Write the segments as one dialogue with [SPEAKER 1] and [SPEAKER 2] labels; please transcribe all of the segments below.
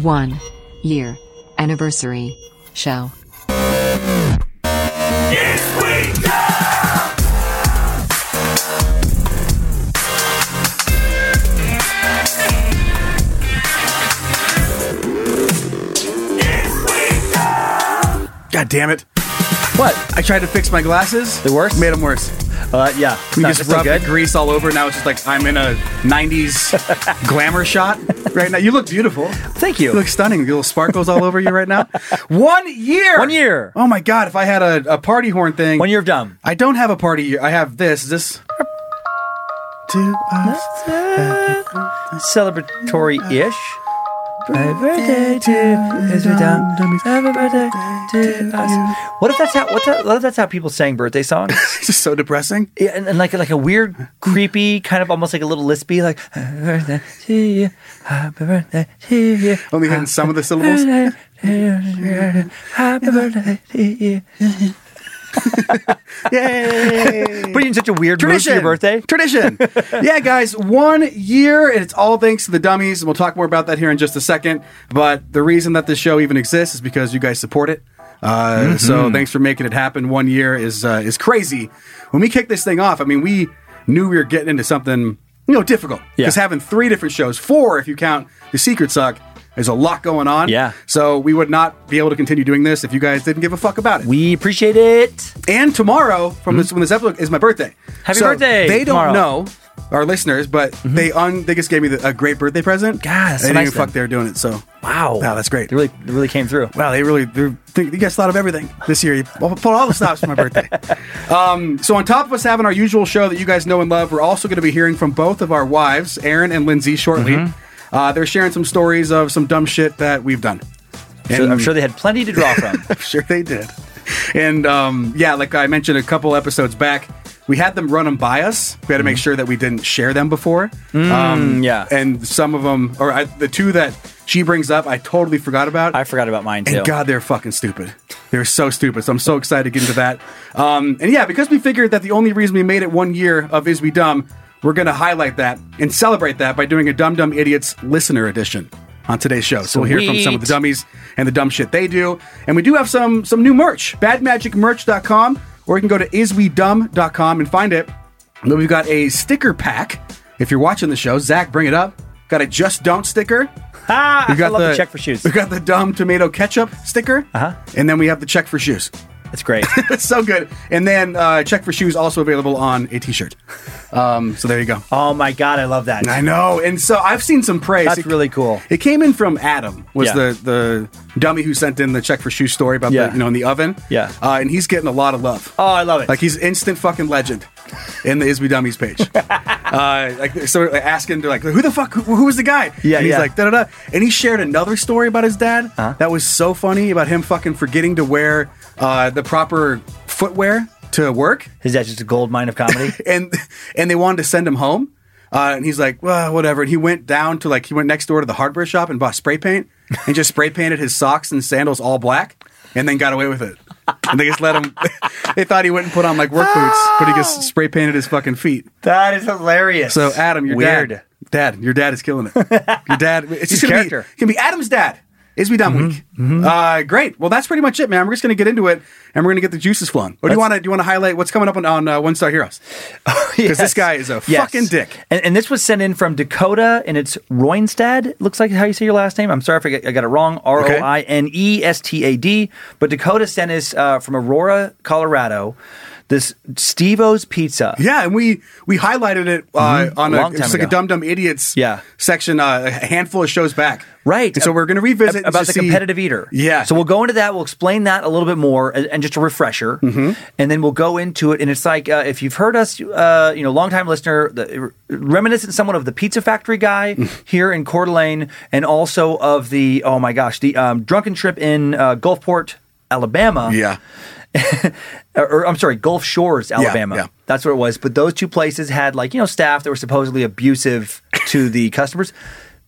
[SPEAKER 1] One year anniversary show.
[SPEAKER 2] God damn it.
[SPEAKER 3] What?
[SPEAKER 2] I tried to fix my glasses.
[SPEAKER 3] They worse?
[SPEAKER 2] Made them worse.
[SPEAKER 3] Uh, yeah.
[SPEAKER 2] We
[SPEAKER 3] No,
[SPEAKER 2] just
[SPEAKER 3] it's not
[SPEAKER 2] rubbed
[SPEAKER 3] good.
[SPEAKER 2] the grease all over. Now it's just like I'm in a 90s glamour shot right now. You look beautiful.
[SPEAKER 3] Thank you.
[SPEAKER 2] You look stunning. Little sparkles all over you right now. One year.
[SPEAKER 3] One year.
[SPEAKER 2] Oh my God. If I had a, a party horn thing.
[SPEAKER 3] One year of dumb.
[SPEAKER 2] I don't have a party year. I have this. Is this. Do I
[SPEAKER 3] Celebratory ish. Happy birthday to Mr. Dumb. Happy birthday to us. What if that's how? What's that, what if that's how people sang birthday songs?
[SPEAKER 2] this is so depressing.
[SPEAKER 3] yeah, and, and like like a weird, creepy, kind of almost like a little lispy, like Happy birthday to you, Happy birthday to you.
[SPEAKER 2] Only hitting some of the syllables.
[SPEAKER 3] Happy birthday to you.
[SPEAKER 2] Yay.
[SPEAKER 3] But you're in such a weird mood for your birthday.
[SPEAKER 2] Tradition. yeah, guys, one year, and it's all thanks to the dummies. And we'll talk more about that here in just a second. But the reason that this show even exists is because you guys support it. Uh,
[SPEAKER 3] Mm-hmm.
[SPEAKER 2] So thanks for making it happen. One year is uh, is crazy. When we kicked this thing off, I mean, we knew we were getting into something you know difficult
[SPEAKER 3] Yeah.
[SPEAKER 2] because having three different shows, four if you count the Secret Suck, there's a lot going on.
[SPEAKER 3] Yeah.
[SPEAKER 2] So we would not be able to continue doing this if you guys didn't give a fuck about it.
[SPEAKER 3] We appreciate it.
[SPEAKER 2] And tomorrow, from this when this episode is my birthday.
[SPEAKER 3] Hmm? Happy birthday
[SPEAKER 2] They don't
[SPEAKER 3] tomorrow.
[SPEAKER 2] know our listeners, but they un they just gave me the, a great birthday present.
[SPEAKER 3] God, that's so
[SPEAKER 2] they didn't
[SPEAKER 3] nice
[SPEAKER 2] even fuck
[SPEAKER 3] then.
[SPEAKER 2] they were doing it. So
[SPEAKER 3] Wow.
[SPEAKER 2] wow, that's great.
[SPEAKER 3] They really, they really came through.
[SPEAKER 2] Wow, they really they're, think, you guys thought of everything this year. You pulled all the stops for my birthday. Um, so on top of us having our usual show that you guys know and love, we're also going to be hearing from both of our wives, Erin and Lindsay, shortly.
[SPEAKER 3] Mm-hmm.
[SPEAKER 2] Uh, they're sharing some stories of some dumb shit that we've done.
[SPEAKER 3] So I'm sure they had plenty to draw from.
[SPEAKER 2] Sure, they did. And um, yeah, like I mentioned a couple episodes back, we had them run them by us. We had to make sure that we didn't share them before. um,
[SPEAKER 3] Mm. yeah.
[SPEAKER 2] And some of them, or I, the two that she brings up, I totally forgot about.
[SPEAKER 3] I forgot about mine too.
[SPEAKER 2] And God, they're fucking stupid. They're so stupid. So I'm so excited to get into that. Um, and yeah, because we figured that the only reason we made it one year of Is We Dumb, we're going to highlight that and celebrate that by doing a Dumb Dumb Idiots listener edition on today's show. So we'll hear from some of the
[SPEAKER 3] Sweet.
[SPEAKER 2] dummies and the dumb shit they do. And we do have some some new merch, badmagicmerch.com, or you can go to iswedumb.com and find it. And then we've got a sticker pack. If you're watching the show, Zach, bring it up. Got a Just Don't sticker.
[SPEAKER 3] Ah,
[SPEAKER 2] We
[SPEAKER 3] I
[SPEAKER 2] got
[SPEAKER 3] love
[SPEAKER 2] the,
[SPEAKER 3] the, check for shoes.
[SPEAKER 2] We got the dumb tomato ketchup sticker, uh-huh. and then we have the check for shoes.
[SPEAKER 3] It's great.
[SPEAKER 2] It's so good. And then uh, check for shoes also available on a t-shirt. Um, so there you go.
[SPEAKER 3] oh my God, I love that.
[SPEAKER 2] I know. And so I've seen some praise.
[SPEAKER 3] That's really cool.
[SPEAKER 2] It came in from Adam, was
[SPEAKER 3] Yeah.
[SPEAKER 2] the the dummy who sent in the check for shoes story about
[SPEAKER 3] Yeah.
[SPEAKER 2] the you know in the oven.
[SPEAKER 3] Yeah.
[SPEAKER 2] uh, and he's getting a lot of love.
[SPEAKER 3] Oh, I love it.
[SPEAKER 2] Like he's instant fucking legend in the Isby Dummies page. uh, like so, like, asking they're like, "Who the fuck? Who, who was the guy?"
[SPEAKER 3] Yeah,
[SPEAKER 2] and he's
[SPEAKER 3] yeah. Uh-huh.
[SPEAKER 2] like, "Da da da." And he shared another story about his dad that was so funny about him fucking forgetting to wear uh, the proper footwear to work,
[SPEAKER 3] Is that just a gold mine of comedy?
[SPEAKER 2] and and they wanted to send him home. Uh, and he's like, well, whatever. And he went down to like he went next door to the hardware shop and bought spray paint and just spray painted his socks and sandals all black, and then got away with it. And they just let him. they thought he wouldn't put on like work boots, but he just spray painted his fucking feet.
[SPEAKER 3] that is hilarious.
[SPEAKER 2] So Adam, your
[SPEAKER 3] Weird.
[SPEAKER 2] dad, dad, your dad is killing it. Your dad, it's just
[SPEAKER 3] He's
[SPEAKER 2] gonna
[SPEAKER 3] character. Mm-hmm.
[SPEAKER 2] Be, it's gonna be Adam's dad. Is We Dumb Week. Uh, great. Well, that's pretty much it, man. We're just going to get into it and we're going to get the juices flowing. Or do you want to do you want to highlight what's coming up on, on uh, One Star Heroes?
[SPEAKER 3] Because
[SPEAKER 2] this guy is a fucking dick.
[SPEAKER 3] And, and this was sent in from Dakota, and it's Roinstad. Looks like how you say your last name. I'm sorry if I got, I got it wrong. R O I N E S T A D. But Dakota sent us uh, from Aurora, Colorado, this Steve O's Pizza.
[SPEAKER 2] Yeah, and we we highlighted it uh, on a,
[SPEAKER 3] Mm-hmm. Long time
[SPEAKER 2] it's like a
[SPEAKER 3] ago.
[SPEAKER 2] Dumb Dumb Idiots
[SPEAKER 3] Yeah.
[SPEAKER 2] section uh, a handful of shows back.
[SPEAKER 3] Right.
[SPEAKER 2] And so we're going to revisit and
[SPEAKER 3] about
[SPEAKER 2] just
[SPEAKER 3] the
[SPEAKER 2] see-
[SPEAKER 3] competitive eater.
[SPEAKER 2] Yeah.
[SPEAKER 3] So we'll go into that. We'll explain that a little bit more, and, and just a refresher,
[SPEAKER 2] Mm-hmm.
[SPEAKER 3] and then we'll go into it. And it's like uh, if you've heard us, uh, you know, longtime listener, the, reminiscent somewhat of the Pizza Factory guy
[SPEAKER 2] Mm-hmm.
[SPEAKER 3] here in Coeur d'Alene, and also of the oh my gosh, the um, drunken trip in uh, Gulfport, Alabama
[SPEAKER 2] yeah.
[SPEAKER 3] or, or, I'm sorry, Gulf Shores, Alabama.
[SPEAKER 2] yeah.
[SPEAKER 3] That's what it was. But those two places had like you know staff that were supposedly abusive to the customers.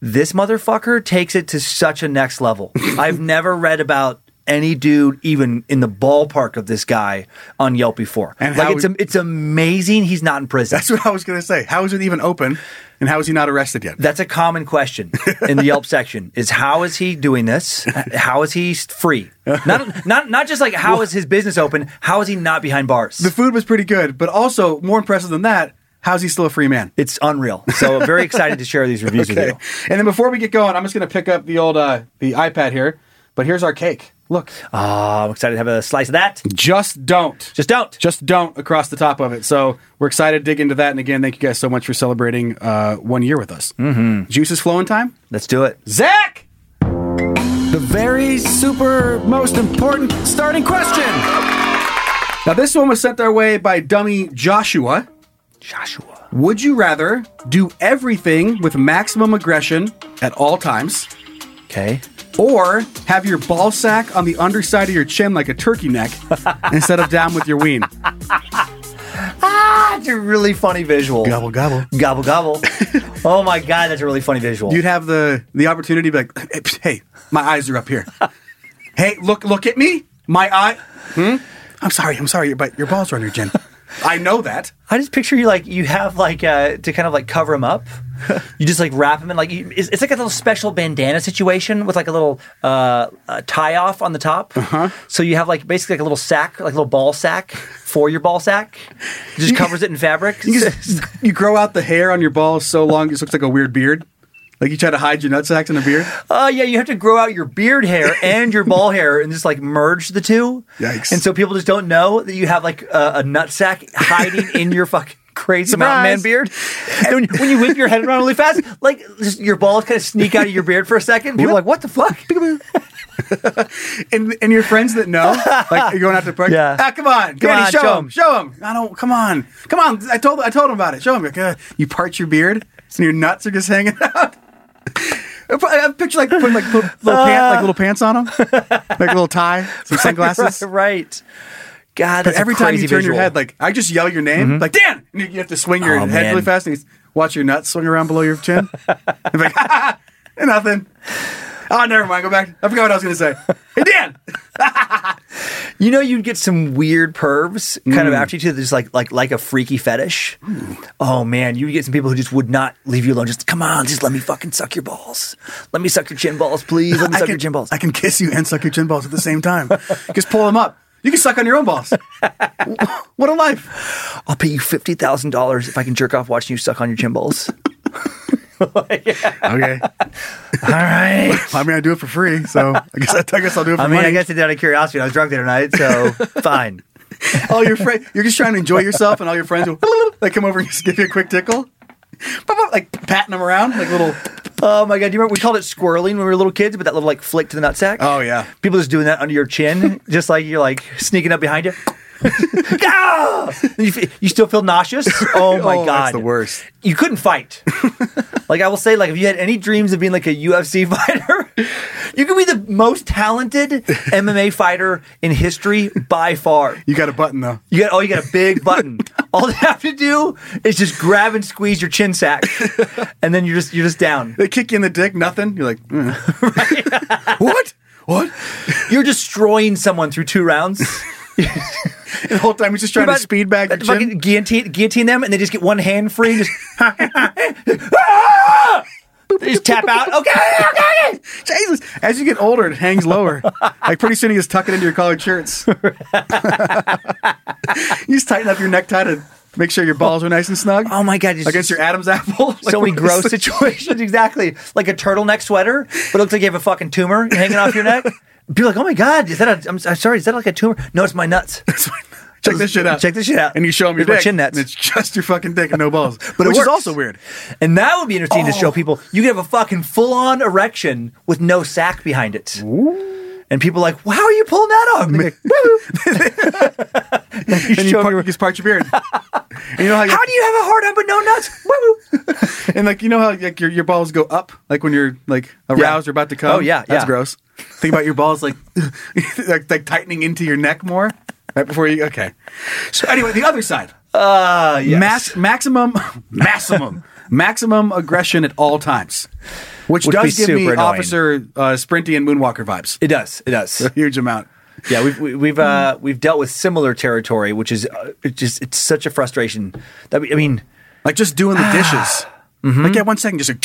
[SPEAKER 3] This motherfucker takes it to such a next level. I've never read about any dude even in the ballpark of this guy on Yelp before.
[SPEAKER 2] And
[SPEAKER 3] like
[SPEAKER 2] how-
[SPEAKER 3] it's am- it's amazing he's not in prison.
[SPEAKER 2] That's what I was going to say. How is it even open and how is he not arrested yet?
[SPEAKER 3] That's a common question in the Yelp section: is how is he doing this? How is he free? Not not not just like how is his business open? How is he not behind bars?
[SPEAKER 2] the food was pretty good, but also more impressive than that, how's he still a free man?
[SPEAKER 3] It's unreal. So I'm very excited to share these reviews with
[SPEAKER 2] Okay.
[SPEAKER 3] you.
[SPEAKER 2] And then before we get going, I'm just going to pick up the old uh, the iPad here. But here's our cake. Look,
[SPEAKER 3] Ah, I'm excited to have a slice of that.
[SPEAKER 2] just don't,
[SPEAKER 3] Just don't.
[SPEAKER 2] just don't across the top of it. So we're excited to dig into that. And again, thank you guys so much for celebrating uh, one year with us. Mm-hmm. Juice is flowing time.
[SPEAKER 3] Let's do it.
[SPEAKER 2] Zach,
[SPEAKER 4] The very super most important starting question.
[SPEAKER 2] now this one was sent our way by Dummy Joshua.
[SPEAKER 3] Joshua.
[SPEAKER 2] Would you rather do everything with maximum aggression at all times?
[SPEAKER 3] Okay.
[SPEAKER 2] Or have your ball sack on the underside of your chin like a turkey neck instead of down with your ween.
[SPEAKER 3] Ah, it's a really funny visual.
[SPEAKER 2] Gobble, gobble.
[SPEAKER 3] Gobble, gobble. oh my God, that's a really funny visual.
[SPEAKER 2] You'd have the the opportunity to be like, hey, my eyes are up here. hey, look, look at me. My eye. Hmm? I'm sorry, I'm sorry, but your balls are on your chin. I know that.
[SPEAKER 3] I just picture you like, you have like, uh, to kind of like cover him up. You just like wrap him in like, you, it's, it's like a little special bandana situation with like a little uh, uh, tie off on the top. Uh-huh. So you have like basically like a little sack, like a little ball sack for your ball sack. It just covers it in fabric.
[SPEAKER 2] You, just- you grow out the hair on your balls so long it just looks like a weird beard. Like you try to hide your nutsacks in a beard.
[SPEAKER 3] Oh yeah, you have to grow out your beard hair and your ball hair and just like merge the two.
[SPEAKER 2] Yikes.
[SPEAKER 3] And so people just don't know that you have like a, a nutsack hiding in your fucking crazy mountain man
[SPEAKER 2] Surprise.
[SPEAKER 3] beard. And when, when you whip your head around really fast, like just your balls kind of sneak out of your beard for a second. People are like, what the fuck?
[SPEAKER 2] And and your friends that know, like you're going out to the park.
[SPEAKER 3] Yeah.
[SPEAKER 2] Ah, come on,
[SPEAKER 3] Come
[SPEAKER 2] Granny,
[SPEAKER 3] on,
[SPEAKER 2] show,
[SPEAKER 3] show
[SPEAKER 2] him,
[SPEAKER 3] 'em.
[SPEAKER 2] show him. I don't. Come on, come on. I told I told him about it. Show him. Like, uh, you part your beard, and your nuts are just hanging out. I pro- I picture like putting like little, little pant, like little pants on him, like a little tie, some sunglasses.
[SPEAKER 3] right. God,
[SPEAKER 2] But
[SPEAKER 3] that's a
[SPEAKER 2] every time you
[SPEAKER 3] crazy
[SPEAKER 2] turn your
[SPEAKER 3] visual. Mm-hmm.
[SPEAKER 2] head, like I just yell your name, like Dan, and you- you have to swing your
[SPEAKER 3] Oh,
[SPEAKER 2] head really
[SPEAKER 3] man.
[SPEAKER 2] fast and you s- watch your nuts swing around below your chin. and be like, ha, ha, ha, nothing. Oh, never mind. Go back. I forgot what I was going to say. Hey, Dan.
[SPEAKER 3] You know, you'd get some weird pervs kind
[SPEAKER 2] Mm.
[SPEAKER 3] of after you too. There's like like like a freaky fetish. Oh man, you'd get some people who just would not leave you alone. Just come on, just let me fucking suck your balls. Let me suck your chin balls, please. Let me
[SPEAKER 2] I
[SPEAKER 3] suck
[SPEAKER 2] can,
[SPEAKER 3] your chin balls.
[SPEAKER 2] I can kiss you and suck your chin balls at the same time. Just pull them up. You can suck on your own balls. what a life.
[SPEAKER 3] I'll pay you fifty thousand dollars if I can jerk off watching you suck on your chin balls.
[SPEAKER 2] Okay.
[SPEAKER 3] All right.
[SPEAKER 2] I mean, I do it for free, so I guess I, guess I'll do it for
[SPEAKER 3] I mean,
[SPEAKER 2] money.
[SPEAKER 3] I guess I did it out of curiosity. I was drunk the other night, so fine.
[SPEAKER 2] all your friends, you're just trying to enjoy yourself, and all your friends will like come over and just give you a quick tickle, like patting them around, like little.
[SPEAKER 3] Oh my god, do you remember we called it squirreling when we were little kids, but that little like flick to the nutsack?
[SPEAKER 2] Oh, yeah.
[SPEAKER 3] People just doing that under your chin, just like you're like sneaking up behind you. Ah! And you, fe- you still feel nauseous? Oh my
[SPEAKER 2] Oh,
[SPEAKER 3] god.
[SPEAKER 2] that's the worst.
[SPEAKER 3] You couldn't fight. like I will say, like if you had any dreams of being like a UFC fighter, you could be the most talented MMA fighter in history by far.
[SPEAKER 2] You got a button though.
[SPEAKER 3] You got oh, you got a big button. All they have to do is just grab and squeeze your chin sack, and then you're just you're just down.
[SPEAKER 2] They kick you in the dick, nothing. You're like, mm. what? What?
[SPEAKER 3] You're destroying someone through two rounds.
[SPEAKER 2] The whole time he's just trying
[SPEAKER 3] You're about-
[SPEAKER 2] to speed bag your
[SPEAKER 3] about to fucking
[SPEAKER 2] chin.
[SPEAKER 3] guillotine, guillotine them, and they just get one hand free. Just, they just tap out. Okay, okay.
[SPEAKER 2] Jesus. As you get older, it hangs lower. like pretty soon you just tuck it into your collared shirts. you just tighten up your necktie to make sure your balls are nice and snug.
[SPEAKER 3] Oh my God, you
[SPEAKER 2] Against
[SPEAKER 3] just-
[SPEAKER 2] your Adam's apple.
[SPEAKER 3] so many
[SPEAKER 2] Like,
[SPEAKER 3] gross situations. Exactly. Like a turtleneck sweater, but it looks like you have a fucking tumor hanging off your neck. Be like, oh my God, is that a, I'm, I'm sorry, is that like a tumor? No, it's my nuts.
[SPEAKER 2] Check this shit out.
[SPEAKER 3] Check this shit out.
[SPEAKER 2] And you show them your
[SPEAKER 3] It's my
[SPEAKER 2] dick,
[SPEAKER 3] chin nets.
[SPEAKER 2] And it's just your fucking dick and no balls.
[SPEAKER 3] But it
[SPEAKER 2] which is
[SPEAKER 3] works.
[SPEAKER 2] also weird.
[SPEAKER 3] And that would be interesting to
[SPEAKER 2] Oh.
[SPEAKER 3] show people. You could have a fucking full on erection with no sack behind it. And people are like, wow, are you pulling that off? And they're like, "Woo-hoo." You
[SPEAKER 2] And you,
[SPEAKER 3] show
[SPEAKER 2] part,
[SPEAKER 3] me-
[SPEAKER 2] you just part your beard. and you know how, you,
[SPEAKER 3] how do you have a hard on but no nuts? Woo-hoo.
[SPEAKER 2] and like you know how like your, your balls go up like when you're like aroused or about to come.
[SPEAKER 3] Oh, yeah,
[SPEAKER 2] that's
[SPEAKER 3] yeah.
[SPEAKER 2] gross. Think about your balls like, like like tightening into your neck more right before you. Okay. So anyway, the other side. Uh, Max, maximum, maximum, maximum aggression at all times, which,
[SPEAKER 3] Would
[SPEAKER 2] does
[SPEAKER 3] be
[SPEAKER 2] give me
[SPEAKER 3] super annoying.
[SPEAKER 2] Officer uh, Sprinty and Moonwalker vibes.
[SPEAKER 3] It does. It does.
[SPEAKER 2] a huge amount.
[SPEAKER 3] Yeah, we've we- we've uh,
[SPEAKER 2] Hmm.
[SPEAKER 3] we've dealt with similar territory, which is uh, it's just it's such a frustration. That we, I mean,
[SPEAKER 2] Like just doing the dishes.
[SPEAKER 3] Mm-hmm.
[SPEAKER 2] Like at one second, just like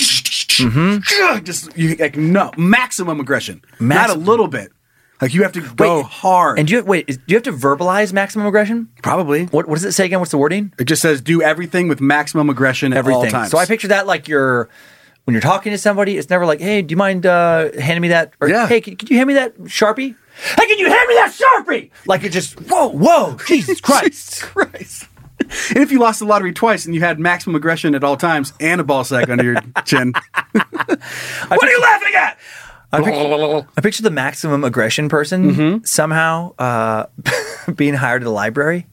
[SPEAKER 2] just you like no maximum aggression, not a
[SPEAKER 3] Maximum.
[SPEAKER 2] little bit. Like you have to go hard.
[SPEAKER 3] And do you wait? Is, do you have to verbalize maximum aggression?
[SPEAKER 2] probably
[SPEAKER 3] What what does it say again? What's the wording?
[SPEAKER 2] it just says do everything with maximum aggression at all times.
[SPEAKER 3] So I picture that like you're when you're talking to somebody, it's never like, hey, do you mind uh, handing me that? Or
[SPEAKER 2] Yeah.
[SPEAKER 3] hey, could, could you hand me that sharpie? Hey, can you hand me that sharpie? Like it just whoa whoa Jesus Christ.
[SPEAKER 2] Christ. And if you lost the lottery twice and you had maximum aggression at all times and a ball sack under your chin,
[SPEAKER 3] what are you laughing at? I picture, I picture the maximum aggression person somehow uh, being hired at a library.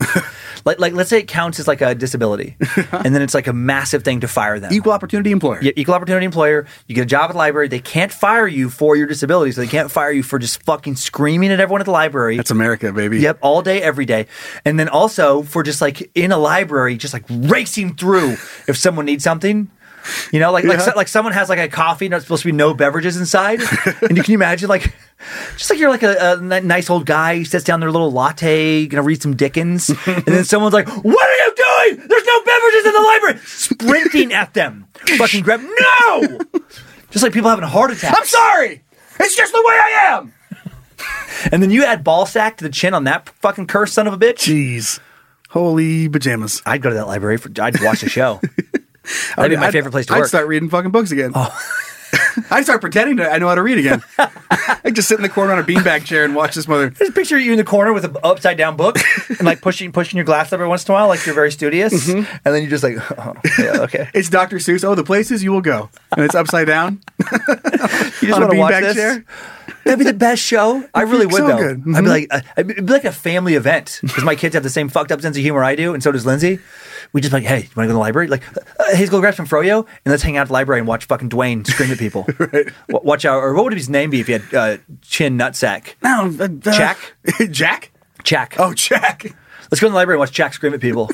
[SPEAKER 3] like, like, let's say it counts as like a disability, and then it's like a massive thing to fire them.
[SPEAKER 2] equal opportunity employer.
[SPEAKER 3] Yeah, equal opportunity employer. You get a job at the library. They can't fire you for your disability, so they can't fire you for just fucking screaming at everyone at the library.
[SPEAKER 2] That's America, baby.
[SPEAKER 3] Yep, all day, every day. And then also for just like in a library, just like racing through if someone needs something. You know, like like,
[SPEAKER 2] Yeah.
[SPEAKER 3] so- like someone has like a coffee and there's supposed to be no beverages inside. and you can imagine like just like you're like a, a ni- nice old guy who sits down their little latte, gonna read some Dickens, and then someone's like, "What are you doing? There's no beverages in the library!" Sprinting at them, fucking grab no. Just like people having heart attacks. I'm sorry. It's just the way I am. And then you add ball sack to the chin on that fucking cursed son of a bitch.
[SPEAKER 2] Jeez. Holy pajamas.
[SPEAKER 3] I'd go to that library. For, I'd watch the show. That'd be my favorite place to
[SPEAKER 2] I'd
[SPEAKER 3] work. Oh.
[SPEAKER 2] start reading fucking books again. I'd start pretending to, I know how to read again. I'd just sit in the corner on a beanbag chair and watch this mother.
[SPEAKER 3] Just picture you in the corner with an upside down book and like pushing pushing your glass up every once in a while, like you're very studious.
[SPEAKER 2] Mm-hmm.
[SPEAKER 3] And then you're just like, oh, yeah, okay.
[SPEAKER 2] It's Dr. Seuss. Oh, the places you will go. And it's upside down.
[SPEAKER 3] You just
[SPEAKER 2] On a
[SPEAKER 3] want to watch
[SPEAKER 2] beanbag
[SPEAKER 3] this.
[SPEAKER 2] chair?
[SPEAKER 3] That'd be the best show. I really would
[SPEAKER 2] so
[SPEAKER 3] though.
[SPEAKER 2] good. Mm-hmm.
[SPEAKER 3] I'd be like, uh, it'd be like a family event because my kids have the same fucked up sense of humor I do, and so does Lindsay. We just like, hey, you want to go to the library? Like, uh, hey, go grab some froyo and let's hang out at the library and watch fucking Dwayne scream at people. W- watch out, or what would his name be if he had uh, chin nutsack?
[SPEAKER 2] No, uh, uh,
[SPEAKER 3] Jack?
[SPEAKER 2] Jack?
[SPEAKER 3] Jack.
[SPEAKER 2] Oh, Jack.
[SPEAKER 3] Let's go to the library and watch Jack scream at people.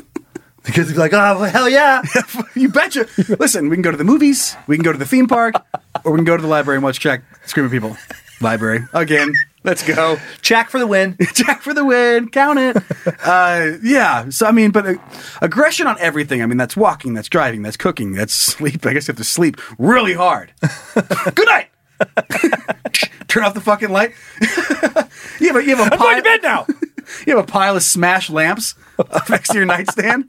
[SPEAKER 3] The kids would be like, oh, well, hell yeah.
[SPEAKER 2] You betcha. Listen, we can go to the movies, we can go to the theme park, or we can go to the library and watch Jack scream at people. Library. Again. Let's go.
[SPEAKER 3] Jack for the win.
[SPEAKER 2] Jack for the win. Count it. uh, yeah. So I mean, but uh, aggression on everything. I mean, that's walking, that's driving, that's cooking, that's sleep. I guess you have to sleep really hard. Good night. Turn off the fucking light. you have a you have a pile,
[SPEAKER 3] going to bed now.
[SPEAKER 2] You have a pile of smashed lamps up next to your nightstand.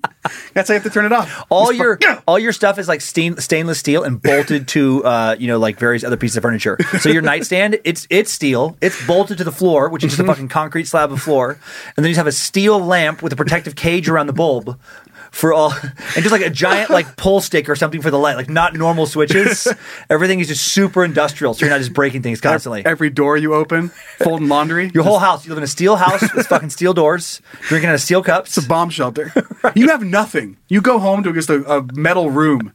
[SPEAKER 2] That's how you have to turn it off.
[SPEAKER 3] All
[SPEAKER 2] Just
[SPEAKER 3] your
[SPEAKER 2] fuck- Yeah.
[SPEAKER 3] all your stuff is like stain, stainless steel and bolted to uh, you know like various other pieces of furniture. So your nightstand, it's it's steel, it's bolted to the floor, which is just a fucking concrete slab of floor, and then you just have a steel lamp with a protective cage around the bulb for all, and just like a giant like pull stick or something for the light, like not normal switches. Everything is just super industrial, so you're not just breaking things constantly.
[SPEAKER 2] every door you open, folding laundry.
[SPEAKER 3] Your whole house, you live in a steel house with fucking steel doors, drinking out of steel cups.
[SPEAKER 2] It's a bomb shelter. You have nothing. You go home to just a, a metal room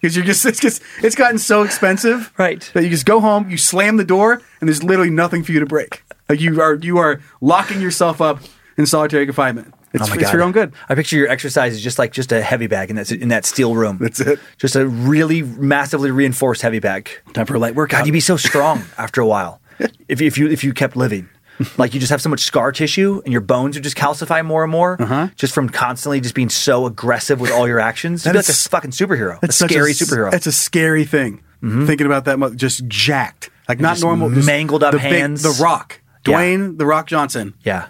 [SPEAKER 2] because you're just it's just it's gotten so expensive,
[SPEAKER 3] Right.
[SPEAKER 2] That you just go home, you slam the door, and there's literally nothing for you to break. Like you are you are locking yourself up in solitary confinement. It's,
[SPEAKER 3] Oh my
[SPEAKER 2] it's
[SPEAKER 3] God.
[SPEAKER 2] for your own good.
[SPEAKER 3] I picture your exercise is just like just a heavy bag in that in that steel room.
[SPEAKER 2] That's it.
[SPEAKER 3] Just a really massively reinforced heavy bag.
[SPEAKER 2] Time for a light workout.
[SPEAKER 3] God, you'd be so strong after a while if if you if you kept living. Like you just have so much scar tissue, and your bones would just calcify more and more,
[SPEAKER 2] Uh-huh.
[SPEAKER 3] just from constantly just being so aggressive with all your actions. You'd
[SPEAKER 2] That
[SPEAKER 3] be like
[SPEAKER 2] is-
[SPEAKER 3] a fucking superhero, a
[SPEAKER 2] such
[SPEAKER 3] scary
[SPEAKER 2] s-
[SPEAKER 3] superhero.
[SPEAKER 2] That's a scary thing. Thinking about that, mo- just jacked. Like not
[SPEAKER 3] just
[SPEAKER 2] normal, just
[SPEAKER 3] mangled up
[SPEAKER 2] the big-
[SPEAKER 3] hands.
[SPEAKER 2] the Rock,
[SPEAKER 3] Yeah.
[SPEAKER 2] Dwayne the Rock Johnson,
[SPEAKER 3] Yeah.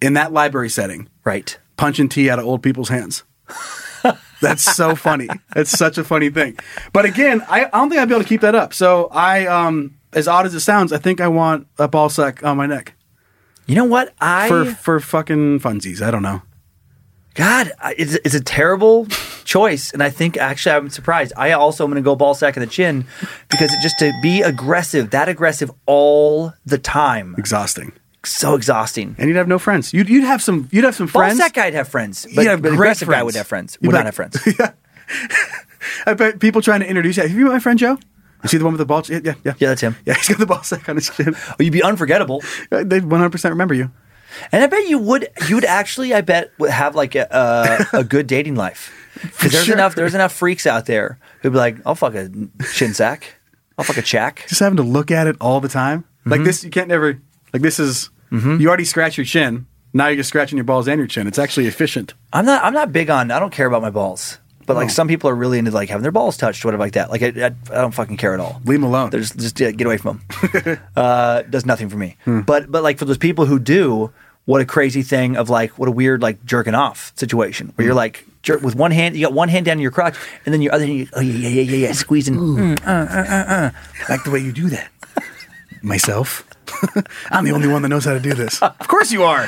[SPEAKER 2] in that library setting,
[SPEAKER 3] Right.
[SPEAKER 2] punching tea out of old people's hands. That's so funny. That's such a funny thing. But again, I, I don't think I'd be able to keep that up. So I, um, as odd as it sounds, I think I want a ball sack on my neck
[SPEAKER 3] You know what? I
[SPEAKER 2] for for fucking funsies. I don't know.
[SPEAKER 3] God, I- it's, it's a terrible choice, and I think actually I'm surprised. I also am going to go ball sack in the chin because it, just to be aggressive, that aggressive all the time,
[SPEAKER 2] Exhausting.
[SPEAKER 3] so exhausting.
[SPEAKER 2] And you'd have no friends. You'd you'd have some. You'd have some
[SPEAKER 3] Ball
[SPEAKER 2] friends.
[SPEAKER 3] sack guy'd have friends, but,
[SPEAKER 2] Yeah,
[SPEAKER 3] but
[SPEAKER 2] great
[SPEAKER 3] aggressive guy
[SPEAKER 2] friends.
[SPEAKER 3] would have friends.
[SPEAKER 2] You
[SPEAKER 3] Would
[SPEAKER 2] bet.
[SPEAKER 3] not have friends.
[SPEAKER 2] I bet people trying to introduce you. Have you met my friend Joe? You see the one with the ball? Yeah, yeah, yeah.
[SPEAKER 3] Yeah, that's him.
[SPEAKER 2] Yeah, he's got the ball sack on his chin.
[SPEAKER 3] Or you'd be unforgettable,
[SPEAKER 2] They 100% remember you.
[SPEAKER 3] and I bet you would. You would actually, I bet, would have like a a, a good dating life because there's
[SPEAKER 2] sure.
[SPEAKER 3] enough there's enough freaks out there who'd be like, I'll fuck a chin sack, I'll fuck a chack.
[SPEAKER 2] Just having to look at it all the time. Like this, you can't never. Like this is. You already scratch your chin. Now you're just scratching your balls and your chin. It's actually efficient.
[SPEAKER 3] I'm not. I'm not big on. I don't care about my balls. But like some people are really into like having their balls touched, whatever like that. Like I, I, I don't fucking care at all.
[SPEAKER 2] Leave 'em alone.
[SPEAKER 3] They're just just yeah, get away from them. uh, does nothing for me.
[SPEAKER 2] Hmm.
[SPEAKER 3] But but like for those people who do, what a crazy thing of like what a weird like jerking off situation where you're
[SPEAKER 2] Hmm.
[SPEAKER 3] like jerk with one hand, you got one hand down your crotch, and then your other hand, you, oh yeah yeah yeah yeah yeah, squeezing.
[SPEAKER 5] Hmm.
[SPEAKER 3] Mm, uh, uh, uh, uh.
[SPEAKER 2] Like the way you do that. Myself. I'm the only one that knows how to do this. Of course you are.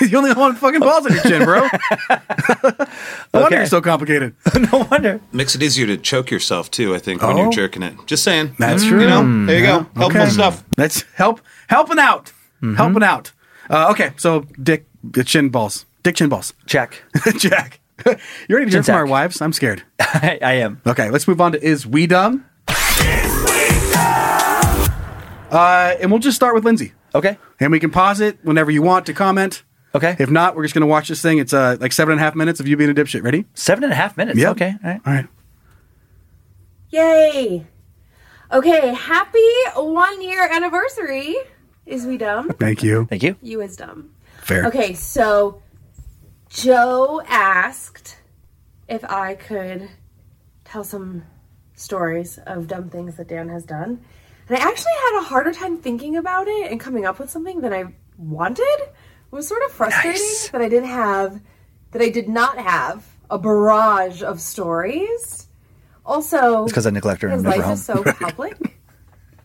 [SPEAKER 2] You're the only one with fucking balls on your chin, bro. No wonder
[SPEAKER 3] Okay.
[SPEAKER 2] you're so complicated.
[SPEAKER 3] no wonder.
[SPEAKER 6] Makes it easier to choke yourself too. I think when
[SPEAKER 2] Oh.
[SPEAKER 6] you're jerking it. Just saying.
[SPEAKER 2] That's
[SPEAKER 6] Mm,
[SPEAKER 2] true.
[SPEAKER 6] You know, there you go. Helpful
[SPEAKER 2] Okay.
[SPEAKER 6] stuff.
[SPEAKER 2] That's help helping out. Helping out. Uh, okay, so dick chin balls. Dick chin balls.
[SPEAKER 3] Check.
[SPEAKER 2] Jack. You ready to hear
[SPEAKER 3] Chin
[SPEAKER 2] from our
[SPEAKER 3] sack.
[SPEAKER 2] wives? I'm scared.
[SPEAKER 3] I, I am.
[SPEAKER 2] Okay, let's move on to Is We Dumb? Uh, and we'll just start with Lindsay.
[SPEAKER 3] Okay.
[SPEAKER 2] And we can pause it whenever you want to comment.
[SPEAKER 3] Okay.
[SPEAKER 2] If not, we're just going to watch this thing. It's uh, like seven and a half minutes of you being a dipshit. Ready?
[SPEAKER 3] Seven and a half minutes. Okay. All right.
[SPEAKER 2] All right.
[SPEAKER 5] Yay! Okay, happy one year anniversary. Is we dumb?
[SPEAKER 2] Thank you.
[SPEAKER 3] Thank you.
[SPEAKER 5] You is dumb.
[SPEAKER 2] Fair.
[SPEAKER 5] Okay, so Joe asked if I could tell some stories of dumb things that Dan has done. And I actually had a harder time thinking about it and coming up with something than I wanted. It was sort of frustrating
[SPEAKER 3] Nice.
[SPEAKER 5] that I didn't have that I did not have a barrage of stories. Also,
[SPEAKER 3] Because I neglect her and
[SPEAKER 5] his
[SPEAKER 3] I'm never
[SPEAKER 5] life
[SPEAKER 3] home.
[SPEAKER 5] is so public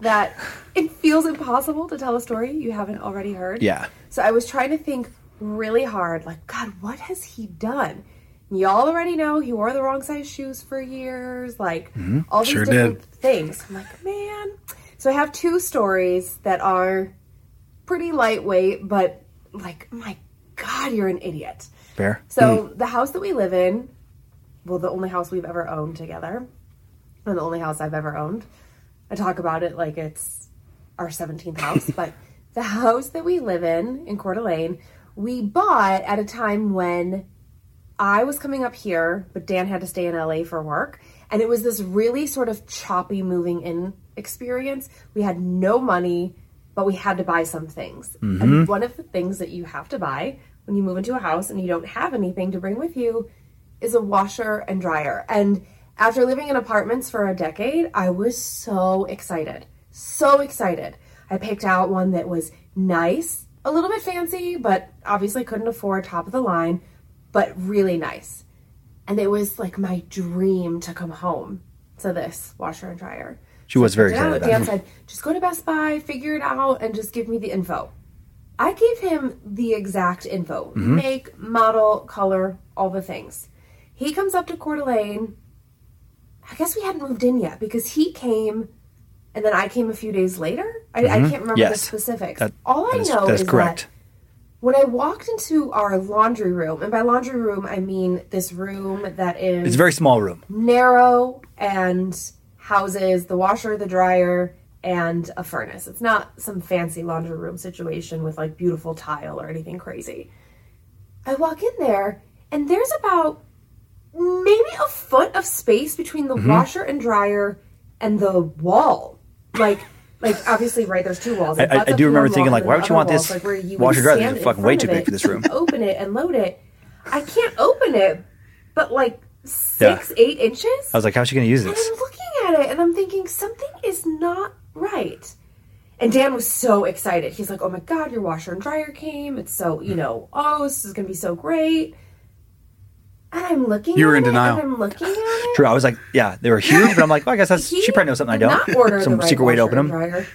[SPEAKER 5] that it feels impossible to tell a story you haven't already heard.
[SPEAKER 3] Yeah.
[SPEAKER 5] So I was trying to think really hard, like, God, what has he done? And Y'all already know he wore the wrong size shoes for years, like all
[SPEAKER 2] Mm-hmm.
[SPEAKER 5] these
[SPEAKER 2] sure
[SPEAKER 5] different
[SPEAKER 2] did.
[SPEAKER 5] things. I'm like, man. So I have two stories that are pretty lightweight, but like, my God, you're an idiot.
[SPEAKER 3] Fair.
[SPEAKER 5] So the house that we live in, well, the only house we've ever owned together, and the only house I've ever owned. I talk about it like it's our 17th house, but the house that we live in in Coeur d'Alene, we bought at a time when I was coming up here, but Dan had to stay in LA for work. And it was this really sort of choppy moving in experience. We had no money, but we had to buy some things. And one of the things that you have to buy when you move into a house and you don't have anything to bring with you is a washer and dryer. And after living in apartments for a decade, I was so excited. So excited. I picked out one that was nice, a little bit fancy, but obviously couldn't afford top of the line, but really nice. And it was like my dream to come home to this washer and dryer.
[SPEAKER 3] She was very
[SPEAKER 5] Dan,
[SPEAKER 3] excited about
[SPEAKER 5] Dan
[SPEAKER 3] it.
[SPEAKER 5] said, just go to Best Buy, figure it out, and just give me the info. I gave him the exact info
[SPEAKER 3] Mm-hmm.
[SPEAKER 5] make, model, color, all the things. He comes up to Coeur d'Alene. I guess we hadn't moved in yet because he came and then I came a few days later. I, I can't remember the
[SPEAKER 3] Mm-hmm. Yes.
[SPEAKER 5] specifics.
[SPEAKER 3] That-
[SPEAKER 5] all I
[SPEAKER 3] that is-
[SPEAKER 5] know
[SPEAKER 3] that is
[SPEAKER 5] is
[SPEAKER 3] correct.
[SPEAKER 5] that when I walked into our laundry room, and by laundry room, I mean this room that is
[SPEAKER 3] It's a very small room.
[SPEAKER 5] narrow and houses the washer, the dryer, and a furnace. It's not some fancy laundry room situation with like beautiful tile or anything crazy. I walk in there and there's about maybe a foot of space between the
[SPEAKER 3] Mm-hmm.
[SPEAKER 5] washer and dryer and the wall. Like like obviously right there's two walls. It
[SPEAKER 3] I- I
[SPEAKER 5] butts up
[SPEAKER 3] do
[SPEAKER 5] to
[SPEAKER 3] remember
[SPEAKER 5] one wall
[SPEAKER 3] thinking,
[SPEAKER 5] and
[SPEAKER 3] like,
[SPEAKER 5] then
[SPEAKER 3] why
[SPEAKER 5] the
[SPEAKER 3] would you
[SPEAKER 5] other
[SPEAKER 3] want
[SPEAKER 5] wall
[SPEAKER 3] this
[SPEAKER 5] is, like, where you would
[SPEAKER 3] washer dryer? This is
[SPEAKER 5] stand in
[SPEAKER 3] fucking way
[SPEAKER 5] front
[SPEAKER 3] too
[SPEAKER 5] of
[SPEAKER 3] big
[SPEAKER 5] it
[SPEAKER 3] for this room.
[SPEAKER 5] open it and load it. I can't open it, but like six, eight inches?
[SPEAKER 3] I was like, how's she going to use
[SPEAKER 5] and
[SPEAKER 3] this?
[SPEAKER 5] I'm looking at it and I'm thinking, something is not right. And Dan was so excited. He's like, "Oh my god, your washer and dryer came! It's so you know, oh, this is gonna be so great." And I'm looking.
[SPEAKER 2] You were
[SPEAKER 5] at
[SPEAKER 2] in
[SPEAKER 5] it,
[SPEAKER 2] denial.
[SPEAKER 5] And I'm looking at it.
[SPEAKER 3] True. I was like, yeah, they were huge, but I'm like, well, I guess that's, she probably knows something I
[SPEAKER 5] did
[SPEAKER 3] don't.
[SPEAKER 5] Not order
[SPEAKER 3] Some
[SPEAKER 5] the right
[SPEAKER 3] secret way to
[SPEAKER 5] washer
[SPEAKER 3] open them.
[SPEAKER 5] and dryer.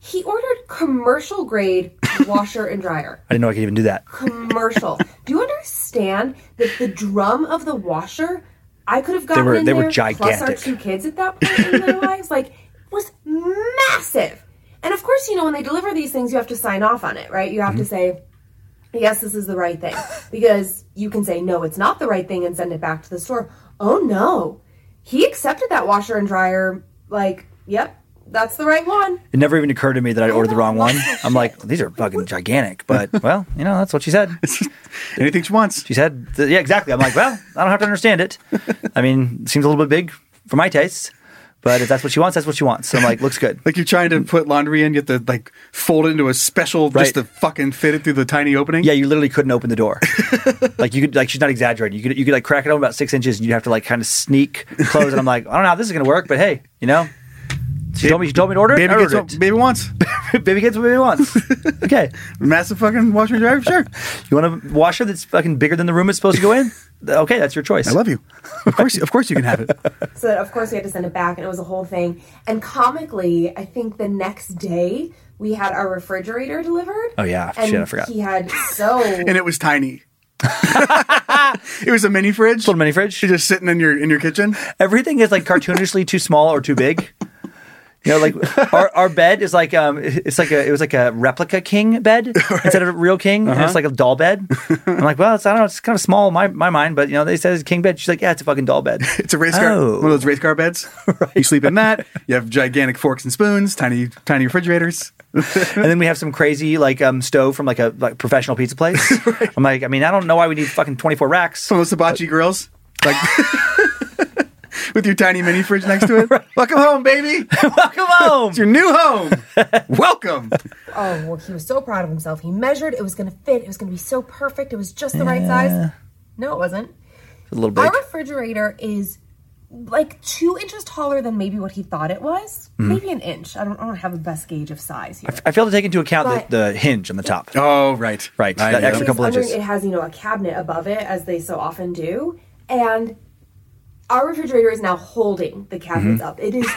[SPEAKER 5] He ordered commercial grade washer and dryer.
[SPEAKER 3] I didn't know I could even do that.
[SPEAKER 5] Commercial. Do you understand that the drum of the washer? I could have gotten
[SPEAKER 3] were-
[SPEAKER 5] in
[SPEAKER 3] they were
[SPEAKER 5] there. Plus our
[SPEAKER 3] gigantic.
[SPEAKER 5] two kids at that point in their lives, like was massive. And of course, you know when they deliver these things, you have to sign off on it, right? You have to
[SPEAKER 3] Mm-hmm.
[SPEAKER 5] say yes, this is the right thing. Because you can say, no, it's not the right thing and send it back to the store. Oh no. He accepted that washer and dryer, like, yep, that's the right one.
[SPEAKER 3] It never even occurred to me that
[SPEAKER 5] Oh
[SPEAKER 3] I ordered the wrong one. I'm like, these are fucking gigantic, but well, you know, that's what she said.
[SPEAKER 2] Anything she wants.
[SPEAKER 3] She said, th- yeah, exactly. I'm like, well, I don't have to understand it. I mean, it seems a little bit big for my tastes, but if that's what she wants, that's what she wants. So I'm like, looks good.
[SPEAKER 2] Like you're trying to put laundry in, you have to like fold it into a special
[SPEAKER 3] Right.
[SPEAKER 2] just to fucking fit it through the tiny opening.
[SPEAKER 3] Yeah, you literally couldn't open the door. like you could, like she's not exaggerating. You could, you could like crack it open about six inches, and you'd have to like kind of sneak close. And I'm like, I don't know how this is gonna work, but hey, you know, she told me, she told me to order it.
[SPEAKER 2] Baby,
[SPEAKER 3] I
[SPEAKER 2] gets
[SPEAKER 3] ordered
[SPEAKER 2] what, baby wants.
[SPEAKER 3] it. baby gets what baby wants. okay,
[SPEAKER 2] Massive fucking washer and dryer, sure.
[SPEAKER 3] you want a washer that's fucking bigger than the room it's supposed to go in? Okay, that's your choice.
[SPEAKER 2] I love you. Of course, of course you can have it.
[SPEAKER 5] So that, of course, we had to send it back, and it was a whole thing. And comically, I think the next day we had our refrigerator delivered.
[SPEAKER 3] Oh, yeah.
[SPEAKER 5] and
[SPEAKER 3] Shit, I forgot.
[SPEAKER 5] He had so
[SPEAKER 2] And it was tiny. it was a mini fridge.
[SPEAKER 3] Little mini fridge.
[SPEAKER 2] You're just sitting in your in your kitchen.
[SPEAKER 3] everything is like cartoonishly too small or too big. You know, like our, our bed is like um, it's like a it was like a replica king bed instead of a real king,
[SPEAKER 2] Uh-huh.
[SPEAKER 3] and it's like a doll bed. I'm like, well, it's I don't know, it's kind of small in my my mind, but you know, they said it's a king bed. She's like, yeah, it's a fucking doll bed.
[SPEAKER 2] It's a race car,
[SPEAKER 3] Oh.
[SPEAKER 2] one of those race car beds. You sleep in that. You have gigantic forks and spoons, tiny tiny refrigerators.
[SPEAKER 3] and then we have some crazy like um stove from like a like professional pizza place. I'm like, I mean, I don't know why we need fucking 24 racks.
[SPEAKER 2] Some of those hibachi grills, like with your tiny mini fridge next to it. Welcome home, baby.
[SPEAKER 3] Welcome home.
[SPEAKER 2] It's your new home. Welcome.
[SPEAKER 5] oh, well, he was so proud of himself. He measured; it was going to fit. It was going to be so perfect. It was just the right size. No, it wasn't.
[SPEAKER 3] a little
[SPEAKER 5] Our
[SPEAKER 3] big.
[SPEAKER 5] refrigerator is like two inches taller than maybe what he thought it was. Maybe an inch. I don't, I don't have a best gauge of size here.
[SPEAKER 3] Mm-hmm. I failed to take into account
[SPEAKER 5] But-
[SPEAKER 3] the, the hinge on the top.
[SPEAKER 2] Oh, right,
[SPEAKER 3] Right, that
[SPEAKER 2] yeah.
[SPEAKER 3] extra
[SPEAKER 5] It's
[SPEAKER 3] couple
[SPEAKER 5] under-
[SPEAKER 3] inches.
[SPEAKER 5] It has, you know, a cabinet above it, as they so often do. And our refrigerator is now holding the cabinets up. It is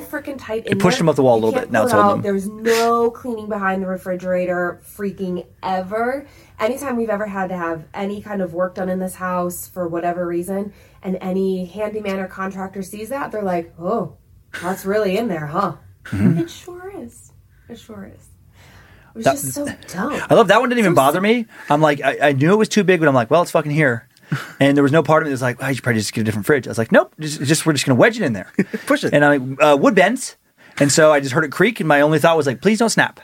[SPEAKER 5] freaking tight. It
[SPEAKER 3] Mm-hmm. pushed them up the wall a little bit. Now it's holding them.
[SPEAKER 5] There's no cleaning behind the refrigerator, freaking ever. Anytime we've ever had to have any kind of work done in this house for whatever reason, and any handyman or contractor sees that, they're like, "Oh, that's really in there, huh?"
[SPEAKER 3] Mm-hmm.
[SPEAKER 5] It sure is. It sure is. It was just so dumb.
[SPEAKER 3] I love that one didn't even bother me. I'm like, I, I knew it was too big, but I'm like, well, it's fucking here. And there was no part of me that was like, well, you should probably just get a different fridge. I was like, nope, just, just we're just gonna wedge it in there,
[SPEAKER 2] Push it.
[SPEAKER 3] And I'm like, uh, wood bends, and so I just heard it creak, and my only thought was like, please don't snap,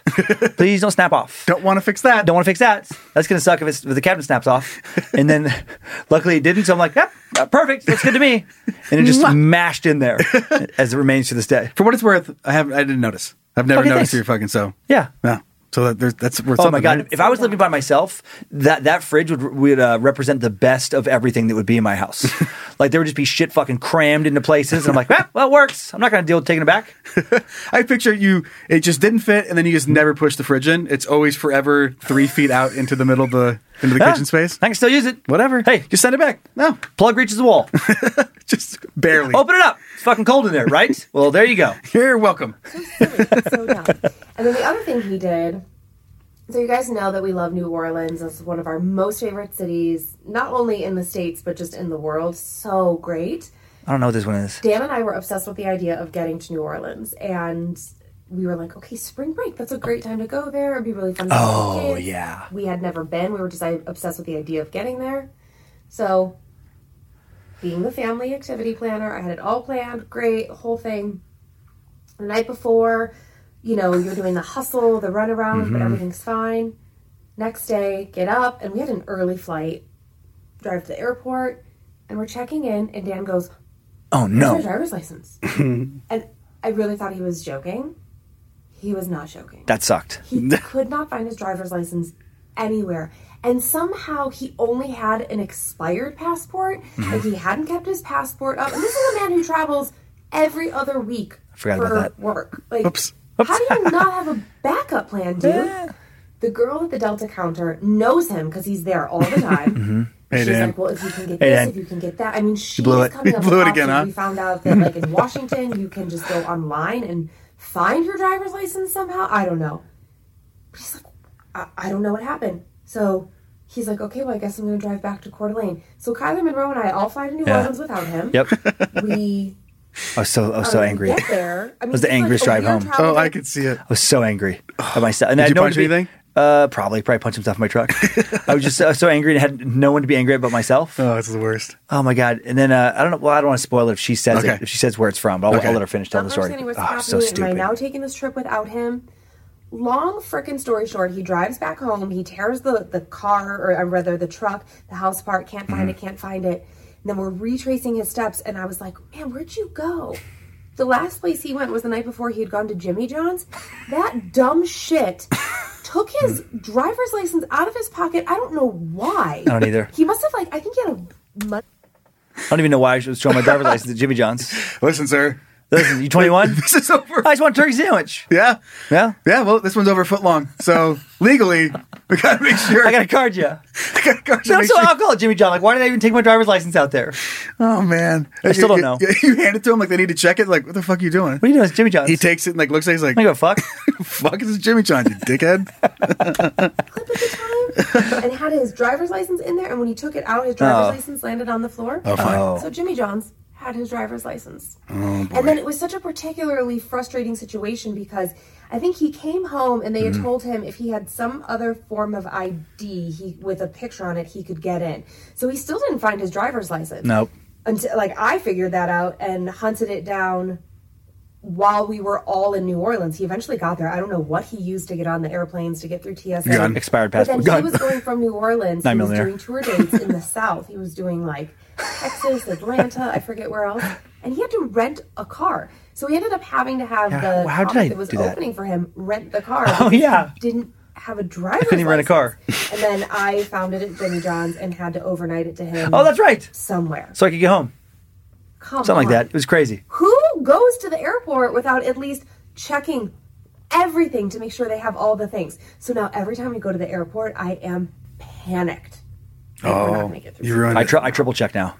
[SPEAKER 3] please don't snap off.
[SPEAKER 2] Don't want to fix that.
[SPEAKER 3] Don't want to fix that. That's gonna suck if, it's, if the cabinet snaps off. And then, luckily, it didn't. So I'm like, yep, uh, perfect. Looks good to me. And it just mashed in there, as it remains to this day.
[SPEAKER 2] For what it's worth, I have I didn't notice. I've never
[SPEAKER 3] Okay,
[SPEAKER 2] noticed
[SPEAKER 3] thanks.
[SPEAKER 2] your fucking so.
[SPEAKER 3] Yeah.
[SPEAKER 2] Yeah. So that, there's, that's worth.
[SPEAKER 3] Oh
[SPEAKER 2] something,
[SPEAKER 3] my god!
[SPEAKER 2] right?
[SPEAKER 3] If I was living by myself, that that fridge would would uh, represent the best of everything that would be in my house. like there would just be shit fucking crammed into places, and I'm like, "Ah, well, it works. I'm not gonna deal with taking it back.
[SPEAKER 2] I picture you. It just didn't fit, and then you just never push the fridge in. It's always forever three feet out into the middle of the into the
[SPEAKER 3] Ah,
[SPEAKER 2] kitchen space.
[SPEAKER 3] I can still use it.
[SPEAKER 2] Whatever.
[SPEAKER 3] Hey,
[SPEAKER 2] just
[SPEAKER 3] just
[SPEAKER 2] send it back. No,
[SPEAKER 3] plug reaches the wall.
[SPEAKER 2] just barely.
[SPEAKER 3] Open it up. It's fucking cold in there, right? Well, there you go.
[SPEAKER 2] You're welcome.
[SPEAKER 5] so dumb. And then the other thing he did. So you guys know that we love New Orleans. It's one of our most favorite cities, not only in the states but just in the world. So great.
[SPEAKER 3] I don't know what this one is.
[SPEAKER 5] Dan and I were obsessed with the idea of getting to New Orleans, and we were like, "Okay, spring break. That's a great time to go there. It'd be really fun." To oh
[SPEAKER 3] yeah.
[SPEAKER 5] We had never been. We were just like, obsessed with the idea of getting there. So, being the family activity planner, I had it all planned. Great, whole thing. The night before, you know, you're doing the hustle, the runaround, but everything's fine. Next day, get up, and we had an early flight. Drive to the airport, and we're checking in, and Dan goes,
[SPEAKER 3] Oh
[SPEAKER 5] your
[SPEAKER 3] no,
[SPEAKER 5] driver's license. and I really thought he was joking. He was not joking.
[SPEAKER 3] that sucked.
[SPEAKER 5] He could not find his driver's license anywhere. And somehow he only had an expired passport. Like
[SPEAKER 2] Mm-hmm.
[SPEAKER 5] he hadn't kept his passport up. And this is a man who travels every other week
[SPEAKER 3] forgot
[SPEAKER 5] for
[SPEAKER 3] about that.
[SPEAKER 5] work. Like
[SPEAKER 2] Oops.
[SPEAKER 5] How do you not have a backup plan, dude? The girl at the Delta counter knows him because he's there all the time.
[SPEAKER 2] Mm-hmm. Hey,
[SPEAKER 5] She's
[SPEAKER 2] Dan.
[SPEAKER 5] like, well, if you can get
[SPEAKER 3] Hey,
[SPEAKER 5] this,
[SPEAKER 3] Dan.
[SPEAKER 5] if you can get that. I mean, she
[SPEAKER 2] blew
[SPEAKER 5] is
[SPEAKER 2] it.
[SPEAKER 5] coming up
[SPEAKER 2] Blew
[SPEAKER 5] with
[SPEAKER 2] it again,
[SPEAKER 5] options.
[SPEAKER 2] huh?
[SPEAKER 5] We found out that, like, in Washington, you can just go online and find your driver's license somehow. I don't know. She's like, I, I don't know what happened. So he's like, okay, well, I guess I'm going to drive back to Coeur d'Alene. So Kyler Monroe and I all fly to New
[SPEAKER 3] Yeah.
[SPEAKER 5] Orleans without him.
[SPEAKER 3] Yep.
[SPEAKER 5] We
[SPEAKER 3] I was so I was so
[SPEAKER 5] um,
[SPEAKER 3] angry.
[SPEAKER 5] Get there. I mean,
[SPEAKER 3] was the
[SPEAKER 5] it's like
[SPEAKER 3] angriest
[SPEAKER 5] a
[SPEAKER 3] drive
[SPEAKER 5] weird
[SPEAKER 3] home.
[SPEAKER 2] Oh,
[SPEAKER 5] travel
[SPEAKER 2] I
[SPEAKER 5] day.
[SPEAKER 2] could see it.
[SPEAKER 3] I was so angry at myself. And I had
[SPEAKER 2] Did you
[SPEAKER 3] no one
[SPEAKER 2] punch
[SPEAKER 3] to be,
[SPEAKER 2] anything?
[SPEAKER 3] Uh, probably, probably punched himself in my truck. I was just uh, so angry and had no one to be angry at but myself.
[SPEAKER 2] Oh, it's the worst.
[SPEAKER 3] oh my god! And then uh, I don't know. Well, I don't want to spoil it if she says
[SPEAKER 2] Okay.
[SPEAKER 3] it. If she says where it's from, but I'll,
[SPEAKER 2] Okay.
[SPEAKER 3] I'll let her finish telling the
[SPEAKER 5] Not
[SPEAKER 3] story.
[SPEAKER 5] understanding what's
[SPEAKER 3] Oh,
[SPEAKER 5] happening.
[SPEAKER 3] it's so
[SPEAKER 5] Am I
[SPEAKER 3] stupid.
[SPEAKER 5] now taking this trip without him? Long frickin' story short, he drives back home. He tears the the car, or uh, rather the truck, the house part. Can't
[SPEAKER 3] Mm-hmm.
[SPEAKER 5] find it. Can't find it. And then we're retracing his steps, and I was like, "Man, where'd you go?" The last place he went was the night before he had gone to Jimmy John's. That dumb shit took his driver's license out of his pocket. I don't know why.
[SPEAKER 3] Hmm. I don't either.
[SPEAKER 5] He must have like I think he had a. mu-
[SPEAKER 3] I don't even know why I was showing my driver's license at Jimmy John's.
[SPEAKER 2] Listen, sir.
[SPEAKER 3] Listen, you 21?
[SPEAKER 2] This is over.
[SPEAKER 3] I just want a turkey sandwich.
[SPEAKER 2] Yeah.
[SPEAKER 3] Yeah.
[SPEAKER 2] Yeah, well, this one's over a foot long. So legally, we gotta make sure.
[SPEAKER 3] I got to card you.
[SPEAKER 2] gotta, gotta
[SPEAKER 3] I'm
[SPEAKER 2] make
[SPEAKER 3] so
[SPEAKER 2] sure-
[SPEAKER 3] alcohol at Jimmy John. Like, why did I even take my driver's license out there?
[SPEAKER 2] Oh man,
[SPEAKER 3] I still don't
[SPEAKER 2] You-
[SPEAKER 3] know.
[SPEAKER 2] You, you hand it to him like they need to check it. Like, what the fuck are you doing?
[SPEAKER 3] What are you doing? It's Jimmy John's.
[SPEAKER 2] He takes it and like looks at. It, he's like,
[SPEAKER 3] I go, fuck.
[SPEAKER 2] "Fuck, this is Jimmy John, you dickhead."
[SPEAKER 5] clip at the time and had his driver's license in there. And when he took it out, his driver's license landed on the floor. Oh,
[SPEAKER 2] fine.
[SPEAKER 5] So Jimmy John's had his driver's license. And then it was such a particularly frustrating situation because I think he came home and they had told him if he had some other form of ID he, with a picture on it, he could get in. So he still didn't find his driver's license.
[SPEAKER 3] Nope.
[SPEAKER 5] Until, like, I figured that out and hunted it down while we were all in New Orleans. He eventually got there. I don't know what he used to get on the airplanes to get through TSA.
[SPEAKER 2] Gun.
[SPEAKER 3] Expired
[SPEAKER 5] But then
[SPEAKER 3] passport.
[SPEAKER 5] he was going from New Orleans.
[SPEAKER 3] Nine
[SPEAKER 5] he was
[SPEAKER 3] millimeter.
[SPEAKER 5] doing tour dates in the South. He was doing like Texas, Atlanta, I forget where else. And he had to rent a car. So he ended up having to have
[SPEAKER 3] Yeah,
[SPEAKER 5] the
[SPEAKER 3] how did
[SPEAKER 5] comic
[SPEAKER 3] I
[SPEAKER 5] that was
[SPEAKER 3] do that?
[SPEAKER 5] opening for him rent the car.
[SPEAKER 3] Oh,
[SPEAKER 5] because he
[SPEAKER 3] yeah.
[SPEAKER 5] didn't have a driver.
[SPEAKER 3] couldn't even rent a car.
[SPEAKER 5] And then I found it at Jimmy John's and had to overnight it to him.
[SPEAKER 3] Oh, that's right.
[SPEAKER 5] somewhere.
[SPEAKER 3] So I could get home.
[SPEAKER 5] Come
[SPEAKER 3] Something like that.
[SPEAKER 5] on.
[SPEAKER 3] It was crazy.
[SPEAKER 5] Who goes to the airport without at least checking everything to make sure they have all the things? So now every time we go to the airport, I am panicked. Like, we're not
[SPEAKER 3] Oh,
[SPEAKER 5] gonna make it through.
[SPEAKER 2] You ruined
[SPEAKER 3] I,
[SPEAKER 2] it.
[SPEAKER 3] tri- I triple check now.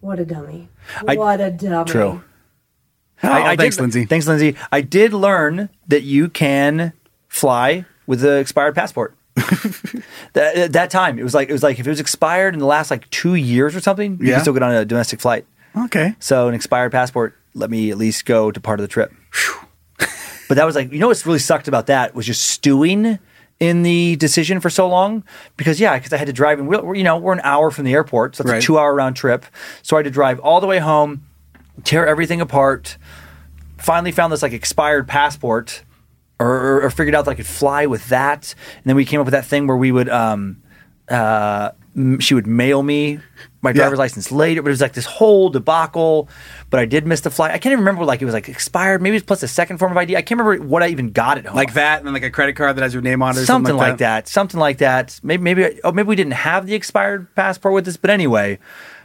[SPEAKER 5] What a dummy.
[SPEAKER 3] I-
[SPEAKER 5] what a dummy.
[SPEAKER 3] True.
[SPEAKER 2] Oh, thanks, Lindsay.
[SPEAKER 3] Thanks, Lindsay. I did learn that you can fly with the expired passport. that, at that time, it was like it was like if it was expired in the last like two years or something, you
[SPEAKER 2] Yeah.
[SPEAKER 3] can still get on a domestic flight.
[SPEAKER 2] Okay.
[SPEAKER 3] So an expired passport let me at least go to part of the trip. but that was like you know what's really sucked about that was just stewing in the decision for so long because yeah because I had to drive and we're, you know we're an hour from the airport so it's
[SPEAKER 2] Right.
[SPEAKER 3] a two hour round trip so I had to drive all the way home tear everything apart finally found this like expired passport or, or, or figured out that I could fly with that and then we came up with that thing where we would um uh m- she would mail me my driver's
[SPEAKER 2] Yeah.
[SPEAKER 3] license license later, but it was like this whole debacle. But I did miss the flight. I can't even remember like it was like expired. Maybe it was plus a second form of ID. I can't remember what I even got at home.
[SPEAKER 2] Like that, and then like a credit card that has your name on it, or
[SPEAKER 3] something, like that. Something like that. Maybe maybe oh maybe we didn't have the expired passport with us. But anyway,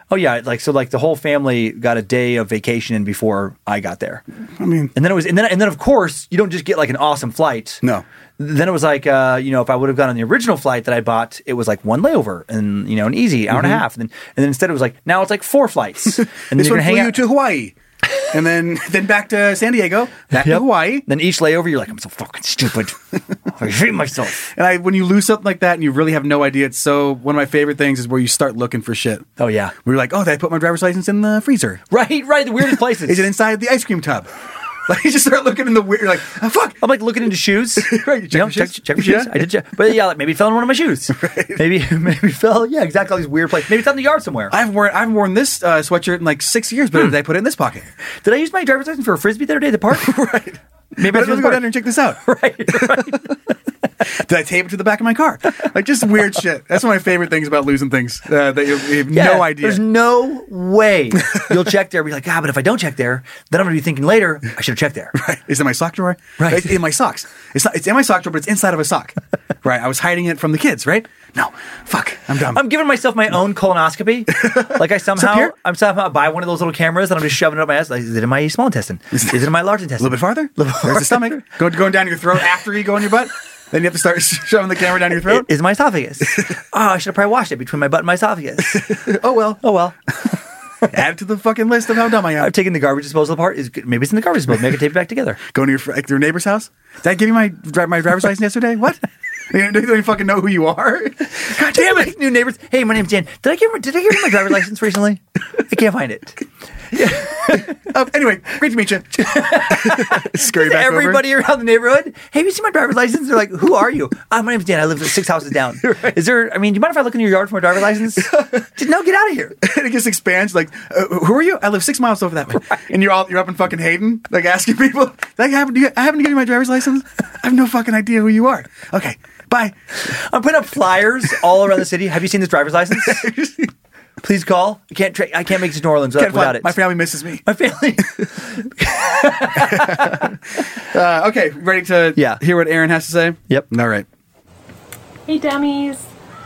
[SPEAKER 3] oh yeah, like so like the whole family got a day of vacation in before I got there. I mean, and then it was and then and then of course you don't just get like an awesome flight.
[SPEAKER 2] No.
[SPEAKER 3] Then it was like, uh, you know, if I would have gone on the original flight that I bought, it was like one layover and you know an easy hour and a half, and then and then instead it was like now it's like four flights. And then
[SPEAKER 2] Mm-hmm. This
[SPEAKER 3] you're
[SPEAKER 2] one
[SPEAKER 3] gonna
[SPEAKER 2] flew
[SPEAKER 3] hang
[SPEAKER 2] you
[SPEAKER 3] out-
[SPEAKER 2] to Hawaii, and then then back to San Diego, back to
[SPEAKER 3] Yep.
[SPEAKER 2] Hawaii.
[SPEAKER 3] Then each layover, you're like, I'm so fucking stupid. I hate myself.
[SPEAKER 2] And I, when you lose something like that, and you really have no idea, it's so one of my favorite things is where you start looking for shit.
[SPEAKER 3] Oh yeah,
[SPEAKER 2] We were like, oh, did I put my driver's license in the freezer?
[SPEAKER 3] right, right. The weirdest places.
[SPEAKER 2] Is it inside the ice cream tub? Like you just start looking in the weird. You're like, oh, fuck.
[SPEAKER 3] I'm like looking into shoes.
[SPEAKER 2] Right, you check your
[SPEAKER 3] check,
[SPEAKER 2] shoes.
[SPEAKER 3] check your shoes.
[SPEAKER 2] Yeah.
[SPEAKER 3] I did check, but yeah, like maybe it fell in one of my shoes. Maybe maybe it fell. Yeah, exactly. All these weird places. Maybe it's out in the yard somewhere.
[SPEAKER 2] I've worn I've worn this uh, sweatshirt in like six years,
[SPEAKER 3] Hmm.
[SPEAKER 2] but did I put it in this pocket?
[SPEAKER 3] did I use my driver's license for a frisbee the other day at the park? right. Maybe I
[SPEAKER 2] But
[SPEAKER 3] should
[SPEAKER 2] let's go down there and check this out.
[SPEAKER 3] Right, right.
[SPEAKER 2] Did I tape it to the back of my car? Like just weird shit. That's one of my favorite things about losing things uh, that you, you have
[SPEAKER 3] Yeah,
[SPEAKER 2] no idea.
[SPEAKER 3] There's no way you'll check there. Be like, ah, but if I don't check there, then I'm gonna be thinking later. I should have checked there.
[SPEAKER 2] Is it my sock drawer?
[SPEAKER 3] Right.
[SPEAKER 2] It's in my socks. It's not. It's in my sock drawer, but it's inside of a sock. right. I was hiding it from the kids. Right. No. Fuck. I'm dumb.
[SPEAKER 3] I'm giving myself my own colonoscopy. Like I somehow,
[SPEAKER 2] here?
[SPEAKER 3] I'm somehow buy one of those little cameras and I'm just shoving it up my ass. Like, is it in my small intestine? Is it in my large
[SPEAKER 2] a
[SPEAKER 3] intestine?
[SPEAKER 2] little bit farther. There's the stomach. Go, going down your throat after you go in your butt. Then you have to start shoving the camera down your throat.
[SPEAKER 3] Is my esophagus? oh, I should have probably washed it between my butt and my esophagus.
[SPEAKER 2] oh well.
[SPEAKER 3] oh well.
[SPEAKER 2] Add it to the fucking list of how dumb I am.
[SPEAKER 3] I've taken the garbage disposal part. Is maybe it's in the garbage disposal. Maybe I tape it back together.
[SPEAKER 2] Going to your fr- like, your neighbor's house. Did I give you my dri- my driver's license yesterday? What? You don't even fucking know who you are. God damn it!
[SPEAKER 3] New neighbors. Hey, my name's Dan. Did I give did I give you my driver's license recently? I can't find it. Um,
[SPEAKER 2] Uh, anyway, great to meet you. Scurry back over.
[SPEAKER 3] Everybody around the neighborhood. Hey, have you seen my driver's license? They're like, who are you? Ah, my name's Dan. I live six houses down. Is there? I mean, do you mind if I look in your yard for my driver's license? no, get out of here.
[SPEAKER 2] and it just expands. Like, uh, who are you? I live six miles over that way, and you're all you're up in fucking Hayden, like asking people. Like, I haven't, do you, I haven't given you my driver's license. I have no fucking idea who you are. Okay, bye.
[SPEAKER 3] I'm putting up flyers all around the city. Have you seen this driver's license? Please call. I can't. Tra- I can't make it to New Orleans
[SPEAKER 2] Can't
[SPEAKER 3] without
[SPEAKER 2] fly.
[SPEAKER 3] it.
[SPEAKER 2] My family misses me.
[SPEAKER 3] My family.
[SPEAKER 2] Uh, okay, ready to
[SPEAKER 3] Yeah.
[SPEAKER 2] hear what Aaron has to say?
[SPEAKER 3] Yep.
[SPEAKER 2] All right.
[SPEAKER 7] Hey, dummies.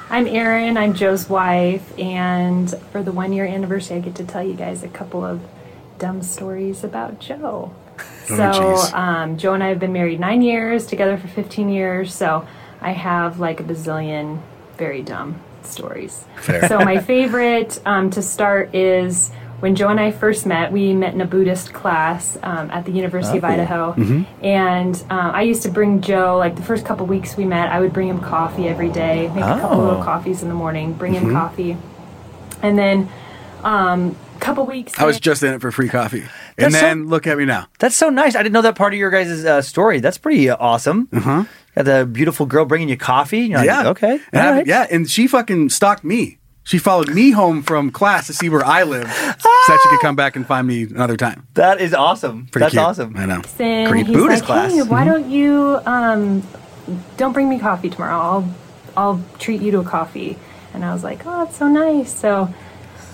[SPEAKER 7] I'm Erin. I'm Joe's wife. And for the one year anniversary, I get to tell you guys a couple of dumb stories about Joe.
[SPEAKER 2] jeez.
[SPEAKER 7] So, um, Joe and I have been married nine years, together for 15 years. So, I have like a bazillion very dumb stories. So, my favorite um, to start is when Joe and I first met, we met in a Buddhist class um, at the University of Idaho. And um, I used to bring Joe, like the first couple weeks we met, I would bring him coffee every day, make a couple little coffees in the morning, bring him coffee. And then a um, couple weeks.
[SPEAKER 2] I was
[SPEAKER 7] in-
[SPEAKER 2] just in it for free coffee, and
[SPEAKER 3] That's so-
[SPEAKER 2] then look at me now.
[SPEAKER 3] That's so nice. I didn't know that part of your guys' uh, story. That's pretty uh, awesome. Uh-huh. Got the beautiful girl bringing you coffee. You're like, Okay. all
[SPEAKER 2] And I-
[SPEAKER 3] right.
[SPEAKER 2] Mm-hmm. Yeah, and she fucking stalked me. She followed me home from class to see where I live, so that she could come back and find me another time.
[SPEAKER 3] That is awesome.
[SPEAKER 2] Pretty
[SPEAKER 3] That's
[SPEAKER 2] cute.
[SPEAKER 3] awesome.
[SPEAKER 2] I know.
[SPEAKER 7] And
[SPEAKER 3] Great
[SPEAKER 7] he's
[SPEAKER 3] Buddhist
[SPEAKER 7] like,
[SPEAKER 3] class. Mm-hmm.
[SPEAKER 7] Hey, why don't you um, don't bring me coffee tomorrow? I'll I'll treat you to a coffee. And I was like, oh, that's so nice. So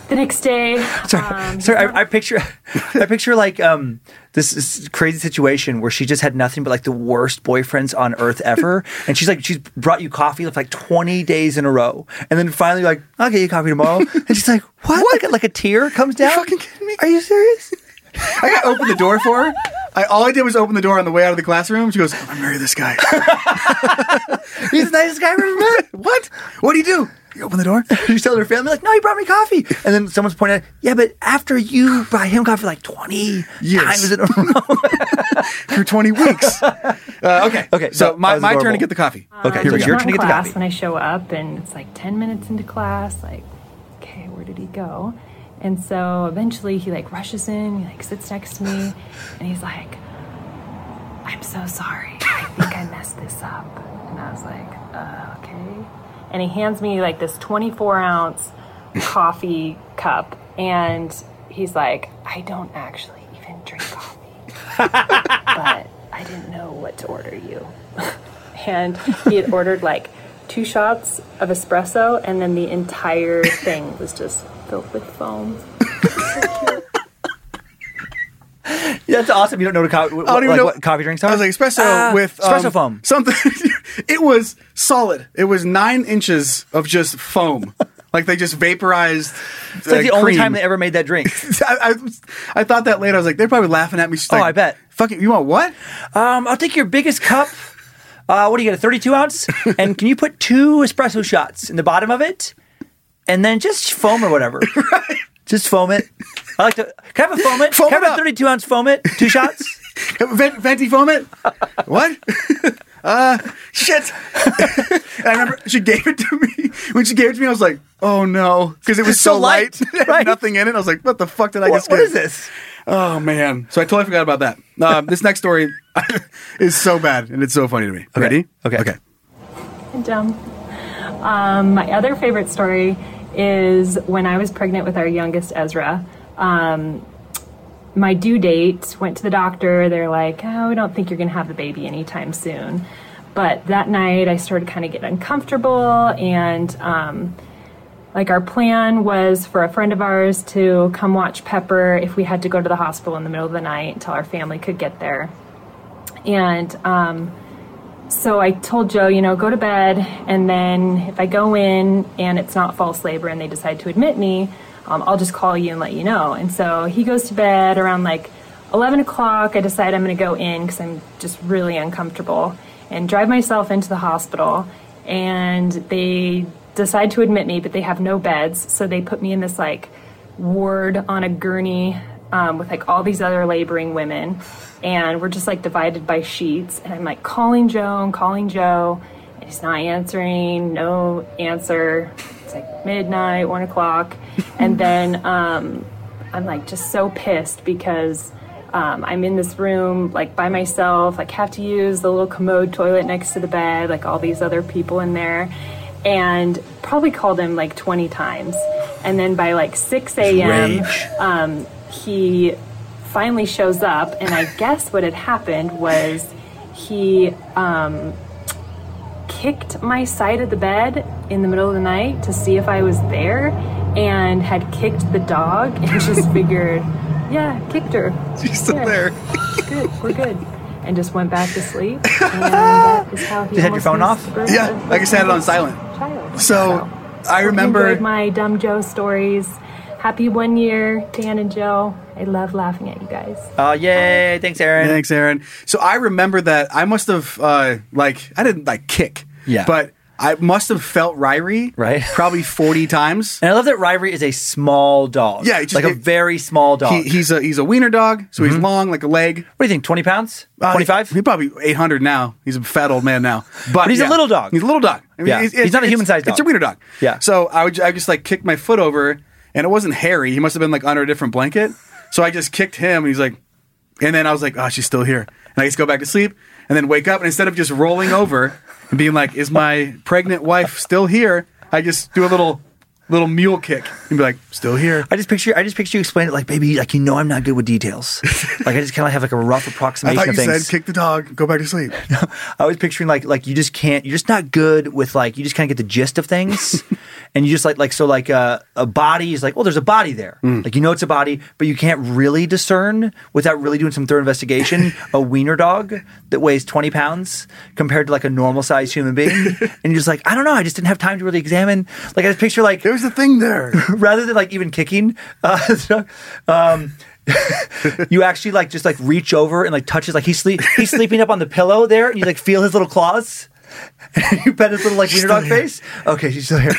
[SPEAKER 7] the next day, um,
[SPEAKER 3] Sorry, I, I picture, I picture like um, this is crazy situation where she just had nothing but like the worst boyfriends on earth ever, and she's like she's brought you coffee for like twenty days in a row, and then finally you're like I'll get you coffee tomorrow, and she's like what? Like, a, like a tear comes down.
[SPEAKER 2] fucking kidding me?
[SPEAKER 3] Are you serious?
[SPEAKER 2] I got open the door for her. I, all I did was open the door on the way out of the classroom. She goes, "I marry this guy."
[SPEAKER 3] He's the nicest guy I've ever met.
[SPEAKER 2] what? What do you do? You open the door.
[SPEAKER 3] She's telling her family like no, he brought me coffee, and then someone's pointing out yeah, but after you brought him coffee like twenty
[SPEAKER 2] Yes.
[SPEAKER 3] times in a row.
[SPEAKER 2] for 20 weeks. Uh, okay.
[SPEAKER 3] Okay,
[SPEAKER 2] So
[SPEAKER 3] that- that
[SPEAKER 2] my,
[SPEAKER 3] was
[SPEAKER 2] my turn to
[SPEAKER 3] adorable.
[SPEAKER 2] get the coffee.
[SPEAKER 7] Uh,
[SPEAKER 3] okay, so
[SPEAKER 2] here we
[SPEAKER 3] it's
[SPEAKER 2] go.
[SPEAKER 3] your turn Uh,
[SPEAKER 7] I'm
[SPEAKER 3] to
[SPEAKER 7] in
[SPEAKER 3] get the
[SPEAKER 7] class
[SPEAKER 3] coffee.
[SPEAKER 7] when I show up, and it's like 10 minutes into class, like, okay, where did he go? And so eventually he like rushes in, he like sits next to me, and he's like, I'm so sorry. I think I messed this up. And I was like, uh, okay. And he hands me like this 24 ounce coffee cup, and he's like, I don't actually even drink coffee, but I didn't know what to order you and he had ordered like two shots of espresso, and then the entire thing was just filled with foam.
[SPEAKER 3] That's awesome. You don't know what, co- what,
[SPEAKER 2] I don't even
[SPEAKER 3] like,
[SPEAKER 2] know
[SPEAKER 3] what coffee drinks are.
[SPEAKER 2] I was like espresso
[SPEAKER 7] Uh,
[SPEAKER 3] Ah,
[SPEAKER 2] with um,
[SPEAKER 3] espresso foam.
[SPEAKER 2] Something. it was solid. It was nine inches of just foam. like they just vaporized. uh,
[SPEAKER 3] It's like the only time they ever made that drink.
[SPEAKER 2] I, I, I thought that later. I was like, they're probably laughing at me. She's
[SPEAKER 3] Oh,
[SPEAKER 2] like,
[SPEAKER 3] I bet.
[SPEAKER 2] Fuck it. You want what?
[SPEAKER 3] Um, I'll take your biggest cup. Uh, what do you get? A 32 ounce? and can you put two espresso shots in the bottom of it? And then just foam or whatever. Just foam it. I like to. Can I have a foam it?
[SPEAKER 2] Foam
[SPEAKER 3] can I
[SPEAKER 2] it
[SPEAKER 3] have a
[SPEAKER 2] up.
[SPEAKER 3] 32 ounce foam it? Two shots?
[SPEAKER 2] Vent, venti foam it? what? uh, shit. and I remember she gave it to me. When she gave it to me, I was like, oh no. Because it was so,
[SPEAKER 3] So light,
[SPEAKER 2] light. It had
[SPEAKER 3] right?
[SPEAKER 2] Nothing in it. I was like, what the fuck did I
[SPEAKER 3] What-
[SPEAKER 2] just
[SPEAKER 3] what
[SPEAKER 2] get?
[SPEAKER 3] is this?
[SPEAKER 2] Oh man. So I totally forgot about that. Um, this next story is so bad and it's so funny to me. Ready?
[SPEAKER 3] Okay.
[SPEAKER 2] Okay.
[SPEAKER 7] Dumb. Um, my other favorite story is when I was pregnant with our youngest Ezra. Um, my due date went to the doctor. They're like, "Oh, we don't think you're going to have the baby anytime soon." But that night, I started kind of getting uncomfortable, and um, like our plan was for a friend of ours to come watch Pepper if we had to go to the hospital in the middle of the night until our family could get there. And um, so I told Joe, you know, go to bed, and then if I go in and it's not false labor and they decide to admit me, um, I'll just call you and let you know. And so he goes to bed around like 11 o'clock. I decide I'm going to go in because I'm just really uncomfortable and drive myself into the hospital. And they decide to admit me, but they have no beds. So they put me in this like ward on a gurney um, with like all these other laboring women, and we're just like divided by sheets. And I'm like calling Joe and calling Joe, and he's not answering, no answer. It's like midnight, one o'clock, and then um, I'm like just so pissed because. Um, I'm in this room, like by myself, like have to use the little commode toilet next to the bed, like all these other people in there, and probably called him like 20 times. And then by like 6 a.m.,
[SPEAKER 3] Rage.
[SPEAKER 7] um, he finally shows up, and I guess what had happened was he um, kicked my side of the bed in the middle of the night to see if I was there, and had kicked the dog, and just figured, yeah, kicked her. She's still there. good, we're good. And just went back to sleep. And that is how he
[SPEAKER 3] You had your
[SPEAKER 7] almost
[SPEAKER 3] phone
[SPEAKER 7] missed
[SPEAKER 3] off?
[SPEAKER 7] the birth
[SPEAKER 2] Yeah,
[SPEAKER 7] of
[SPEAKER 2] like I said, I had it on
[SPEAKER 7] my
[SPEAKER 2] silent.
[SPEAKER 7] Child.
[SPEAKER 2] So I
[SPEAKER 7] Hope you
[SPEAKER 2] remember
[SPEAKER 7] enjoyed my dumb Joe stories. Happy one year, Dan and Joe. I love laughing at you guys.
[SPEAKER 3] Oh, yay. Thanks, Aaron.
[SPEAKER 2] Thanks, Aaron. So I remember that I must have uh, like I didn't like kick.
[SPEAKER 3] Yeah.
[SPEAKER 2] But I must have felt Ryrie
[SPEAKER 3] Right.
[SPEAKER 2] probably forty times.
[SPEAKER 3] And I love that Ryrie is a small dog.
[SPEAKER 2] Yeah, it's just-
[SPEAKER 3] like a
[SPEAKER 2] it-
[SPEAKER 3] very small dog. Mm-hmm.
[SPEAKER 2] He, he's a he's a wiener dog, so he's long like a leg.
[SPEAKER 3] what do you think? Twenty pounds?
[SPEAKER 2] Uh,
[SPEAKER 3] Twenty five?
[SPEAKER 2] He probably eight hundred now. He's a fat old man now, but,
[SPEAKER 3] he's a
[SPEAKER 2] yeah.
[SPEAKER 3] little dog.
[SPEAKER 2] He's a little dog. I
[SPEAKER 3] Yeah.
[SPEAKER 2] it's-
[SPEAKER 3] He's
[SPEAKER 2] it's-
[SPEAKER 3] not a
[SPEAKER 2] it's-
[SPEAKER 3] human-sized
[SPEAKER 2] It's a
[SPEAKER 3] dog.
[SPEAKER 2] wiener dog.
[SPEAKER 3] Yeah.
[SPEAKER 2] So I would I just like kicked my foot over, and it wasn't hairy. He must have been like under a different blanket. So I just kicked him, and he's like, and then I was like, oh, she's still here, and I just go back to sleep, and then wake up, and instead of just rolling over and being like, is my pregnant wife still here? I just do a little little mule kick and be like, still here.
[SPEAKER 3] I just picture I just picture you explain it like baby, like you know I'm not good with details. like I just kinda have like a rough
[SPEAKER 2] I
[SPEAKER 3] approximation
[SPEAKER 2] thought you
[SPEAKER 3] of things.
[SPEAKER 2] said kick the dog, go back to sleep.
[SPEAKER 3] I was picturing like like you just can't you're just not good with like you just kind of get the gist of things and you just like like so like uh, a body is like well there's a body there
[SPEAKER 2] Mm.
[SPEAKER 3] like you know it's a body but you can't really discern without really doing some thorough investigation a wiener dog that weighs 20 pounds compared to like a normal sized human being and you're just like I don't know I just didn't have time to really examine like I just picture like
[SPEAKER 2] There's a thing there.
[SPEAKER 3] rather than like even kicking, uh, um, you actually like just like reach over and like touches like he's sleep he's sleeping up on the pillow there, and you like feel his little claws. And you pet his little like wiener dog face. Okay, she's still here.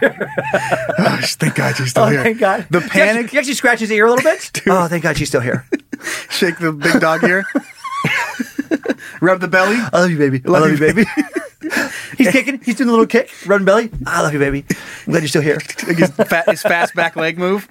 [SPEAKER 2] Gosh, thank God she's still
[SPEAKER 3] Oh,
[SPEAKER 2] here.
[SPEAKER 3] thank God.
[SPEAKER 2] The
[SPEAKER 3] He actually-
[SPEAKER 2] panic
[SPEAKER 3] He actually scratches his ear a little bit. oh, thank God she's still here.
[SPEAKER 2] shake the big dog here. Rub the belly.
[SPEAKER 3] I love you, baby. I love you, baby. he's kicking. He's doing a little kick, run belly. I love you, baby. I'm glad you're still here.
[SPEAKER 2] Like his, fa- his fast back leg move.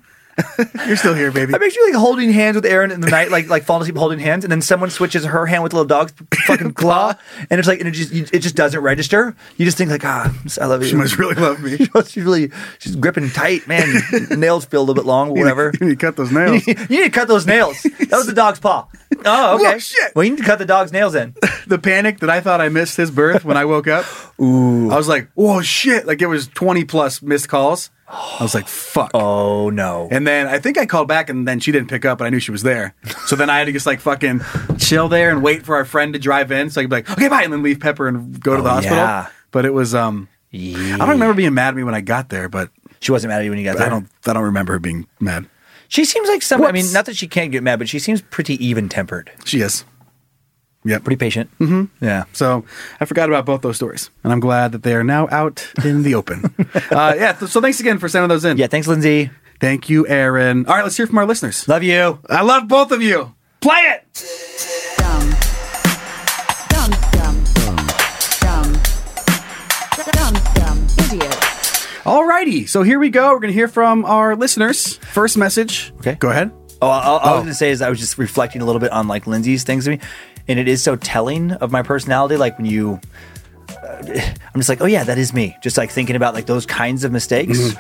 [SPEAKER 2] You're still here, baby.
[SPEAKER 3] I picture you like holding hands with Aaron in the night, like like falling asleep holding hands, and then someone switches her hand with a little dog's fucking claw, and it's like and it just you, it just doesn't register. You just think like ah, I love you.
[SPEAKER 2] She must really love me.
[SPEAKER 3] she's really she's gripping tight, man. Nails feel a little bit long, whatever.
[SPEAKER 2] You need to cut those nails.
[SPEAKER 3] you need to cut those nails. That was the dog's paw. Oh, okay.
[SPEAKER 2] Oh, shit.
[SPEAKER 3] Well, you need to cut the dog's nails in.
[SPEAKER 2] the panic that I thought I missed his birth when I woke up. Ooh. I was like, oh shit. Like it was 20 plus missed calls. I was like, fuck.
[SPEAKER 3] Oh no.
[SPEAKER 2] And then I think I called back and then she didn't pick up and I knew she was there. So then I had to just like fucking chill there and wait for our friend to drive in so I could be like, okay, bye. And then leave Pepper and go to the hospital.
[SPEAKER 3] Oh, yeah.
[SPEAKER 2] But it was, um, I don't remember being mad at me when I got there, but
[SPEAKER 3] She wasn't mad at you when you got
[SPEAKER 2] I
[SPEAKER 3] there.
[SPEAKER 2] don't, I don't remember her being mad.
[SPEAKER 3] She seems like some. I mean,
[SPEAKER 2] Whoops.
[SPEAKER 3] not that she can't get mad, but she seems pretty even tempered,
[SPEAKER 2] She is. Yep.
[SPEAKER 3] pretty patient. Mm-hmm. Yeah.
[SPEAKER 2] So I forgot about both those stories, and I'm glad that they are now out in the open. uh, yeah. th- so thanks again for sending those in.
[SPEAKER 3] Yeah. Thanks, Lindsay.
[SPEAKER 2] Thank you, Aaron. All right, let's hear from our listeners.
[SPEAKER 3] Love you.
[SPEAKER 2] I love both of you. Play it.
[SPEAKER 8] Dumb. Dumb, dumb. Dumb. Dumb, dumb. Idiot.
[SPEAKER 2] Alrighty. So here we go. We're gonna hear from our listeners. First message.
[SPEAKER 3] Okay.
[SPEAKER 2] Go ahead.
[SPEAKER 3] Oh, I, I- I was going to say is I was just reflecting a little bit on like Lindsay's things to me, and it is so telling of my personality. Like when you,
[SPEAKER 2] Mm-hmm.
[SPEAKER 3] uh, I'm just like, oh yeah, that is me. Just like thinking about like those kinds of mistakes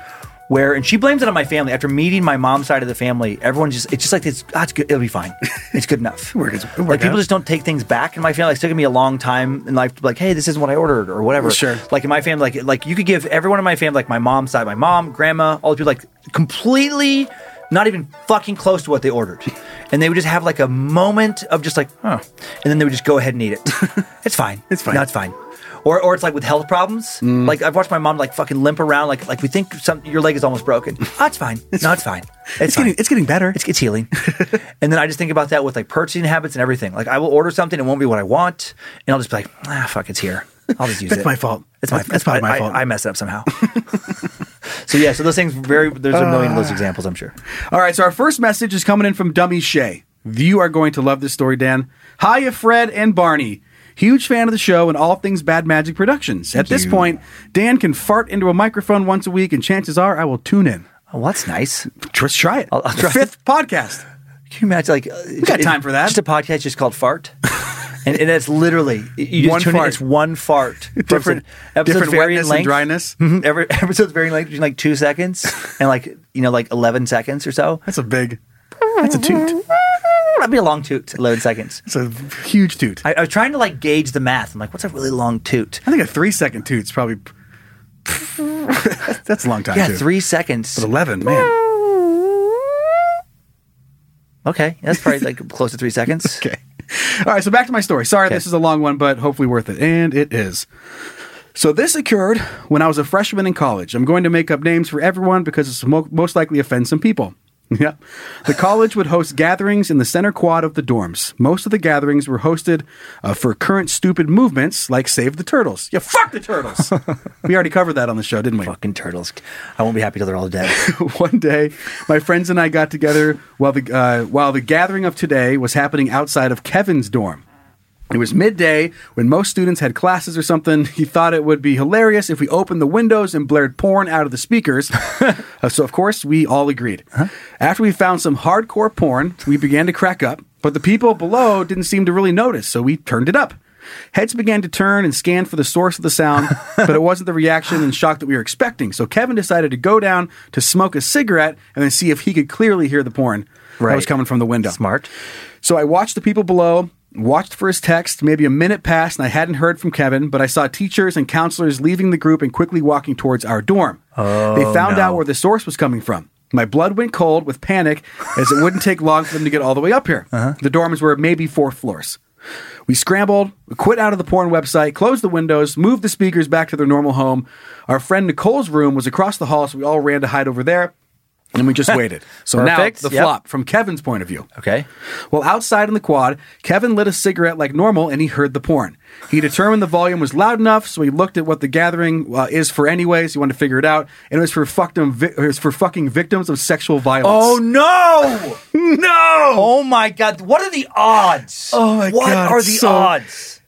[SPEAKER 3] where and she blames it on my family. After meeting my mom's side of the family, everyone just it's just like it's, ah, it's good, it'll be fine. It's good enough. like people
[SPEAKER 2] out.
[SPEAKER 3] just don't take things back in my family. Like, it's taken me a long time in life to be like, hey, this isn't what I ordered or whatever.
[SPEAKER 2] Sure.
[SPEAKER 3] Like in my family, like like you could give everyone in my family, like my mom's side, my mom, grandma, all the people like completely not even fucking close to what they ordered. And they would just have like a moment of just like, huh. And then they would just go ahead and eat it. it's fine. It's fine. Mm. No, it's fine. Or, or it's like with health problems. Like I've watched my mom like fucking limp around. Like like we think some your leg is almost broken. Ah, it's fine. no, it's fine. It's, fine.
[SPEAKER 2] getting- it's getting better.
[SPEAKER 3] It's, it's healing. and then I just think about that with like purchasing habits and everything. Like I will order something, it won't be what I want, and I'll just be like, ah, fuck, it's here. I'll just use
[SPEAKER 2] That's
[SPEAKER 3] it.
[SPEAKER 2] my fault.
[SPEAKER 3] It's my.
[SPEAKER 2] That's-
[SPEAKER 3] That's
[SPEAKER 2] that's probably
[SPEAKER 3] my.
[SPEAKER 2] my
[SPEAKER 3] I,
[SPEAKER 2] fault.
[SPEAKER 3] I messed it up somehow. so yeah, so those things very. There's a million of those
[SPEAKER 2] Ah.
[SPEAKER 3] examples, I'm sure.
[SPEAKER 2] All right, so our first message is coming in from Dummy Shay. You are going to love this story, Dan. Hiya, Fred and Barney. Huge fan of the show and all things Bad Magic Productions. At this
[SPEAKER 3] you.
[SPEAKER 2] point, Dan can fart into a microphone once a week, and chances are I will tune in.
[SPEAKER 3] Oh, well, that's nice.
[SPEAKER 2] Just try it.
[SPEAKER 3] I'll try
[SPEAKER 2] Fifth podcast.
[SPEAKER 3] Can you imagine? Like, uh, we
[SPEAKER 2] got time for that.
[SPEAKER 3] Just a podcast just called Fart. And, and it's literally you just
[SPEAKER 2] One
[SPEAKER 3] tune
[SPEAKER 2] fart.
[SPEAKER 3] In, it's one fart.
[SPEAKER 2] Different-
[SPEAKER 3] episodes
[SPEAKER 2] different
[SPEAKER 3] vary in
[SPEAKER 2] wetness and
[SPEAKER 3] length.
[SPEAKER 2] dryness.
[SPEAKER 3] Mhm. Every episode's varying length between like two seconds and like you know like eleven seconds or so.
[SPEAKER 2] That's a big. That's a toot.
[SPEAKER 3] That'd be a long toot. Eleven seconds.
[SPEAKER 2] It's a huge toot.
[SPEAKER 3] I, I was trying to like gauge the math. I'm like, what's a really long toot?
[SPEAKER 2] I think a three second toot's probably. That's a long time.
[SPEAKER 3] Yeah,
[SPEAKER 2] too.
[SPEAKER 3] three seconds.
[SPEAKER 2] But eleven, man.
[SPEAKER 3] Okay, that's probably like close to three seconds.
[SPEAKER 2] Okay. All right, so back to my story. Sorry,
[SPEAKER 3] Okay.
[SPEAKER 2] this is a long one, but hopefully worth it. And it is. So this occurred when I was a freshman in college. I'm going to make up names for everyone because it's mo- most likely offend some people. Yeah. The college would host gatherings in the center quad of the dorms. Most of the gatherings were hosted uh, for current stupid movements like Save the Turtles. Yeah, fuck the Turtles. we already covered that on the show, didn't we?
[SPEAKER 3] Fucking turtles. I won't be happy till they're all dead.
[SPEAKER 2] one day, my friends and I got together while the uh, while the gathering of today was happening outside of Kevin's dorm. It was midday when most students had classes or something. He thought it would be hilarious if we opened the windows and blared porn out of the speakers. Uh, so, of course, we all agreed. After we found some hardcore porn, we began to crack up, but the people below didn't seem to really notice, so we turned it up. Heads began to turn and scan for the source of the sound, but it wasn't the reaction and shock that we were expecting. So Kevin decided to go down to smoke a cigarette and then see if he could clearly hear the porn that was
[SPEAKER 3] Right.
[SPEAKER 2] coming from the window.
[SPEAKER 3] Smart.
[SPEAKER 2] So I watched the people below, watched for his text. Maybe a minute passed and I hadn't heard from Kevin, but I saw teachers and counselors leaving the group and quickly walking towards our dorm. they
[SPEAKER 3] Oh,
[SPEAKER 2] found out where the source was coming from. My blood went cold with panic as it wouldn't take long for them to get all the way up here.
[SPEAKER 3] Uh-huh.
[SPEAKER 2] The dorms were maybe four floors. We scrambled, we quit out of the porn website, closed the windows, moved the speakers back to their normal home. Our friend Nicole's room was across the hall, so we all ran to hide over there. And we just waited. So
[SPEAKER 3] Perfect,
[SPEAKER 2] now the
[SPEAKER 3] yep.
[SPEAKER 2] flop from Kevin's point of view.
[SPEAKER 3] Okay.
[SPEAKER 2] Well, outside in the quad, Kevin lit a cigarette like normal and he heard the porn. He determined the volume was loud enough, so he looked at what the gathering uh, is for anyways. He wanted to figure it out, and it was for fucked vi- it was for fucking victims of sexual violence.
[SPEAKER 3] Oh no! no! Oh my god! What are the odds?
[SPEAKER 2] Oh, my
[SPEAKER 3] what
[SPEAKER 2] God,
[SPEAKER 3] are
[SPEAKER 2] it's
[SPEAKER 3] the
[SPEAKER 2] so-
[SPEAKER 3] odds?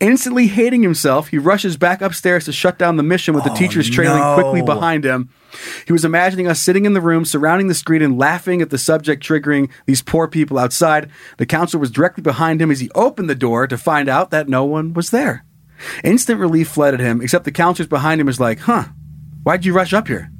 [SPEAKER 2] Instantly hating himself, he rushes back upstairs to shut down the mission with the teachers trailing
[SPEAKER 3] Oh, no.
[SPEAKER 2] quickly behind him. He was imagining us sitting in the room, surrounding the screen, and laughing at the subject triggering these poor people outside. The counselor was directly behind him as he opened the door to find out that no one was there. Instant relief flooded him, except the counselors behind him was like, huh, why'd you rush up here?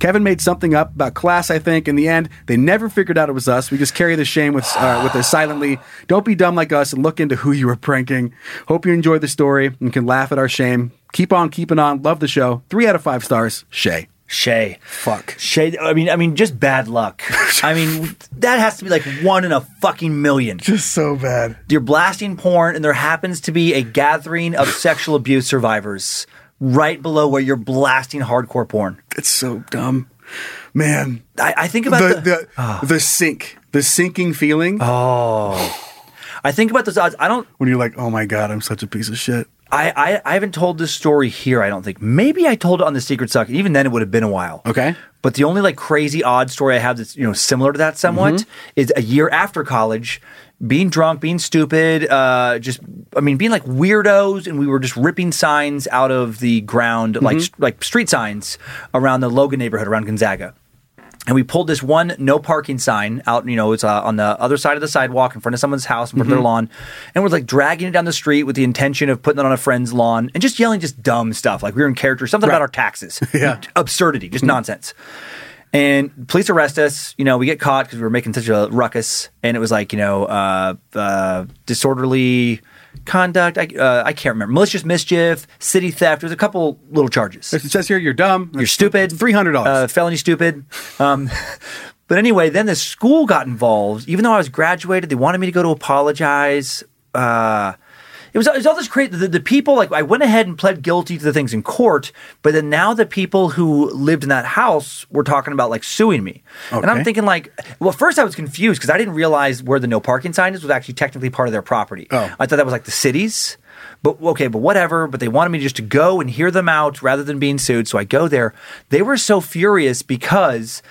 [SPEAKER 2] Kevin made something up about class, I think. In the end, they never figured out it was us. We just carry the shame with uh, with us silently. Don't be dumb like us and look into who you were pranking. Hope you enjoyed the story and can laugh at our shame. Keep on keeping on. Love the show. Three out of five stars. Shay.
[SPEAKER 3] Shay,
[SPEAKER 2] Fuck.
[SPEAKER 3] Shay. I mean, I mean, just bad luck. I mean, that has to be like one in a fucking million.
[SPEAKER 2] Just so bad.
[SPEAKER 3] You're blasting porn, and there happens to be a gathering of sexual abuse survivors right below where you're blasting hardcore porn.
[SPEAKER 2] It's so dumb, man.
[SPEAKER 3] I, I think
[SPEAKER 2] The
[SPEAKER 3] about the,
[SPEAKER 2] the, the sink, the sinking feeling
[SPEAKER 3] I think about those odds. I don't.
[SPEAKER 2] when you're like, oh my god, I'm such a piece of shit.
[SPEAKER 3] I, I I haven't told this story here. I don't think. Maybe I told it on the Secret Suck. and Even then, it would have been a while.
[SPEAKER 2] Okay.
[SPEAKER 3] But the only like crazy odd story I have that's you know similar to that somewhat is a year after college, being drunk, being stupid, uh, just I mean being like weirdos, and we were just ripping signs out of the ground like like street signs around the Logan neighborhood around Gonzaga. And we pulled this one no parking sign out, you know, it's uh, on the other side of the sidewalk in front of someone's house, in front of
[SPEAKER 9] Mhm.
[SPEAKER 3] their lawn. And we're like dragging it down the street with the intention of putting it on a friend's lawn and just yelling just dumb stuff. Like we were in character, something about our taxes. yeah. Absurdity, just nonsense. And police arrest us. You know, we get caught because we were making such a ruckus. And it was like, you know, uh, uh, disorderly conduct. I, uh, I can't remember. Malicious mischief, city theft. There's a couple little charges. It
[SPEAKER 2] says here you're dumb.
[SPEAKER 3] You're stupid.
[SPEAKER 2] $300.
[SPEAKER 3] Uh, felony stupid. Um, but anyway, then the school got involved. Even though I was graduated, they wanted me to go to apologize. Uh, it was, it was all this crazy. The, the people, like, I went ahead and pled guilty to the things in court, but then now the people who lived in that house were talking about, like, suing me. And
[SPEAKER 9] Okay.
[SPEAKER 3] I'm thinking, like, well, first I was confused because I didn't realize where the no parking sign is was actually technically part of their property. Oh. I thought that was, like, the city's. But okay, but whatever. But they wanted me just to go and hear them out rather than being sued. So I go there. They were so furious because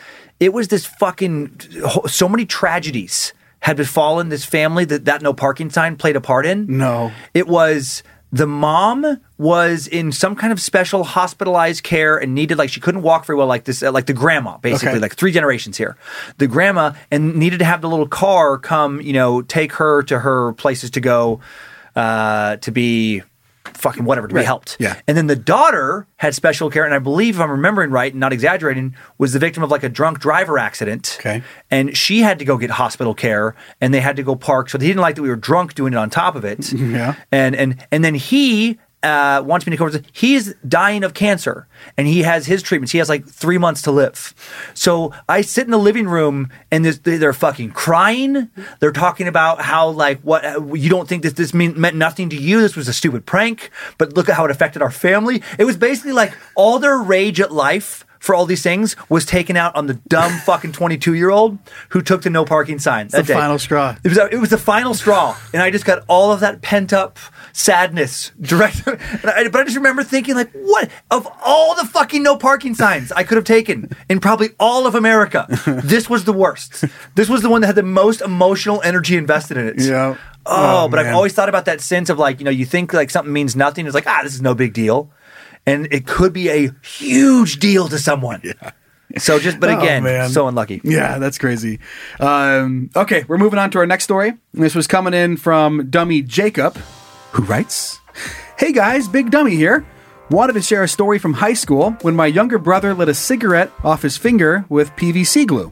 [SPEAKER 3] it was this fucking so many tragedies had befallen this family that that no parking sign played a part in. No, it was the mom was in some kind of special hospitalized care and needed like she couldn't walk very well like this uh, like the grandma basically
[SPEAKER 9] Okay.
[SPEAKER 3] like three generations here the grandma and needed to have the little car come you know take her to her places to go uh, to be fucking whatever to be
[SPEAKER 9] Right.
[SPEAKER 3] helped
[SPEAKER 9] Yeah.
[SPEAKER 3] and then the daughter had special care, and I believe, if I'm remembering right and not exaggerating, was the victim of like a drunk driver accident. Okay. And she had to go get hospital care, and they had to go park. So they didn't like that we were drunk doing it on top of it. Yeah. And and and then he uh, wants me to cover. He's dying of cancer, and he has his treatments. He has like three months to live. So I sit in the living room, and this, they- they're fucking crying. They're talking about how like what uh, you don't think that this mean, meant nothing to you. This was a stupid prank, but look at how it affected our family. It was basically like all their rage at life. For all these things was taken out on the dumb fucking twenty two year old who took the no parking sign.
[SPEAKER 2] It's the final straw.
[SPEAKER 3] It was it was the final straw, and I just got all of that pent up sadness direct. and I, but I just remember thinking, like, what of all the fucking no parking signs I could have taken in probably all of America, this was the worst. This was the one that had the most emotional energy invested in it. Yeah. Oh,
[SPEAKER 9] Oh,
[SPEAKER 3] but I've
[SPEAKER 9] man.
[SPEAKER 3] always thought about that sense of like, you know, you think like something means nothing. It's like, ah, this is no big deal, and it could be a huge deal to someone. Yeah. So just, but
[SPEAKER 2] Oh,
[SPEAKER 3] again,
[SPEAKER 2] man.
[SPEAKER 3] so unlucky.
[SPEAKER 2] Yeah, that's crazy. Um, okay, we're moving on to our next story. This was coming in from Dummy Jacob, who writes Hey guys, Big Dummy here. Wanted to share a story from high school when my younger brother lit a cigarette off his finger with PVC glue.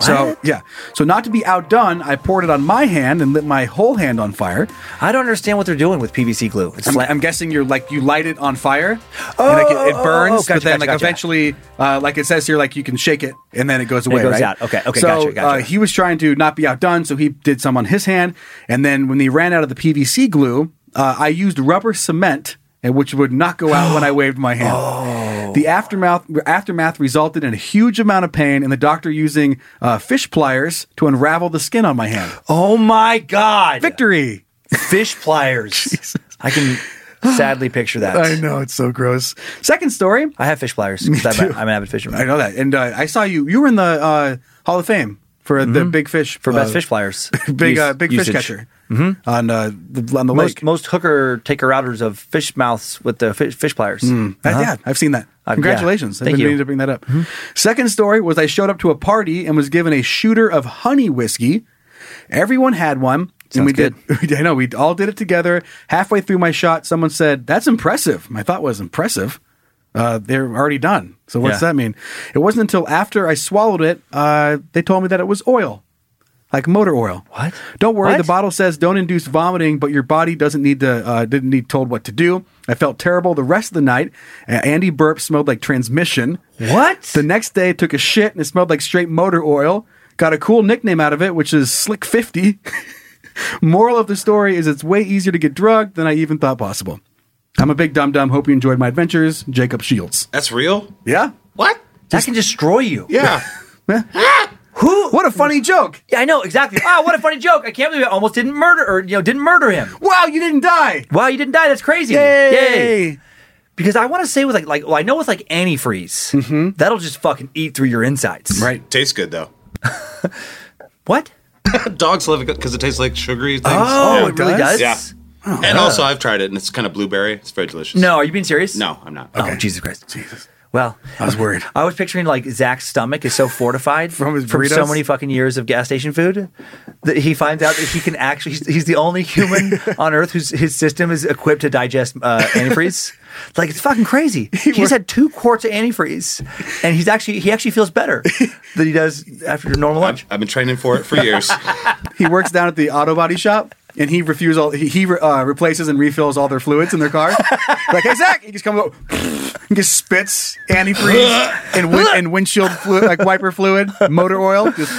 [SPEAKER 2] So, yeah. So, not to be outdone, I poured it on my hand and lit my whole hand on fire.
[SPEAKER 3] I don't understand what they're doing with PVC glue. It's
[SPEAKER 2] I'm, I'm guessing you're like, you light it on fire and like, it, it
[SPEAKER 3] oh, oh,
[SPEAKER 2] burns,
[SPEAKER 3] oh,
[SPEAKER 2] but
[SPEAKER 3] gotcha, gotcha,
[SPEAKER 2] then like
[SPEAKER 3] gotcha.
[SPEAKER 2] eventually, uh, like it says here, like you can shake it and then it goes
[SPEAKER 3] It
[SPEAKER 2] away.
[SPEAKER 3] goes
[SPEAKER 2] right?
[SPEAKER 3] out. Okay, okay,
[SPEAKER 2] So
[SPEAKER 3] gotcha, gotcha.
[SPEAKER 2] uh, he was trying to not be outdone, so he did some on his hand, and then when they ran out of the PVC glue, uh, I used rubber cement, and which would not go out when I waved my hand.
[SPEAKER 3] Oh.
[SPEAKER 2] The aftermath aftermath resulted in a huge amount of pain, and the doctor using uh, fish pliers to unravel the skin on my hand.
[SPEAKER 3] Oh my God!
[SPEAKER 2] Victory!
[SPEAKER 3] Fish pliers. I can sadly picture that.
[SPEAKER 2] I know it's so gross. Second story.
[SPEAKER 3] I have fish pliers.
[SPEAKER 2] Me
[SPEAKER 3] 'cause I'm,
[SPEAKER 2] too.
[SPEAKER 3] a- I'm an avid fisherman.
[SPEAKER 2] I know that, and uh, I saw you. You were in the uh, Hall of Fame for the big fish
[SPEAKER 3] Mm-hmm. For best
[SPEAKER 2] uh,
[SPEAKER 3] fish pliers.
[SPEAKER 2] big
[SPEAKER 3] Use-
[SPEAKER 2] uh, big
[SPEAKER 3] usage. Mm-hmm.
[SPEAKER 2] fish catcher on uh, the, on the lake.
[SPEAKER 3] Most, most hooker taker outers of fish mouths with the fish, fish pliers.
[SPEAKER 2] Mm. Uh, yeah, I've seen that.
[SPEAKER 3] Uh, yeah.
[SPEAKER 2] Congratulations. I've
[SPEAKER 3] Thank
[SPEAKER 2] been
[SPEAKER 3] you. Mm-hmm.
[SPEAKER 2] meaning to bring that up. Second story was I showed up to a party and was given a shooter of honey whiskey. Everyone had one. and we did. I know we all did it together. Halfway through my shot, someone said, "That's impressive." My thought was impressive. Uh, they're already done. So what's
[SPEAKER 3] Yeah.
[SPEAKER 2] that mean? It wasn't until after I swallowed it uh, they told me that it was oil, like motor oil.
[SPEAKER 3] What?
[SPEAKER 2] Don't worry.
[SPEAKER 3] What?
[SPEAKER 2] The bottle says don't induce vomiting, but your body doesn't need to uh, didn't need told what to do. I felt terrible the rest of the night. Uh, Andy burp smelled like transmission.
[SPEAKER 3] What?
[SPEAKER 2] The next day, took a shit and it smelled like straight motor oil. Got a cool nickname out of it, which is Slick Fifty. Moral of the story is it's way easier to get drugged than I even thought possible. I'm a big dum dum. Hope you enjoyed my adventures, Jacob Shields.
[SPEAKER 6] That's real?
[SPEAKER 2] Yeah.
[SPEAKER 6] What?
[SPEAKER 3] That can destroy you.
[SPEAKER 6] Yeah.
[SPEAKER 3] Who?
[SPEAKER 2] What a funny joke!
[SPEAKER 3] Yeah, I know exactly. Ah, what a funny joke! I can't believe I almost didn't murder or you know didn't murder him.
[SPEAKER 2] Wow, you didn't die.
[SPEAKER 3] Wow, you didn't die. That's crazy.
[SPEAKER 2] Yay.
[SPEAKER 3] Because I want to say with like like well, I know with like antifreeze
[SPEAKER 2] Mm-hmm.
[SPEAKER 3] that'll just fucking eat through your insides. Right.
[SPEAKER 6] Tastes good though.
[SPEAKER 3] what?
[SPEAKER 6] Dogs love it because it tastes like sugary things.
[SPEAKER 3] Oh, it really does?
[SPEAKER 6] Yeah.
[SPEAKER 3] Oh,
[SPEAKER 6] and
[SPEAKER 3] wow.
[SPEAKER 6] also, I've tried it, and it's kind of blueberry. It's very delicious.
[SPEAKER 3] No, are you being serious?
[SPEAKER 6] No, I'm not.
[SPEAKER 3] Oh, Jesus Christ. Well,
[SPEAKER 2] I was worried.
[SPEAKER 3] I was picturing like Zach's stomach is so fortified from,
[SPEAKER 2] his
[SPEAKER 3] so
[SPEAKER 2] burritos?
[SPEAKER 3] many fucking years of gas station food that he finds out that he can actually. He's, he's the only human on Earth whose his system is equipped to digest uh, antifreeze. like it's fucking crazy. He's had two quarts of antifreeze, and he's actually he actually feels better than he does after normal lunch.
[SPEAKER 6] I've been training for it for years.
[SPEAKER 2] he works down at the auto body shop and he refuse all he, he uh, replaces and refills all their fluids in their car. like, hey Zach, he just comes up and just spits antifreeze and, win, and windshield fluid, like wiper fluid, motor oil. Just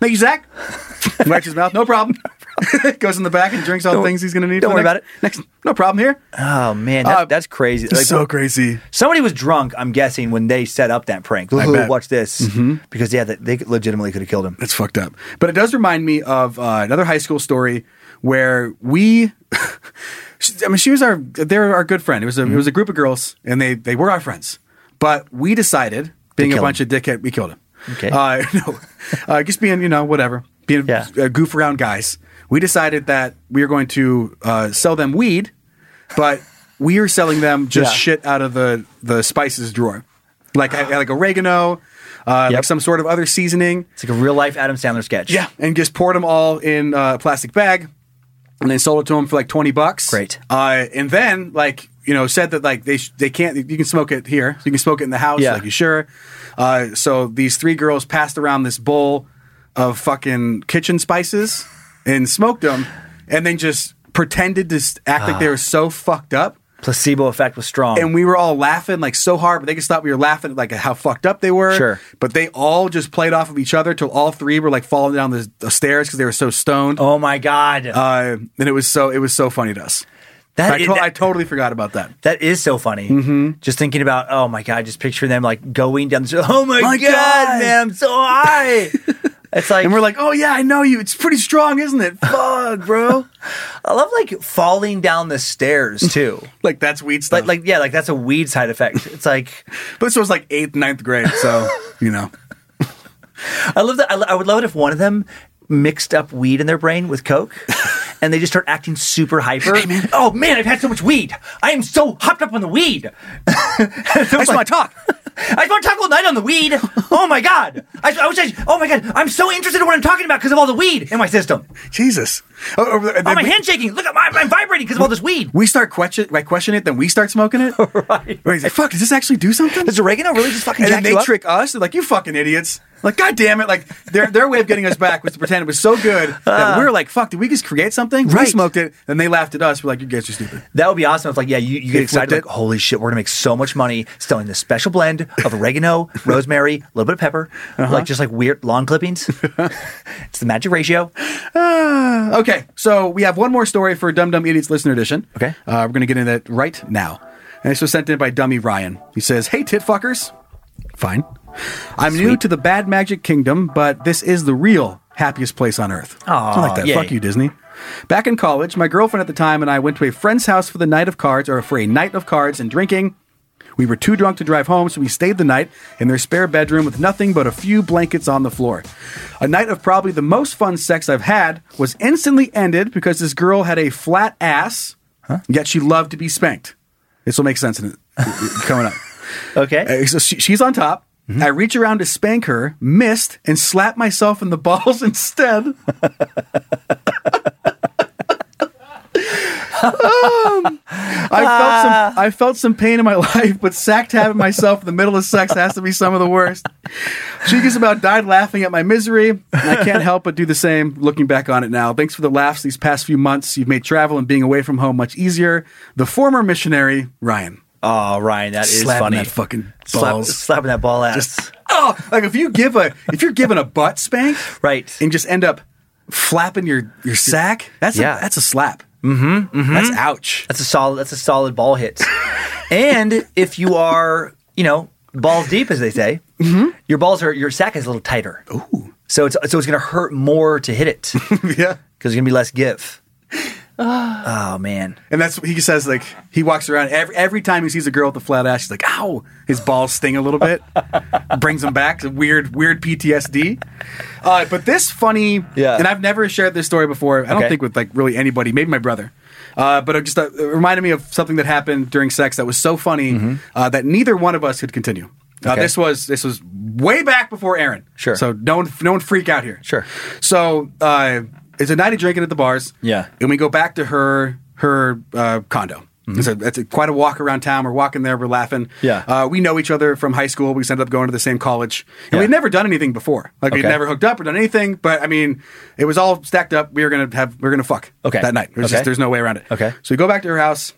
[SPEAKER 2] thank you, Zach. Wipes his mouth, no problem. Goes in the back and drinks all the things he's going to need.
[SPEAKER 3] don't
[SPEAKER 2] for
[SPEAKER 3] worry
[SPEAKER 2] the
[SPEAKER 3] about it.
[SPEAKER 2] next, Next, no problem here.
[SPEAKER 3] Oh man, that,
[SPEAKER 2] Uh,
[SPEAKER 3] that's crazy.
[SPEAKER 2] it's so crazy.
[SPEAKER 3] Somebody was drunk, I'm guessing, when they set up that prank. Like,
[SPEAKER 2] I
[SPEAKER 3] "Ooh,
[SPEAKER 2] bet. Mm-hmm.
[SPEAKER 3] watch this, because yeah, they- they legitimately could have killed him.
[SPEAKER 2] That's fucked up. But it does remind me of uh, another high school story where we. I mean, she was our they were our good friend. It was a it
[SPEAKER 3] Mm-hmm.
[SPEAKER 2] was a group of girls, and they they were our friends. But we decided, being a
[SPEAKER 3] kill
[SPEAKER 2] bunch of dickhead, we killed him.
[SPEAKER 3] Okay.
[SPEAKER 2] Uh, no, uh, just being you know whatever, being
[SPEAKER 3] Yeah.
[SPEAKER 2] uh, goof around guys. We decided that we are going to uh, sell them weed, but we are selling them just
[SPEAKER 3] Yeah.
[SPEAKER 2] shit out of the the spices drawer, like I- like oregano, uh, like
[SPEAKER 3] Yep.
[SPEAKER 2] some sort of other seasoning.
[SPEAKER 3] It's like a real life Adam Sandler sketch.
[SPEAKER 2] Yeah, and just poured them all in uh, a plastic bag, and then sold it to him for like twenty bucks.
[SPEAKER 3] Great.
[SPEAKER 2] Uh, and then like you know said that like they sh- they can't you can smoke it here, so you can smoke it in the house.
[SPEAKER 3] Yeah.
[SPEAKER 2] Like you sure. Uh, so these three girls passed around this bowl of fucking kitchen spices and smoked them, and then just pretended to s- act
[SPEAKER 3] Ah.
[SPEAKER 2] like they were so fucked up.
[SPEAKER 3] Placebo effect was strong.
[SPEAKER 2] And we were all laughing like so hard, but they just thought we were laughing at like how fucked up they were.
[SPEAKER 3] Sure.
[SPEAKER 2] But they all just played off of each other till all three were like falling down the, the stairs because they were so stoned.
[SPEAKER 3] oh my god,
[SPEAKER 2] Uh, and it was so it was so funny to us.
[SPEAKER 3] that,
[SPEAKER 2] I,
[SPEAKER 3] is,
[SPEAKER 2] to-
[SPEAKER 3] that-
[SPEAKER 2] I Mm-hmm. totally forgot about that.
[SPEAKER 3] that is so funny. Just thinking about, oh my god, just picturing them like going down. The, oh my,
[SPEAKER 2] My
[SPEAKER 3] god,
[SPEAKER 2] God.
[SPEAKER 3] man, I'm so high. it's like
[SPEAKER 2] And we're like, oh yeah, I know you. It's pretty strong, isn't it? Fuck, bro.
[SPEAKER 3] I love like falling down the stairs too.
[SPEAKER 2] like that's weed stuff.
[SPEAKER 3] like like yeah, like that's a weed side effect. It's like.
[SPEAKER 2] but this was like eighth, ninth grade, so you know.
[SPEAKER 3] I love that. I, lo- I would love it if one of them mixed up weed in their brain with coke, and they just start acting super hyper. Oh man, I've had so much weed. I am so hopped up on the weed. I just want to talk. I just want to talk all night on the weed. Oh my god! I, I wish I. Oh my god! I'm so interested in what I'm talking about because of all the weed in my system.
[SPEAKER 2] Jesus. Oh, oh, and
[SPEAKER 3] Oh,
[SPEAKER 2] then
[SPEAKER 3] my
[SPEAKER 2] we-
[SPEAKER 3] hand's shaking. Look, at my, I'm vibrating because of all this weed.
[SPEAKER 2] We start question, like question it, then we start smoking it. right. Wait, fuck, does this actually do something?
[SPEAKER 3] Does oregano really just fucking
[SPEAKER 2] and
[SPEAKER 3] jack
[SPEAKER 2] then they
[SPEAKER 3] you up?
[SPEAKER 2] trick us. They're like, "You fucking idiots!" Like, god damn it! Like their their way of getting us back was to pretend it was so good that we were like, "Fuck, did we just create something?" We
[SPEAKER 3] Uh. Right.
[SPEAKER 2] smoked it, and they laughed at us. We're like, "You guys are stupid."
[SPEAKER 3] That would be awesome if, like, yeah, you, you get
[SPEAKER 2] They
[SPEAKER 3] excited, like,
[SPEAKER 2] flipped it.
[SPEAKER 3] holy shit, we're gonna make so much money selling this special blend of oregano, rosemary, a little bit of pepper,
[SPEAKER 2] Uh-huh.
[SPEAKER 3] like just like weird lawn clippings. it's the magic ratio.
[SPEAKER 2] Ah, okay, so we have one more story for Dumb Dumb Idiots Listener Edition.
[SPEAKER 3] Okay.
[SPEAKER 2] uh, we're gonna get into that right now. And this was sent in by Dummy Ryan. He says, "Hey, tit fuckers." Fine. I'm new to the Bad Magic Kingdom, but this is the real happiest place on earth. Oh, I like that.
[SPEAKER 3] yay.
[SPEAKER 2] Fuck you, Disney. Back in college, my girlfriend at the time and I went to a friend's house for the night of cards, or for a night of cards and drinking. We were too drunk to drive home, so we stayed the night in their spare bedroom with nothing but a few blankets on the floor. A night of probably the most fun sex I've had was instantly ended because this girl had a flat ass, yet she loved to be spanked. This will make sense in it, coming up.
[SPEAKER 3] Okay.
[SPEAKER 2] Uh, So she, she's on top.
[SPEAKER 3] Mm-hmm.
[SPEAKER 2] I reach around to spank her, missed, and slap myself in the balls instead. Um, I felt
[SPEAKER 3] Ah.
[SPEAKER 2] some I felt some pain in my life, but sacked having myself in the middle of sex has to be some of the worst. She just about died laughing at my misery, and I can't help but do the same looking back on it now. Thanks for the laughs these past few months. You've made travel and being away from home much easier. The former missionary, Ryan.
[SPEAKER 3] Oh, Ryan, that is
[SPEAKER 2] Slapping
[SPEAKER 3] funny.
[SPEAKER 2] that fucking
[SPEAKER 3] Slap-
[SPEAKER 2] balls.
[SPEAKER 3] slapping that ball ass.
[SPEAKER 2] Oh, like if you give a if you're given a butt spank,
[SPEAKER 3] Right.
[SPEAKER 2] and just end up flapping your your sack. That's
[SPEAKER 3] Yeah.
[SPEAKER 2] a, that's a slap. Mm-hmm, That's ouch.
[SPEAKER 3] That's a solid. That's a solid ball hit. and if you are, you know, balls deep, as they say,
[SPEAKER 2] Mm-hmm.
[SPEAKER 3] your balls are your sack is a little tighter. Ooh. So it's so it's gonna hurt more to hit it.
[SPEAKER 2] yeah,
[SPEAKER 3] because there's gonna be less give. oh man,
[SPEAKER 2] and that's he says like he walks around every every time he sees a girl with a flat ass, he's like, ow, his balls sting a little bit, brings him back to weird weird PTSD. Uh, but this funny,
[SPEAKER 3] Yeah.
[SPEAKER 2] and I've never shared this story before. I don't
[SPEAKER 3] Okay.
[SPEAKER 2] think with like really anybody, maybe my brother. Uh, but it just uh, it reminded me of something that happened during sex that was so funny uh, that neither one of us could continue. Uh,
[SPEAKER 3] Mm-hmm. Okay.
[SPEAKER 2] this was this was way back before Aaron.
[SPEAKER 3] Sure.
[SPEAKER 2] So don't no one freak out here.
[SPEAKER 3] Sure.
[SPEAKER 2] So uh, it's a night of drinking at the bars.
[SPEAKER 3] Yeah.
[SPEAKER 2] And we go back to her her uh, condo. It's, a, it's a, quite a walk around town. We're walking there. We're laughing.
[SPEAKER 3] Mm-hmm. Yeah.
[SPEAKER 2] Uh, we know each other from high school. We just ended up going to the same college, and
[SPEAKER 3] Yeah.
[SPEAKER 2] we'd never done anything before. Like we'd
[SPEAKER 3] Okay.
[SPEAKER 2] never hooked up or done anything. But I mean, it was all stacked up. We were gonna have we were gonna fuck.
[SPEAKER 3] Okay.
[SPEAKER 2] That night. It was
[SPEAKER 3] Okay.
[SPEAKER 2] just, there's no way around it.
[SPEAKER 3] Okay.
[SPEAKER 2] So we go back to her house,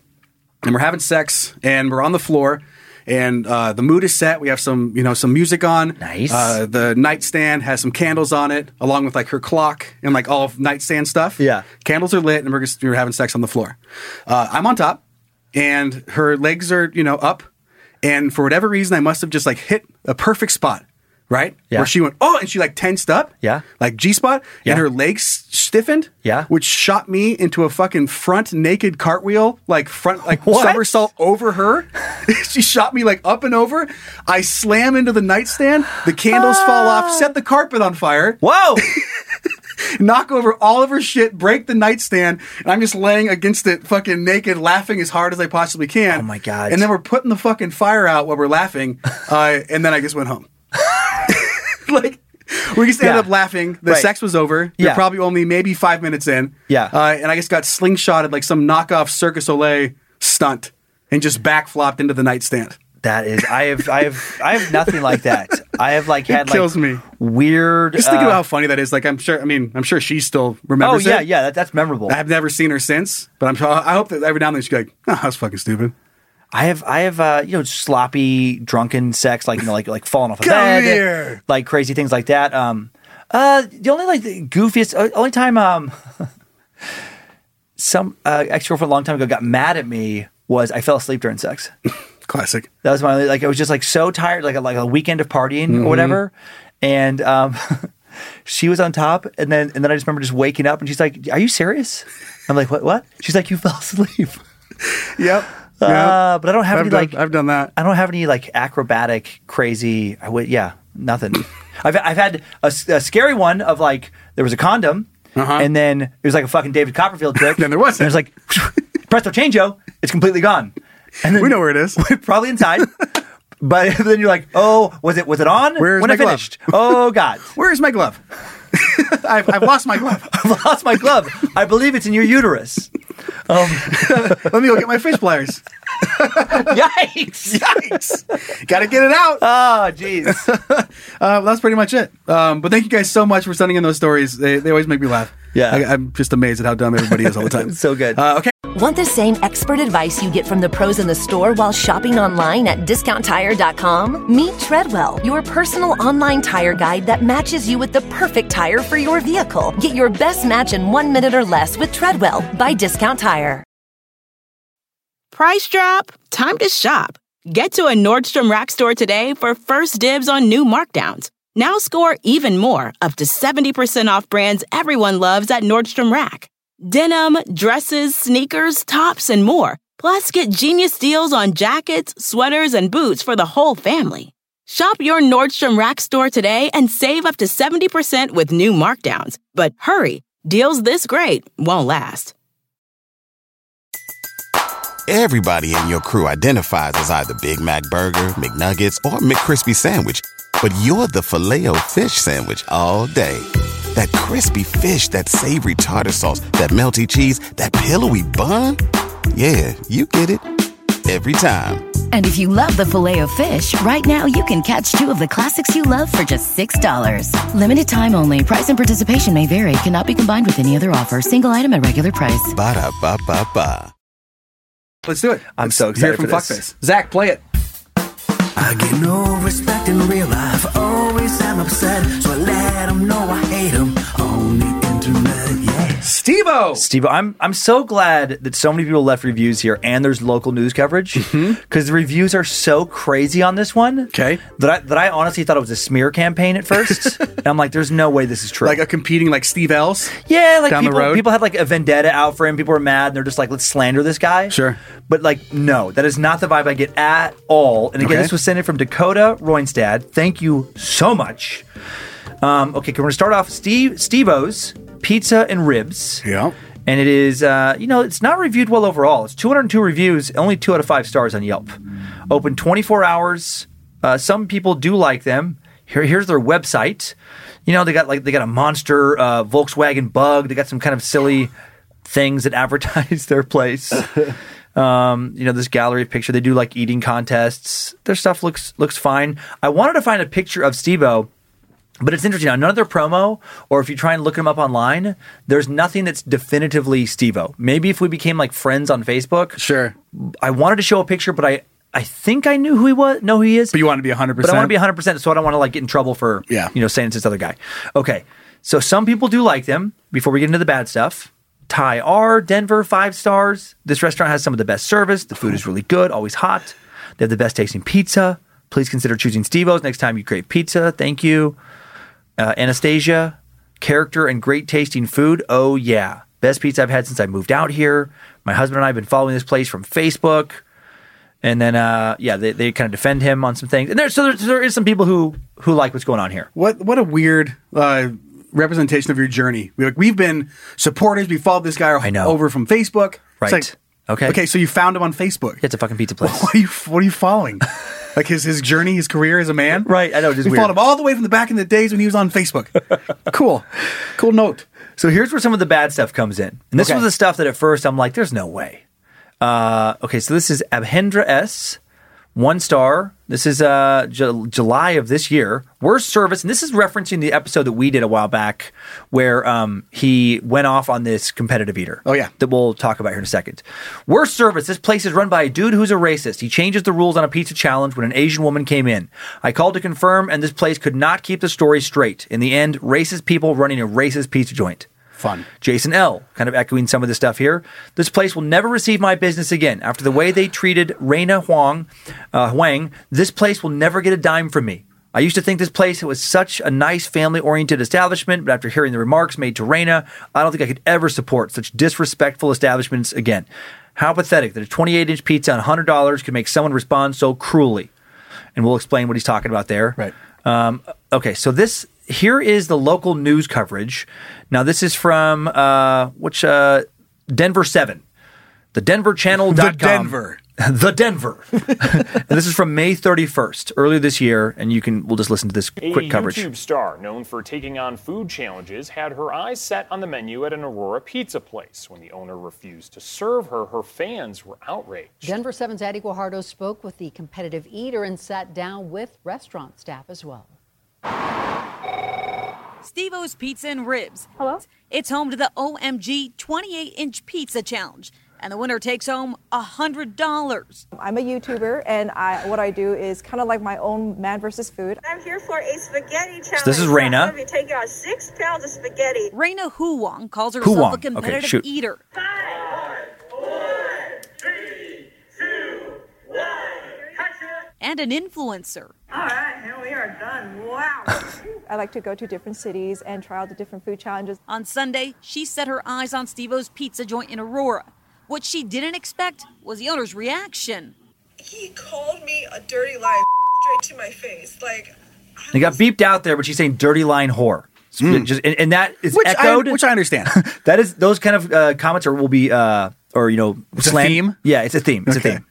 [SPEAKER 2] and we're having sex, and we're on the floor. And uh, the mood is set. We have some, you know, some music on.
[SPEAKER 3] Nice.
[SPEAKER 2] Uh, the nightstand has some candles on it, along with like her clock and like all of nightstand stuff.
[SPEAKER 3] Yeah.
[SPEAKER 2] Candles are lit, and we're just, we're having sex on the floor. Uh, I'm on top, and her legs are you know up, and for whatever reason, I must have just like hit a perfect spot, right?
[SPEAKER 3] Yeah.
[SPEAKER 2] Where she went oh, and she like tensed up.
[SPEAKER 3] Yeah.
[SPEAKER 2] Like G spot,
[SPEAKER 3] Yeah.
[SPEAKER 2] and her legs stiffened.
[SPEAKER 3] Yeah.
[SPEAKER 2] Which shot me into a fucking front naked cartwheel, like front like
[SPEAKER 3] What?
[SPEAKER 2] somersault over her. she shot me like up and over. I slam into the nightstand. The candles fall off.
[SPEAKER 3] Ah.
[SPEAKER 2] Set the carpet on fire.
[SPEAKER 3] Whoa!
[SPEAKER 2] Knock over all of her shit. Break the nightstand. And I'm just laying against it, fucking naked, laughing as hard as I possibly can.
[SPEAKER 3] Oh my God.
[SPEAKER 2] And then we're putting the fucking fire out while we're laughing. uh, and then I just went home. like. We just ended
[SPEAKER 3] Yeah.
[SPEAKER 2] up laughing. The
[SPEAKER 3] Right.
[SPEAKER 2] sex was over. You're
[SPEAKER 3] Yeah.
[SPEAKER 2] probably only maybe five minutes in.
[SPEAKER 3] Yeah.
[SPEAKER 2] Uh, and I just got slingshotted like some knockoff Circus Soleil stunt and just backflopped into the nightstand.
[SPEAKER 3] That is, I have, I have, I have nothing like that. I have like had
[SPEAKER 2] kills
[SPEAKER 3] like
[SPEAKER 2] me.
[SPEAKER 3] weird.
[SPEAKER 2] Just think
[SPEAKER 3] uh,
[SPEAKER 2] about how funny that is. Like I'm sure. I mean, I'm sure she still
[SPEAKER 3] oh
[SPEAKER 2] remembers.
[SPEAKER 3] yeah,
[SPEAKER 2] it.
[SPEAKER 3] yeah, that, that's memorable.
[SPEAKER 2] I've never seen her since, but I'm. sure- I hope that every now and then she's like, "Oh, that was fucking stupid."
[SPEAKER 3] I have, I have, uh, you know, sloppy, drunken sex, like you know, like like falling off a
[SPEAKER 2] Come
[SPEAKER 3] bed,
[SPEAKER 2] here.
[SPEAKER 3] like crazy things like that. Um, uh, the only like the goofiest, uh, only time um, some uh, ex girlfriend a long time ago got mad at me was I fell asleep during sex.
[SPEAKER 2] Classic.
[SPEAKER 3] That was my only- like I was just like so tired, like a, like a weekend of partying
[SPEAKER 2] Mm-hmm.
[SPEAKER 3] or whatever. And um, she was on top, and then and then I just remember just waking up, and she's like, "Are you serious?" I'm like, "What? What?" She's like, "You fell asleep."
[SPEAKER 2] Yep.
[SPEAKER 3] Uh, but I don't have
[SPEAKER 2] I've
[SPEAKER 3] any
[SPEAKER 2] done,
[SPEAKER 3] like
[SPEAKER 2] I've done that.
[SPEAKER 3] I don't have any like acrobatic crazy. I would yeah nothing. I've I've had a, s- a scary one of like there was a condom, and then it was like a fucking David Copperfield trick.
[SPEAKER 2] Uh-huh. Then there wasn't.
[SPEAKER 3] And it was like presto changeo, it's completely gone. And then
[SPEAKER 2] We know where it is.
[SPEAKER 3] probably inside. But then you're like, oh, was it was it on
[SPEAKER 2] Where's
[SPEAKER 3] when
[SPEAKER 2] my
[SPEAKER 3] I
[SPEAKER 2] glove?
[SPEAKER 3] finished? Oh God,
[SPEAKER 2] Where is my glove? I've, I've lost my glove.
[SPEAKER 3] I've lost my glove. I believe it's in your uterus. Um,
[SPEAKER 2] Oh. Let me go get my fish pliers.
[SPEAKER 3] yikes!
[SPEAKER 2] Yikes! Got to get it out.
[SPEAKER 3] Oh, jeez.
[SPEAKER 2] Uh, that's pretty much it. Um, but thank you guys so much for sending in those stories. They, they always make me laugh.
[SPEAKER 3] Yeah.
[SPEAKER 2] I, I'm just amazed at how dumb everybody is all the time.
[SPEAKER 3] So good.
[SPEAKER 2] Uh, okay.
[SPEAKER 9] Want the same expert advice you get from the pros in the store while shopping online at discounttire.com? Meet Treadwell, your personal online tire guide that matches you with the perfect tire for your vehicle. Get your best match in one minute or less with Treadwell by Discount Tire.
[SPEAKER 10] Price drop? Time to shop. Get to a Nordstrom Rack store today for first dibs on new markdowns. Now score even more, up to 70% off brands everyone loves at Nordstrom Rack. Denim, dresses, sneakers, tops, and more. Plus, get genius deals on jackets, sweaters, and boots for the whole family. Shop your Nordstrom Rack store today and save up to 70% with new markdowns. But hurry, deals this great won't last.
[SPEAKER 11] Everybody in your crew identifies as either Big Mac Burger, McNuggets, or McCrispy Sandwich. But you're the filet fish Sandwich all day. That crispy fish, that savory tartar sauce, that melty cheese, that pillowy bun. Yeah, you get it. Every time.
[SPEAKER 12] And if you love the filet of fish, right now you can catch two of the classics you love for just $6. Limited time only. Price and participation may vary. Cannot be combined with any other offer. Single item at regular price.
[SPEAKER 11] Ba-da-ba-ba-ba.
[SPEAKER 2] Let's do it.
[SPEAKER 3] I'm so
[SPEAKER 2] Let's hear
[SPEAKER 3] excited
[SPEAKER 2] from
[SPEAKER 3] for this.
[SPEAKER 2] Fuckface. Zach, play it.
[SPEAKER 13] I get no respect in real life. Always I'm upset, so I let 'em know I hate 'em on the internet. Yeah.
[SPEAKER 2] Stevo.
[SPEAKER 3] Steve, I'm I'm so glad that so many people left reviews here, and there's local news coverage because the reviews are so crazy on this one.
[SPEAKER 2] Mm-hmm. Okay.
[SPEAKER 3] that I that I honestly thought it was a smear campaign at first, and I'm like, there's no way this is true.
[SPEAKER 2] Like a competing like Steve Ells.
[SPEAKER 3] yeah, like
[SPEAKER 2] down the
[SPEAKER 3] people
[SPEAKER 2] road?
[SPEAKER 3] people had like a vendetta out for him. People were mad, and they're just like, let's slander this guy.
[SPEAKER 2] Sure.
[SPEAKER 3] but like, no, that is not the vibe I get at all. And again,
[SPEAKER 2] Okay.
[SPEAKER 3] this was sent in from Dakota Roinstad. Thank you so much. Um, okay, we're gonna start off Steve Stevo's Pizza and Ribs.
[SPEAKER 2] Yeah.
[SPEAKER 3] and it is uh, you know it's not reviewed well overall. It's 202 reviews, only two out of five stars on Yelp. Open 24 hours. Uh, some people do like them. Here, here's their website. You know they got like they got a monster uh, Volkswagen Bug. They got some kind of silly things that advertise their place. Um, you know this gallery picture. They do like eating contests. Their stuff looks looks fine. I wanted to find a picture of Stevo, but it's interesting. On none of their promo, or if you try and look him up online, there's nothing that's definitively Stevo. Maybe if we became like friends on Facebook,
[SPEAKER 2] sure.
[SPEAKER 3] I wanted to show a picture, but I I think I knew who he was. No, he is. But
[SPEAKER 2] you want to be 100.
[SPEAKER 3] But I want to be 100, percent so I don't want to like get in trouble for yeah. you know saying it's this other guy. Okay, so some people do like them. Before we get into the bad stuff, Thai R, Denver, five stars. This restaurant has some of the best service. The food is really good, always hot. They have the best tasting pizza. Please consider choosing Stevo's next time you crave pizza. Thank you. Uh, Anastasia, character and great tasting food. Oh, yeah. Best pizza I've had since I moved out here. My husband and I have been following this place from Facebook. And then, uh, yeah, they, they kind of defend him on some things. And there, so there, there is some people who, who like what's going on here.
[SPEAKER 2] What what a weird uh, representation of your journey. We- Like we've been supporters. We followed this guy over from Facebook.
[SPEAKER 3] Right. okay.
[SPEAKER 2] Okay. So you found him on Facebook.
[SPEAKER 3] It's a fucking pizza place.
[SPEAKER 2] What are you What are you following? like his his journey, his career as a man.
[SPEAKER 3] Right. I know. Just
[SPEAKER 2] we
[SPEAKER 3] weird.
[SPEAKER 2] followed him all the way from the back in the days when he was on Facebook. cool. Cool note.
[SPEAKER 3] So here's where some of the bad stuff comes in. And this was the stuff that at first I'm like, there's no way. Uh, okay, so this is Abhendra S, one star. This is uh, Ju- July of this year. Worst service, and this is referencing the episode that we did a while back where um, he went off on this competitive eater. Oh, yeah. That we'll talk about here in a second. Worst service. This place is run by a dude who's a racist. He changes the rules on a pizza challenge when an Asian woman came in. I called to confirm, and this place could not keep the story straight. In the end, racist people running a racist pizza joint.
[SPEAKER 2] Fun.
[SPEAKER 3] Jason L. Kind of echoing some of the stuff here. This place will never receive my business again. After the way they treated Raina Huang, uh, Huang, this place will never get a dime from me. I used to think this place was such a nice family-oriented establishment, but after hearing the remarks made to Raina, I don't think I could ever support such disrespectful establishments again. How pathetic that a 28-inch pizza on $100 could make someone respond so cruelly and we'll explain what he's talking about there. Right. Um, okay, so this here is the local news coverage. Now this is from uh, which uh, Denver Seven, the Denver Channel.
[SPEAKER 2] The Denver.
[SPEAKER 3] the Denver. And this is from May 31st, earlier this year, and you can we'll just listen to this
[SPEAKER 14] A
[SPEAKER 3] quick coverage.
[SPEAKER 14] YouTube star known for taking on food challenges had her eyes set on the menu at an Aurora pizza place. When the owner refused to serve her, her fans were outraged.
[SPEAKER 15] Denver 7's Eddie Guajardo spoke with the competitive eater and sat down with restaurant staff as well.
[SPEAKER 16] Stevo's Pizza and Ribs. Hello. It's home to the OMG 28 inch pizza challenge, and the winner takes home $100.
[SPEAKER 17] I'm a YouTuber, and I, what I do is kind of like my own man versus food.
[SPEAKER 18] I'm here for a spaghetti challenge.
[SPEAKER 3] this is Raina.
[SPEAKER 18] I'm going to be taking out six pounds of spaghetti.
[SPEAKER 16] Raina Huang calls herself
[SPEAKER 3] Huang.
[SPEAKER 16] a
[SPEAKER 3] Okay,
[SPEAKER 16] competitive
[SPEAKER 3] shoot.
[SPEAKER 16] eater. And an influencer.
[SPEAKER 18] All right, now we are done. Wow.
[SPEAKER 17] I like to go to different cities and try out the different food challenges.
[SPEAKER 16] On Sunday, she set her eyes on Stevo's pizza joint in Aurora. What she didn't expect was the owner's reaction.
[SPEAKER 18] He called me a dirty lie straight to my face. Like,
[SPEAKER 3] He got beeped out there, but she's saying "dirty line whore." So Just and, and that is
[SPEAKER 2] Hmm. Which I-
[SPEAKER 3] echoed,
[SPEAKER 2] which I understand.
[SPEAKER 3] that is those kind of uh, comments are will be uh, or you know
[SPEAKER 2] It's a
[SPEAKER 3] slant-
[SPEAKER 2] theme?
[SPEAKER 3] Yeah, it's a theme. It's a theme.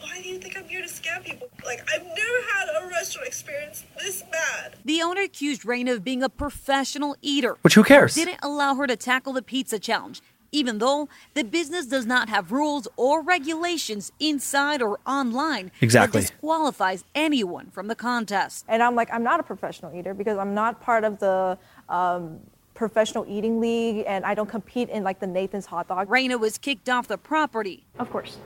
[SPEAKER 18] why do you think I'm here to scam people? Like, I've never had a restaurant experience this bad.
[SPEAKER 16] The owner accused Raina of being a professional eater.
[SPEAKER 3] Which, who cares?
[SPEAKER 16] Didn't allow her to tackle the pizza challenge, even though the business does not have rules or regulations inside or online
[SPEAKER 17] Exactly.
[SPEAKER 16] that disqualifies anyone from the contest.
[SPEAKER 17] And I'm like, I'm not a professional eater because I'm not part of the um, professional eating league, and I don't compete in like the Nathan's hot dog.
[SPEAKER 16] Raina was kicked off the property. Of course.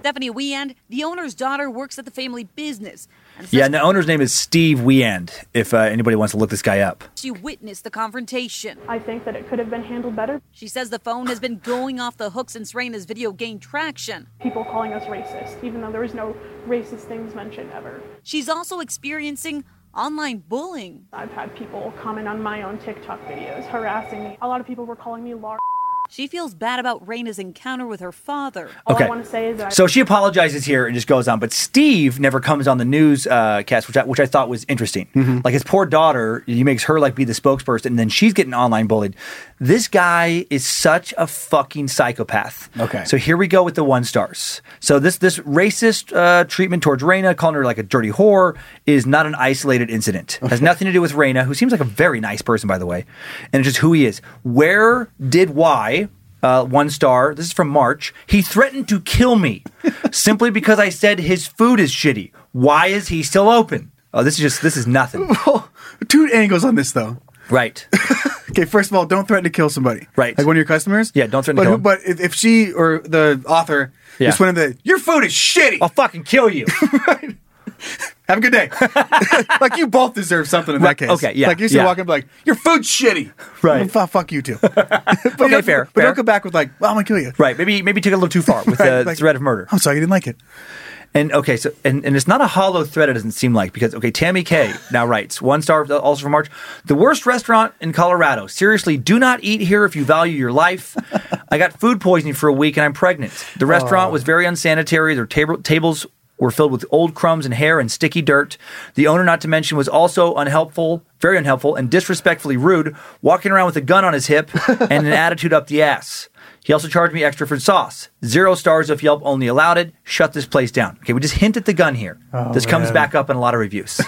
[SPEAKER 16] Stephanie Wiend, the owner's daughter, works at the family business. And says
[SPEAKER 3] Yeah, and the owner's name is Steve Weand. If uh, anybody wants to look this guy up,
[SPEAKER 16] She witnessed the confrontation. I think that it could have been handled better. She says the phone has been going off the hook since Raina's video gained traction.
[SPEAKER 19] people calling us racist, even though there was no racist things mentioned ever.
[SPEAKER 16] She's also experiencing online bullying.
[SPEAKER 19] I've had people comment on my own TikTok videos harassing me. A lot of people were calling me Laura
[SPEAKER 16] She feels bad about Raina's encounter with her father.
[SPEAKER 3] All I Okay. wanna
[SPEAKER 19] say is that I-
[SPEAKER 3] So she apologizes here and just goes on, but Steve never comes on the news uh, cast, which I, which I thought was interesting. Like his poor daughter, he makes her like be the spokesperson, and then she's getting online bullied. This guy is such a fucking psychopath.
[SPEAKER 2] Okay.
[SPEAKER 3] So here we go with the one stars. So this this racist uh, treatment towards Raina, calling her like a dirty whore, is not an isolated incident. Has nothing to do with Raina, who seems like a very nice person by the way, and it's just who he is. Where did why? Uh, one star. This is from March. He threatened to kill me simply because I said his food is shitty. Why is he still open? Oh, this is just this is nothing.
[SPEAKER 2] Two angles on this though.
[SPEAKER 3] Right.
[SPEAKER 2] okay. First of all, don't threaten to kill somebody. Right. Like one of your customers. Yeah. Don't
[SPEAKER 3] threaten
[SPEAKER 2] but
[SPEAKER 3] to kill
[SPEAKER 2] who-
[SPEAKER 3] him.
[SPEAKER 2] But if, if she or the author
[SPEAKER 3] Yeah.
[SPEAKER 2] just went in the your food is shitty. I'll
[SPEAKER 3] fucking kill you.
[SPEAKER 2] Right. Have a good day. like you both deserve something in
[SPEAKER 3] Right,
[SPEAKER 2] that case.
[SPEAKER 3] okay, yeah,
[SPEAKER 2] Like you should
[SPEAKER 3] yeah.
[SPEAKER 2] walk up like your food's shitty.
[SPEAKER 3] Right.
[SPEAKER 2] Well, fu- fuck you too. but okay.
[SPEAKER 3] okay, fair.
[SPEAKER 2] But
[SPEAKER 3] fair.
[SPEAKER 2] don't come back with like, well, I'm gonna kill you.
[SPEAKER 3] Right. Maybe maybe took it a little too far with uh,
[SPEAKER 2] Right,
[SPEAKER 3] the
[SPEAKER 2] like-
[SPEAKER 3] threat of murder.
[SPEAKER 2] I'm sorry you didn't like it.
[SPEAKER 3] And okay, so and, and it's not a hollow threat, it doesn't seem like, because okay, Tammy K now writes, one star also from March, the worst restaurant in Colorado. Seriously, do not eat here if you value your life. I got food poisoning for a week and I'm pregnant. The restaurant was very unsanitary, their table, tables were filled with old crumbs and hair and sticky dirt. The owner, not to mention, was also unhelpful, very unhelpful, and disrespectfully rude, walking around with a gun on his hip and an attitude up the ass. He also charged me extra for sauce. Zero stars if Yelp only allowed it. Shut this place down. Okay, we just hint at the gun here.
[SPEAKER 2] Oh,
[SPEAKER 3] this comes
[SPEAKER 2] man.
[SPEAKER 3] back up in a lot of reviews.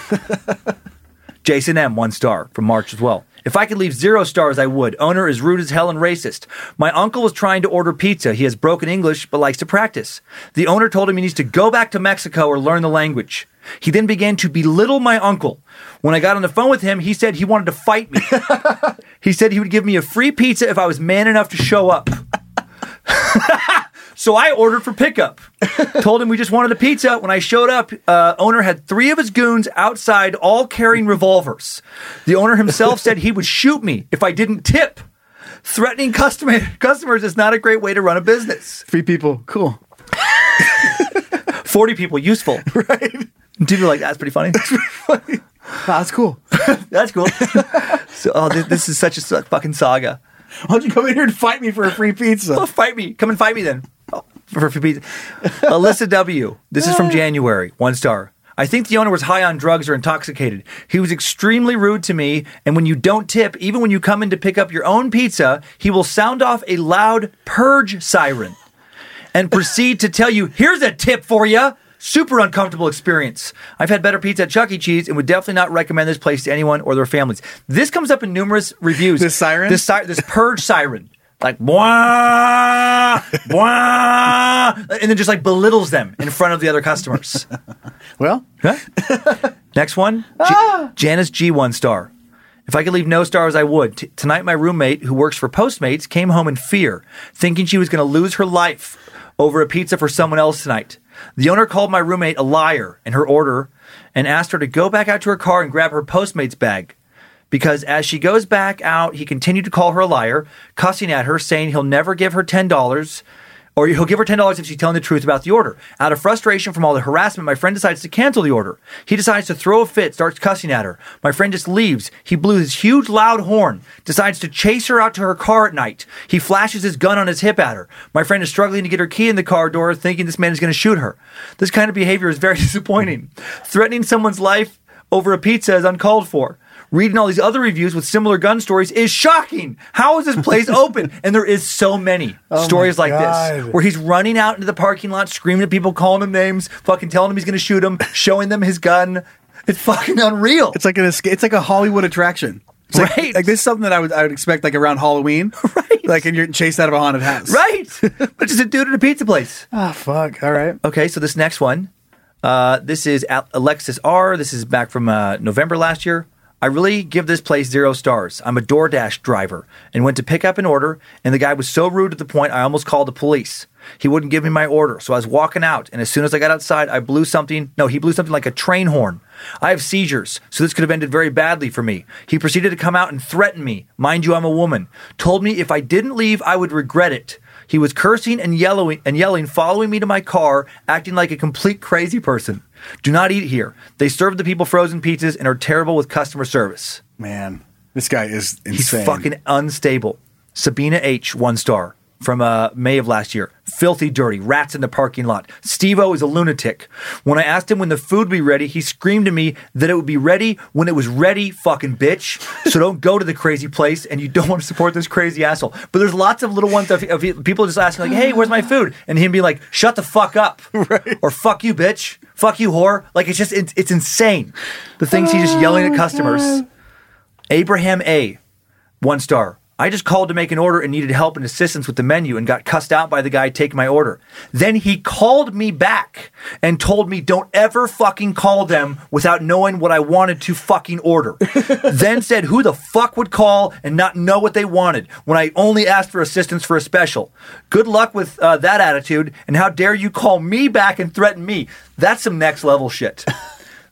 [SPEAKER 3] Jason M, one star from March as well. If I could leave zero stars, I would. Owner is rude as hell and racist. My uncle was trying to order pizza. He has broken English but likes to practice. The owner told him he needs to go back to Mexico or learn the language. He then began to belittle my uncle. When I got on the phone with him, he said he wanted to fight me. he said he would give me a free pizza if I was man enough to show up. So I ordered for pickup. Told him we just wanted a pizza. When I showed up, uh, owner had three of his goons outside, all carrying revolvers. The owner himself said he would shoot me if I didn't tip. Threatening customer, customers is not a great way to run a business.
[SPEAKER 2] Three people, cool.
[SPEAKER 3] Forty people, useful. Right. People are like that's pretty funny. That's pretty funny.
[SPEAKER 2] that's cool.
[SPEAKER 3] that's cool. so, oh, this, this is such a su- fucking saga.
[SPEAKER 2] Why don't you come in here and fight me for a free pizza?
[SPEAKER 3] Well, fight me. Come and fight me then. Oh, for, for pizza. Alyssa W. This is from January. One star. I think the owner was high on drugs or intoxicated. He was extremely rude to me, and when you don't tip, even when you come in to pick up your own pizza, he will sound off a loud purge siren and proceed to tell you, here's a tip for you. Super uncomfortable experience. I've had better pizza at Chuck E. Cheese and would definitely not recommend this place to anyone or their families. This comes up in numerous reviews. This siren? This, si- this purge siren. Like, bwah, bwah, and then just like belittles them in front of the other customers.
[SPEAKER 2] Well,
[SPEAKER 3] next one J- Janice G. One star. If I could leave no stars, I would. T- tonight, my roommate, who works for Postmates, came home in fear, thinking she was going to lose her life over a pizza for someone else tonight. The owner called my roommate a liar in her order and asked her to go back out to her car and grab her Postmates bag. Because as she goes back out, he continued to call her a liar, cussing at her, saying he'll never give her $10 or he'll give her $10 if she's telling the truth about the order. Out of frustration from all the harassment, my friend decides to cancel the order. He decides to throw a fit, starts cussing at her. My friend just leaves. He blew his huge loud horn, decides to chase her out to her car at night. He flashes his gun on his hip at her. My friend is struggling to get her key in the car door, thinking this man is going to shoot her. This kind of behavior is very disappointing. Threatening someone's life over a pizza is uncalled for. Reading all these other reviews with similar gun stories is shocking. How is this place open? And there is so many
[SPEAKER 2] Oh my
[SPEAKER 3] stories like this
[SPEAKER 2] God.
[SPEAKER 3] where he's running out into the parking lot, screaming at people, calling them names, fucking telling them he's going to shoot them, showing them his gun. It's fucking unreal.
[SPEAKER 2] It's like an escape. It's like a Hollywood attraction. It's like-
[SPEAKER 3] Right.
[SPEAKER 2] Like, this is something that I would I would expect like around Halloween. Right. Like and you're chased out of a haunted house.
[SPEAKER 3] Right. but just a dude at a pizza place.
[SPEAKER 2] Ah, fuck. All right.
[SPEAKER 3] Okay, so this next one, uh, this is Al- Alexis R. This is back from uh, November last year. I really give this place zero stars. I'm a DoorDash driver and went to pick up an order, and the guy was so rude to the point I almost called the police. He wouldn't give me my order, so I was walking out, and as soon as I got outside, I blew something. No, he blew something like a train horn. I have seizures, so this could have ended very badly for me. He proceeded to come out and threaten me. Mind you, I'm a woman. Told me if I didn't leave, I would regret it. He was cursing and yelling and yelling, following me to my car, acting like a complete crazy person. Do not eat here. They serve the people frozen pizzas and are terrible with customer service.
[SPEAKER 2] Man, this guy is insane.
[SPEAKER 3] He's fucking unstable. Sabina H, one star. from uh, May of last year. Filthy dirty, rats in the parking lot. Steve O is a lunatic. When I asked him when the food would be ready, he screamed to me that it would be ready when it was ready, fucking bitch. So don't go to the crazy place and you don't want to support this crazy asshole. But there's lots of little ones of, of people just asking, like, hey, where's my food? And him be like, shut the fuck up. Or fuck you, bitch. Fuck you, whore. Like, it's just, it's, it's insane. The things he's just yelling at customers. Abraham A, one star. I just called to make an order and needed help and assistance with the menu and got cussed out by the guy taking my order. Then he called me back and told me, don't ever fucking call them without knowing what I wanted to fucking order. then said, who the fuck would call and not know what they wanted when I only asked for assistance for a special? Good luck with uh, that attitude and how dare you call me back and threaten me? That's some next level shit.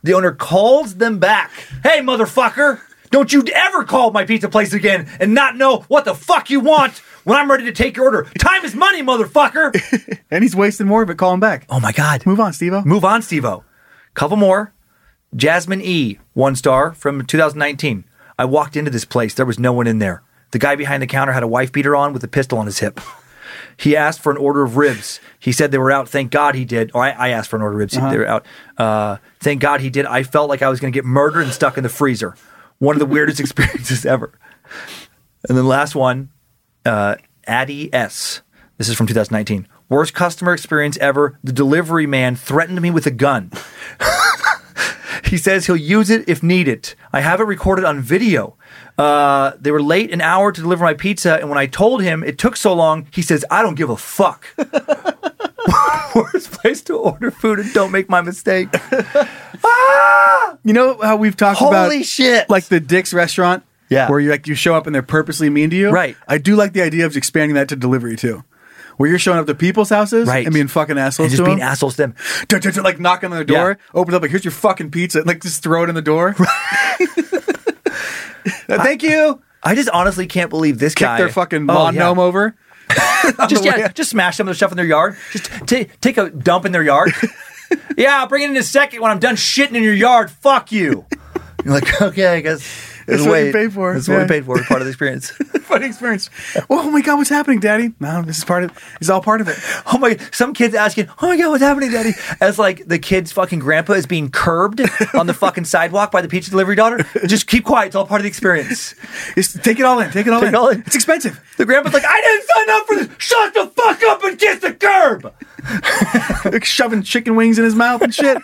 [SPEAKER 3] The owner calls them back. Hey, motherfucker, don't you ever call my pizza place again and not know what the fuck you want when I'm ready to take your order. Time is money, motherfucker.
[SPEAKER 2] and he's wasting more of it calling back.
[SPEAKER 3] Oh my God.
[SPEAKER 2] Move on, Steve
[SPEAKER 3] Move on, Steve Couple more. Jasmine E, one star from 2019. I walked into this place. There was no one in there. The guy behind the counter had a wife beater on with a pistol on his hip. He asked for an order of ribs. He said they were out. Thank God he did. Or I, I asked for an order of ribs. They were out. Uh, thank God he did. I felt like I was going to get murdered and stuck in the freezer. One of the weirdest experiences ever. And then last one, uh, Addy S. This is from 2019. Worst customer experience ever. The delivery man threatened me with a gun. he says he'll use it if needed. I have it recorded on video. Uh, they were late an hour to deliver my pizza, and when I told him it took so long, he says, I don't give a fuck. Worst place to order food and don't make my mistake. Ah!
[SPEAKER 2] You know how we've talked
[SPEAKER 3] Holy
[SPEAKER 2] about
[SPEAKER 3] shit.
[SPEAKER 2] like the Dick's restaurant,
[SPEAKER 3] Yeah.
[SPEAKER 2] where you like you show up and they're purposely mean to you,
[SPEAKER 3] Right.
[SPEAKER 2] I do like the idea of expanding that to delivery too, where you're showing up to people's houses
[SPEAKER 3] Right.
[SPEAKER 2] and being fucking assholes
[SPEAKER 3] And just
[SPEAKER 2] to
[SPEAKER 3] being
[SPEAKER 2] them.
[SPEAKER 3] assholes to them.
[SPEAKER 2] Dun, dun, dun, like knocking on the door, open up like here's your fucking pizza, like just throw it in the door. Uh, Thank you.
[SPEAKER 3] I just honestly can't believe this
[SPEAKER 2] Kick
[SPEAKER 3] guy.
[SPEAKER 2] their fucking
[SPEAKER 3] Oh,
[SPEAKER 2] lawn
[SPEAKER 3] yeah.
[SPEAKER 2] gnome over.
[SPEAKER 3] just yeah, just smash some of the stuff in their yard. Just ta take a dump in their yard. yeah, I'll bring it in a second when I'm done shitting in your yard. Fuck you. You're like, okay, I guess.
[SPEAKER 2] That's what you paid for.
[SPEAKER 3] That's what
[SPEAKER 2] Yeah.
[SPEAKER 3] we paid for. Part of the experience.
[SPEAKER 2] Funny experience. Oh my god, what's happening, Daddy? No, this is part of. It's all part of it.
[SPEAKER 3] Oh my! Some kids asking, "Oh my god, what's happening, Daddy?" As like the kid's fucking grandpa is being curbed on the fucking sidewalk by the pizza delivery daughter. Just keep quiet. It's all part of the experience.
[SPEAKER 2] Just take it all in. Take it all
[SPEAKER 3] Take
[SPEAKER 2] in.
[SPEAKER 3] it all in.
[SPEAKER 2] It's expensive.
[SPEAKER 3] The grandpa's like, "I didn't sign up for this. Shut the fuck up and kiss the curb."
[SPEAKER 2] Like shoving chicken wings in his mouth and shit.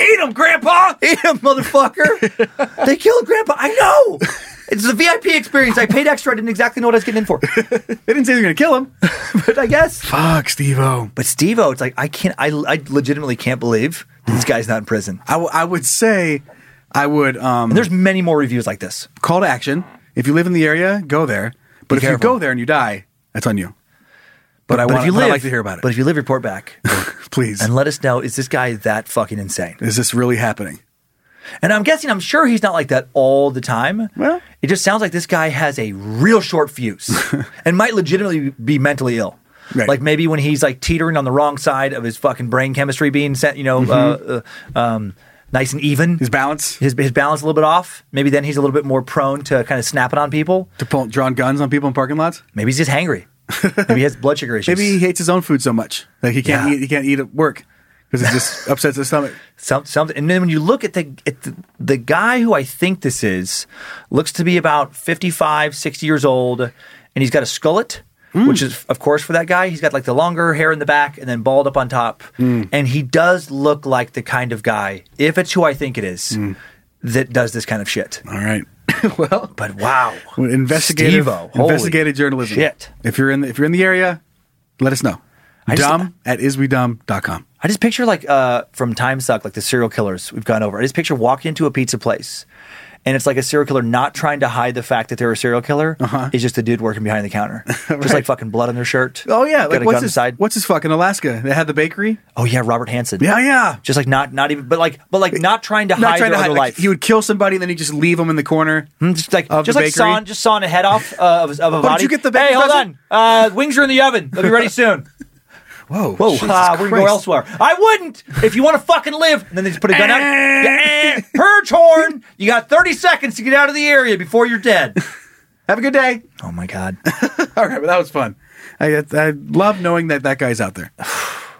[SPEAKER 3] Eat him, Grandpa! Eat him, motherfucker! they killed Grandpa. I know! It's the VIP experience. I paid extra. I didn't exactly know what I was getting in for.
[SPEAKER 2] they didn't say they're gonna kill him.
[SPEAKER 3] But I guess.
[SPEAKER 2] Fuck, Steve-O.
[SPEAKER 3] But Steve-O, it's like, I can't, I, I legitimately can't believe this guy's not in prison.
[SPEAKER 2] I, w- I would say I would. Um,
[SPEAKER 3] there's many more reviews like this.
[SPEAKER 2] Call to action. If you live in the area, go there. But
[SPEAKER 3] Be
[SPEAKER 2] if you
[SPEAKER 3] careful.
[SPEAKER 2] go there and you die, that's on you.
[SPEAKER 3] But, I
[SPEAKER 2] but
[SPEAKER 3] want
[SPEAKER 2] if you live-
[SPEAKER 3] But if you live, report back.
[SPEAKER 2] Please.
[SPEAKER 3] and let us know, is this guy that fucking insane?
[SPEAKER 2] Is this really happening?
[SPEAKER 3] And I'm guessing, I'm sure he's not like that all the time. Well, it just sounds like this guy has a real short fuse and might legitimately be mentally ill.
[SPEAKER 2] Right.
[SPEAKER 3] Like maybe when he's like teetering on the wrong side of his fucking brain chemistry being set, you know, uh, uh, um, nice and even.
[SPEAKER 2] Mm-hmm. His balance.
[SPEAKER 3] His, his balance a little bit off. Maybe then he's a little bit more prone to kind of snapping on people.
[SPEAKER 2] To pull, drawing guns on people in parking lots?
[SPEAKER 3] Maybe he's just hangry. maybe he has blood sugar issues.
[SPEAKER 2] Maybe he hates his own food so much like he can't
[SPEAKER 3] Yeah.
[SPEAKER 2] eat. He can't eat at work because it just upsets his stomach.
[SPEAKER 3] Some, something. And then when you look at the, at the the guy who I think this is, looks to be about 55, 60 years old, and he's got a skullet,
[SPEAKER 2] Hmm.
[SPEAKER 3] which is, of course, for that guy. He's got like the longer hair in the back and then bald up on top.
[SPEAKER 2] Hmm.
[SPEAKER 3] And he does look like the kind of guy, if it's who I think it is,
[SPEAKER 2] Hmm.
[SPEAKER 3] that does this kind of shit.
[SPEAKER 2] All right.
[SPEAKER 3] But wow.
[SPEAKER 2] Investigative,
[SPEAKER 3] Steve-O. Holy
[SPEAKER 2] investigative journalism.
[SPEAKER 3] Shit.
[SPEAKER 2] If you're in the, if you're in the area, let us know.
[SPEAKER 3] I just-
[SPEAKER 2] Dumb at iswedumb.com.
[SPEAKER 3] I just picture like uh, from Time Suck, like the serial killers we've gone over. I just picture walking into a pizza place, and it's like a serial killer not trying to hide the fact that they're a serial killer. Uh-huh. It's just a dude working behind the counter, just like fucking blood on their shirt.
[SPEAKER 2] Oh yeah,
[SPEAKER 3] Got
[SPEAKER 2] like
[SPEAKER 3] a
[SPEAKER 2] what's
[SPEAKER 3] gun
[SPEAKER 2] his
[SPEAKER 3] side.
[SPEAKER 2] what's his fucking Alaska? They had the bakery.
[SPEAKER 3] Oh yeah, Robert Hansen.
[SPEAKER 2] Yeah, yeah.
[SPEAKER 3] Just like not, not even, but like, but like not trying to hide their other
[SPEAKER 2] like,
[SPEAKER 3] life. Hmm? Mm,
[SPEAKER 2] He would kill somebody and then he just leave them in the corner.
[SPEAKER 3] just like
[SPEAKER 2] of
[SPEAKER 3] just
[SPEAKER 2] the
[SPEAKER 3] like
[SPEAKER 2] bakery.
[SPEAKER 3] sawing, just sawing a head off uh, of, of a
[SPEAKER 2] Oh, did
[SPEAKER 3] body.
[SPEAKER 2] you get the
[SPEAKER 3] hey,
[SPEAKER 2] baker's
[SPEAKER 3] hold
[SPEAKER 2] dozen?
[SPEAKER 3] on, uh, wings are in the oven. They'll be ready soon.
[SPEAKER 2] Whoa,
[SPEAKER 3] Whoa,
[SPEAKER 2] Jesus
[SPEAKER 3] ah, we're gonna go
[SPEAKER 2] Christ.
[SPEAKER 3] elsewhere. I wouldn't if you want to fucking live. And then they just put a gun out. Yeah, eh, Purge horn. You got 30 seconds to get out of the area before you're dead.
[SPEAKER 2] Have a good day.
[SPEAKER 3] Oh my God.
[SPEAKER 2] All right, well that was fun. I, I love knowing that that guy's out there.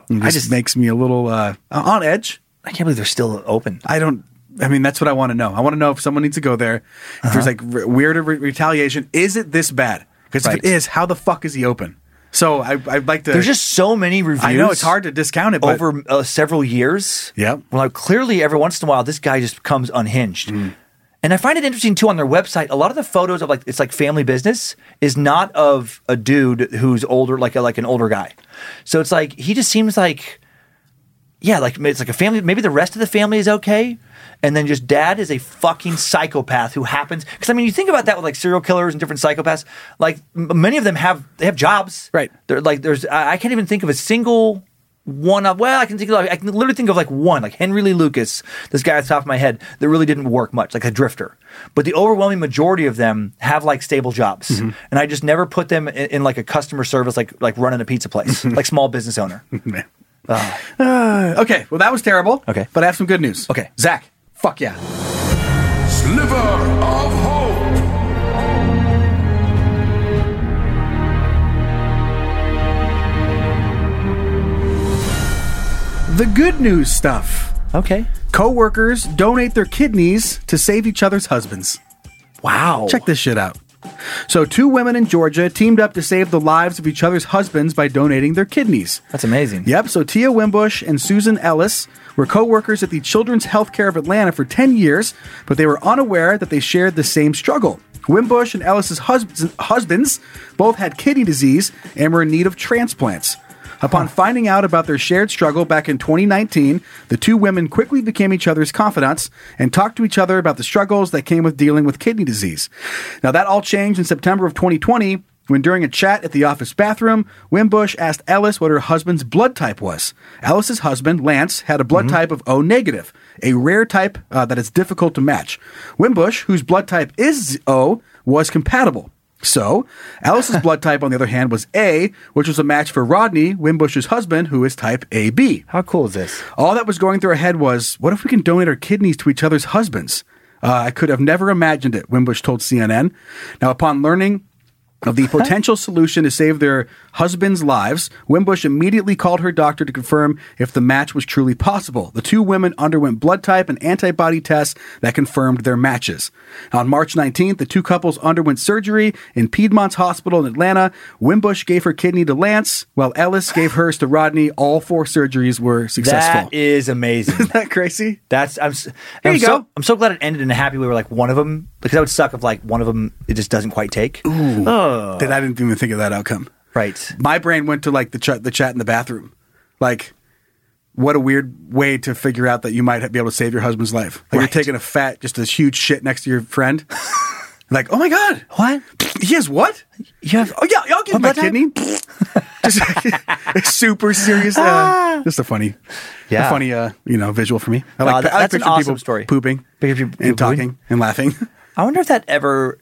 [SPEAKER 2] It just, makes me a little uh, on edge.
[SPEAKER 3] I can't believe they're still open.
[SPEAKER 2] I don't. I mean, that's what I want to know. I want to know if someone needs to go there. If
[SPEAKER 3] Uh-huh.
[SPEAKER 2] there's like re- weirder re- retaliation, is it this bad? Because if
[SPEAKER 3] Right.
[SPEAKER 2] it is, how the fuck is he open? So I, I'd like to.
[SPEAKER 3] There's just so many reviews.
[SPEAKER 2] I know it's hard to discount it, but
[SPEAKER 3] over uh, several years. Yeah. Well, clearly, every once in a while, this guy just becomes unhinged. And I find it interesting too on their website. A lot of the photos of like it's like family business is not of a dude who's older, like a, like an older guy. So it's like he just seems like, yeah, like it's like a family. Maybe the rest of the family is okay, and then just dad is a fucking psychopath who happens. Because I mean, you think about that with like serial killers and different psychopaths. Like m- many of them have they have jobs, right? They're like there's I, I can't even think of a single one of well, I can think of I can literally think of like one, like Henry Lee Lucas, this guy at the top of my head that really didn't work much, like a drifter. But the overwhelming majority of them have like stable jobs,
[SPEAKER 2] Mhm.
[SPEAKER 3] and I just never put them in, in like a customer service, like like running a pizza place, like small business owner.
[SPEAKER 2] Man.
[SPEAKER 3] Ah.
[SPEAKER 2] Uh, okay, well that was terrible.
[SPEAKER 3] Okay.
[SPEAKER 2] but I have some good news. Okay, Zach, fuck yeah.
[SPEAKER 20] Sliver of Hope.
[SPEAKER 2] The good news stuff.
[SPEAKER 3] Okay.
[SPEAKER 2] Coworkers donate their kidneys to save each other's husbands.
[SPEAKER 3] Wow.
[SPEAKER 2] Check this shit out. So, two women in Georgia teamed up to save the lives of each other's husbands by donating their kidneys.
[SPEAKER 3] That's amazing.
[SPEAKER 2] Yep. So, Tia Wimbush and Susan Ellis were co workers at the Children's Healthcare of Atlanta for 10 years, but they were unaware that they shared the same struggle. Wimbush and Ellis's husbands, husbands both had kidney disease and were in need of transplants. Upon finding out about their shared struggle back in 2019, the two women quickly became each other's confidants and talked to each other about the struggles that came with dealing with kidney disease. Now, that all changed in September of 2020 when, during a chat at the office bathroom, Wimbush asked Ellis what her husband's blood type was. Ellis's husband, Lance, had a blood type of O negative, a rare type uh, that is difficult to match. Wimbush, whose blood type is O, was compatible. So, Alice's blood type, on the other hand, was A, which was a match for Rodney, Wimbush's husband, who is type AB.
[SPEAKER 3] How cool is this?
[SPEAKER 2] All that was going through her head was, what if we can donate our kidneys to each other's husbands? Uh, I could have never imagined it, Wimbush told CNN. Now, upon learning of the potential solution to save their husbands' lives, Wimbush immediately called her doctor to confirm if the match was truly possible. The two women underwent blood type and antibody tests that confirmed their matches. On March 19th, the two couples underwent surgery in Piedmont's hospital in Atlanta. Wimbush gave her kidney to Lance, while Ellis gave hers to Rodney. All four surgeries were successful.
[SPEAKER 3] That is amazing. Isn't
[SPEAKER 2] that crazy?
[SPEAKER 3] That's I'm. s-
[SPEAKER 2] Here
[SPEAKER 3] I'm
[SPEAKER 2] you
[SPEAKER 3] so,
[SPEAKER 2] go.
[SPEAKER 3] I'm so glad it ended in a happy way. Where like one of them, because that would suck if like one of them it just doesn't quite take. Ooh. Oh.
[SPEAKER 2] Then I didn't even think of that outcome.
[SPEAKER 3] Right.
[SPEAKER 2] My brain went to like the ch- the chat in the bathroom. Like, what a weird way to figure out that you might be able to save your husband's life. Like you're taking a fat, just a huge shit next to your friend. like, oh my god,
[SPEAKER 3] what?
[SPEAKER 2] He has what?
[SPEAKER 3] You have?
[SPEAKER 2] Oh yeah, I'll give him my kidney. just super serious. Uh, just a funny,
[SPEAKER 3] Ah. Yeah.
[SPEAKER 2] a funny, uh, you know, visual for me. I
[SPEAKER 3] Wow,
[SPEAKER 2] like,
[SPEAKER 3] that-
[SPEAKER 2] I like
[SPEAKER 3] that's an
[SPEAKER 2] picturing
[SPEAKER 3] awesome
[SPEAKER 2] people
[SPEAKER 3] story.
[SPEAKER 2] Pooping and talking and laughing.
[SPEAKER 3] I wonder if that ever.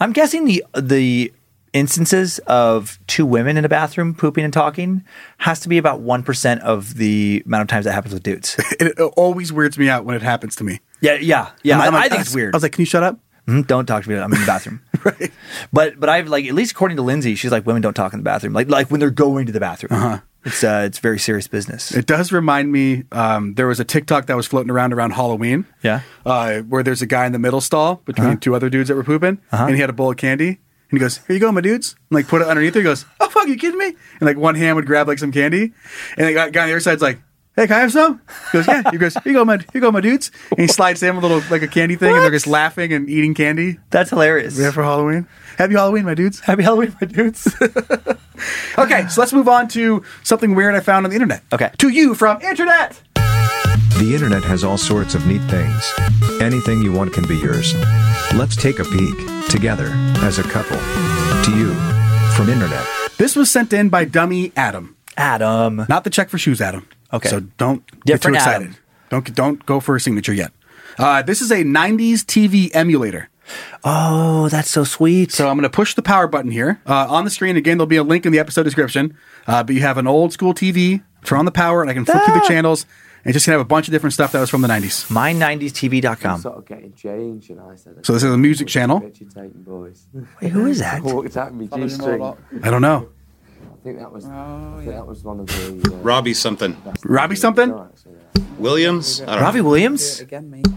[SPEAKER 3] I'm guessing the the instances of two women in a bathroom pooping and talking has to be about one percent of the amount of times that happens with dudes.
[SPEAKER 2] it always weirds me out when it happens to me.
[SPEAKER 3] Yeah, yeah, yeah.
[SPEAKER 2] I'm
[SPEAKER 3] i
[SPEAKER 2] like- I'm
[SPEAKER 3] I
[SPEAKER 2] like-
[SPEAKER 3] think it's weird.
[SPEAKER 2] I was like, can you shut up?
[SPEAKER 3] Mhm, don't talk to me. I'm in the bathroom. right. But but I've like at least according to Lindsay, she's like women don't talk in the bathroom. Like like when they're going to the bathroom. Uh-huh. It's uh it's very serious business.
[SPEAKER 2] It does remind me. Um, there was a TikTok that was floating around around Halloween.
[SPEAKER 3] Yeah.
[SPEAKER 2] Uh, where there's a guy in the middle stall between
[SPEAKER 3] Uh-huh.
[SPEAKER 2] two other dudes that were pooping,
[SPEAKER 3] Uh-huh.
[SPEAKER 2] and he had a bowl of candy, and he goes, "Here you go, my dudes." And like put it underneath. There, he goes, "Oh fuck, you kidding me?" And like one hand would grab like some candy, and the guy guy on the other side's like. Hey, can I have some? He goes, yeah. He goes, here you go, my, here you go, my dudes. And he slides him a little like a candy thing, and they're just laughing and eating candy.
[SPEAKER 3] That's hilarious.
[SPEAKER 2] Yeah, for Halloween. Happy Halloween, my dudes.
[SPEAKER 3] Happy Halloween, my dudes.
[SPEAKER 2] okay, so let's move on to something weird I found on the internet. Okay. To you from internet.
[SPEAKER 21] The internet has all sorts of neat things. Anything you want can be yours. Let's take a peek, together, as a couple. To you, from internet.
[SPEAKER 2] This was sent in by Dummy Adam.
[SPEAKER 3] Adam,
[SPEAKER 2] not the check for shoes, Adam.
[SPEAKER 3] Okay.
[SPEAKER 2] so don't get too
[SPEAKER 3] Different
[SPEAKER 2] excited.
[SPEAKER 3] Adam.
[SPEAKER 2] Don't don't go for a signature yet. Uh, this is a '90s TV emulator.
[SPEAKER 3] Oh, that's so sweet.
[SPEAKER 2] So I'm going to push the power button here uh, on the screen. Again, there'll be a link in the episode description. Uh, but you have an old school TV. Turn on the power, and I can flip through the channels. And just gonna have a bunch of different stuff that was from the 90s.
[SPEAKER 3] My90stv.com.
[SPEAKER 1] Sort of getting changed, and I said,
[SPEAKER 2] So this is a music channel.
[SPEAKER 1] "Vegetating boys."
[SPEAKER 3] Wait, who is that?
[SPEAKER 1] Walked out in my
[SPEAKER 3] Father, you know
[SPEAKER 1] G-string.
[SPEAKER 3] about-
[SPEAKER 2] I don't know.
[SPEAKER 1] I think that was. I think that was one of the. Uh,
[SPEAKER 6] Robbie something.
[SPEAKER 2] Robbie something?
[SPEAKER 6] Williams? I don't
[SPEAKER 3] Robbie
[SPEAKER 6] know.
[SPEAKER 3] Williams?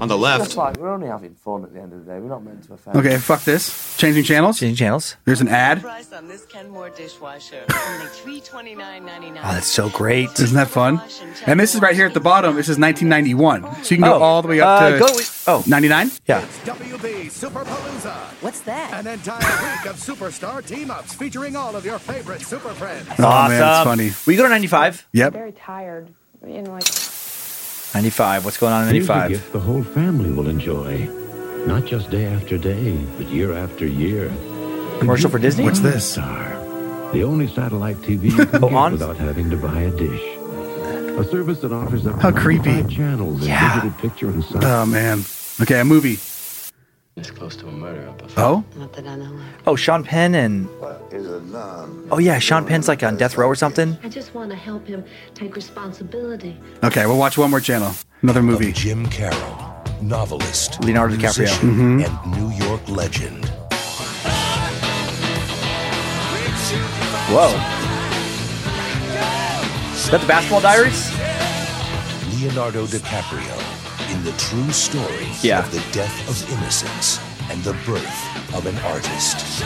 [SPEAKER 6] On the left.
[SPEAKER 1] That's like we're only having fun at the end of the day. We're not meant to offend.
[SPEAKER 2] Okay, fuck this. Changing channels. Changing
[SPEAKER 3] channels.
[SPEAKER 2] There's an ad.
[SPEAKER 22] Price on this Kenmore dishwasher only three twenty nine ninety nine.
[SPEAKER 2] Oh, that's so great. Isn't that fun? And this is right here at the bottom. This is 1991. So you can go
[SPEAKER 3] Oh,
[SPEAKER 2] all the way up
[SPEAKER 3] uh,
[SPEAKER 2] to
[SPEAKER 3] go with- oh.
[SPEAKER 2] 99?
[SPEAKER 3] Yeah.
[SPEAKER 23] WB Superpalooza.
[SPEAKER 22] What's that?
[SPEAKER 23] An entire week of superstar team ups featuring all of your favorite super friends.
[SPEAKER 2] Oh, man, it's funny.
[SPEAKER 3] We go to 95.
[SPEAKER 23] Very tired.
[SPEAKER 19] In like
[SPEAKER 3] 95. What's going on in
[SPEAKER 24] Here's a
[SPEAKER 3] 95?
[SPEAKER 24] gift the whole family will enjoy. Not just day after day, but year after year.
[SPEAKER 3] Commercial for Disney? What's this?
[SPEAKER 24] Star, the only satellite TV you
[SPEAKER 3] Oh,
[SPEAKER 24] can get without having to buy a dish. A service that offers up
[SPEAKER 2] How creepy.
[SPEAKER 24] 95 channels and digital picture and sound.
[SPEAKER 2] Oh, man. Okay, a movie.
[SPEAKER 24] It's close to a murder.
[SPEAKER 2] Oh?
[SPEAKER 22] Not that I know.
[SPEAKER 3] Oh, Sean Penn and. Oh, yeah, Sean Penn's like on death row or something.
[SPEAKER 22] I just want to help him take responsibility.
[SPEAKER 2] Okay, we'll watch one more channel. Another movie.
[SPEAKER 25] Jim Carroll, novelist,
[SPEAKER 2] Leonardo DiCaprio.
[SPEAKER 25] musician,
[SPEAKER 2] Mhm.
[SPEAKER 25] and New York legend.
[SPEAKER 3] Whoa. Is that the Basketball Diaries?
[SPEAKER 25] Leonardo DiCaprio in the true story
[SPEAKER 3] Yeah.
[SPEAKER 25] of the death of innocence and the birth of an artist.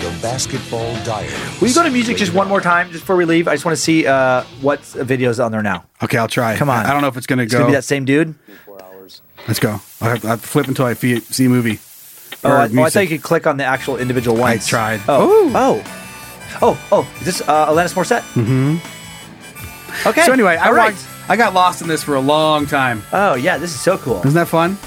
[SPEAKER 25] The Basketball Diaries.
[SPEAKER 3] Will you go to music just one more time, just before we leave? I just want to see uh, what videos on there now.
[SPEAKER 2] Okay, I'll try.
[SPEAKER 3] Come on.
[SPEAKER 2] I don't know if it's going to
[SPEAKER 3] It's gonna
[SPEAKER 2] go.
[SPEAKER 3] be that same dude.
[SPEAKER 2] Let's go. I'll have, I'll have to flip until I fee- see a movie.
[SPEAKER 3] Oh,
[SPEAKER 2] Or
[SPEAKER 3] I, oh, I
[SPEAKER 2] music.
[SPEAKER 3] thought you could click on the actual individual ones. I
[SPEAKER 2] tried.
[SPEAKER 3] Oh, oh, oh, oh! Is this uh, Alanis Morissette?
[SPEAKER 2] hmm
[SPEAKER 3] Okay.
[SPEAKER 2] Mm-hmm. So anyway, I
[SPEAKER 3] All right.
[SPEAKER 2] walked- I got lost in this for a long time.
[SPEAKER 3] Oh yeah, this is so cool.
[SPEAKER 2] Isn't that fun?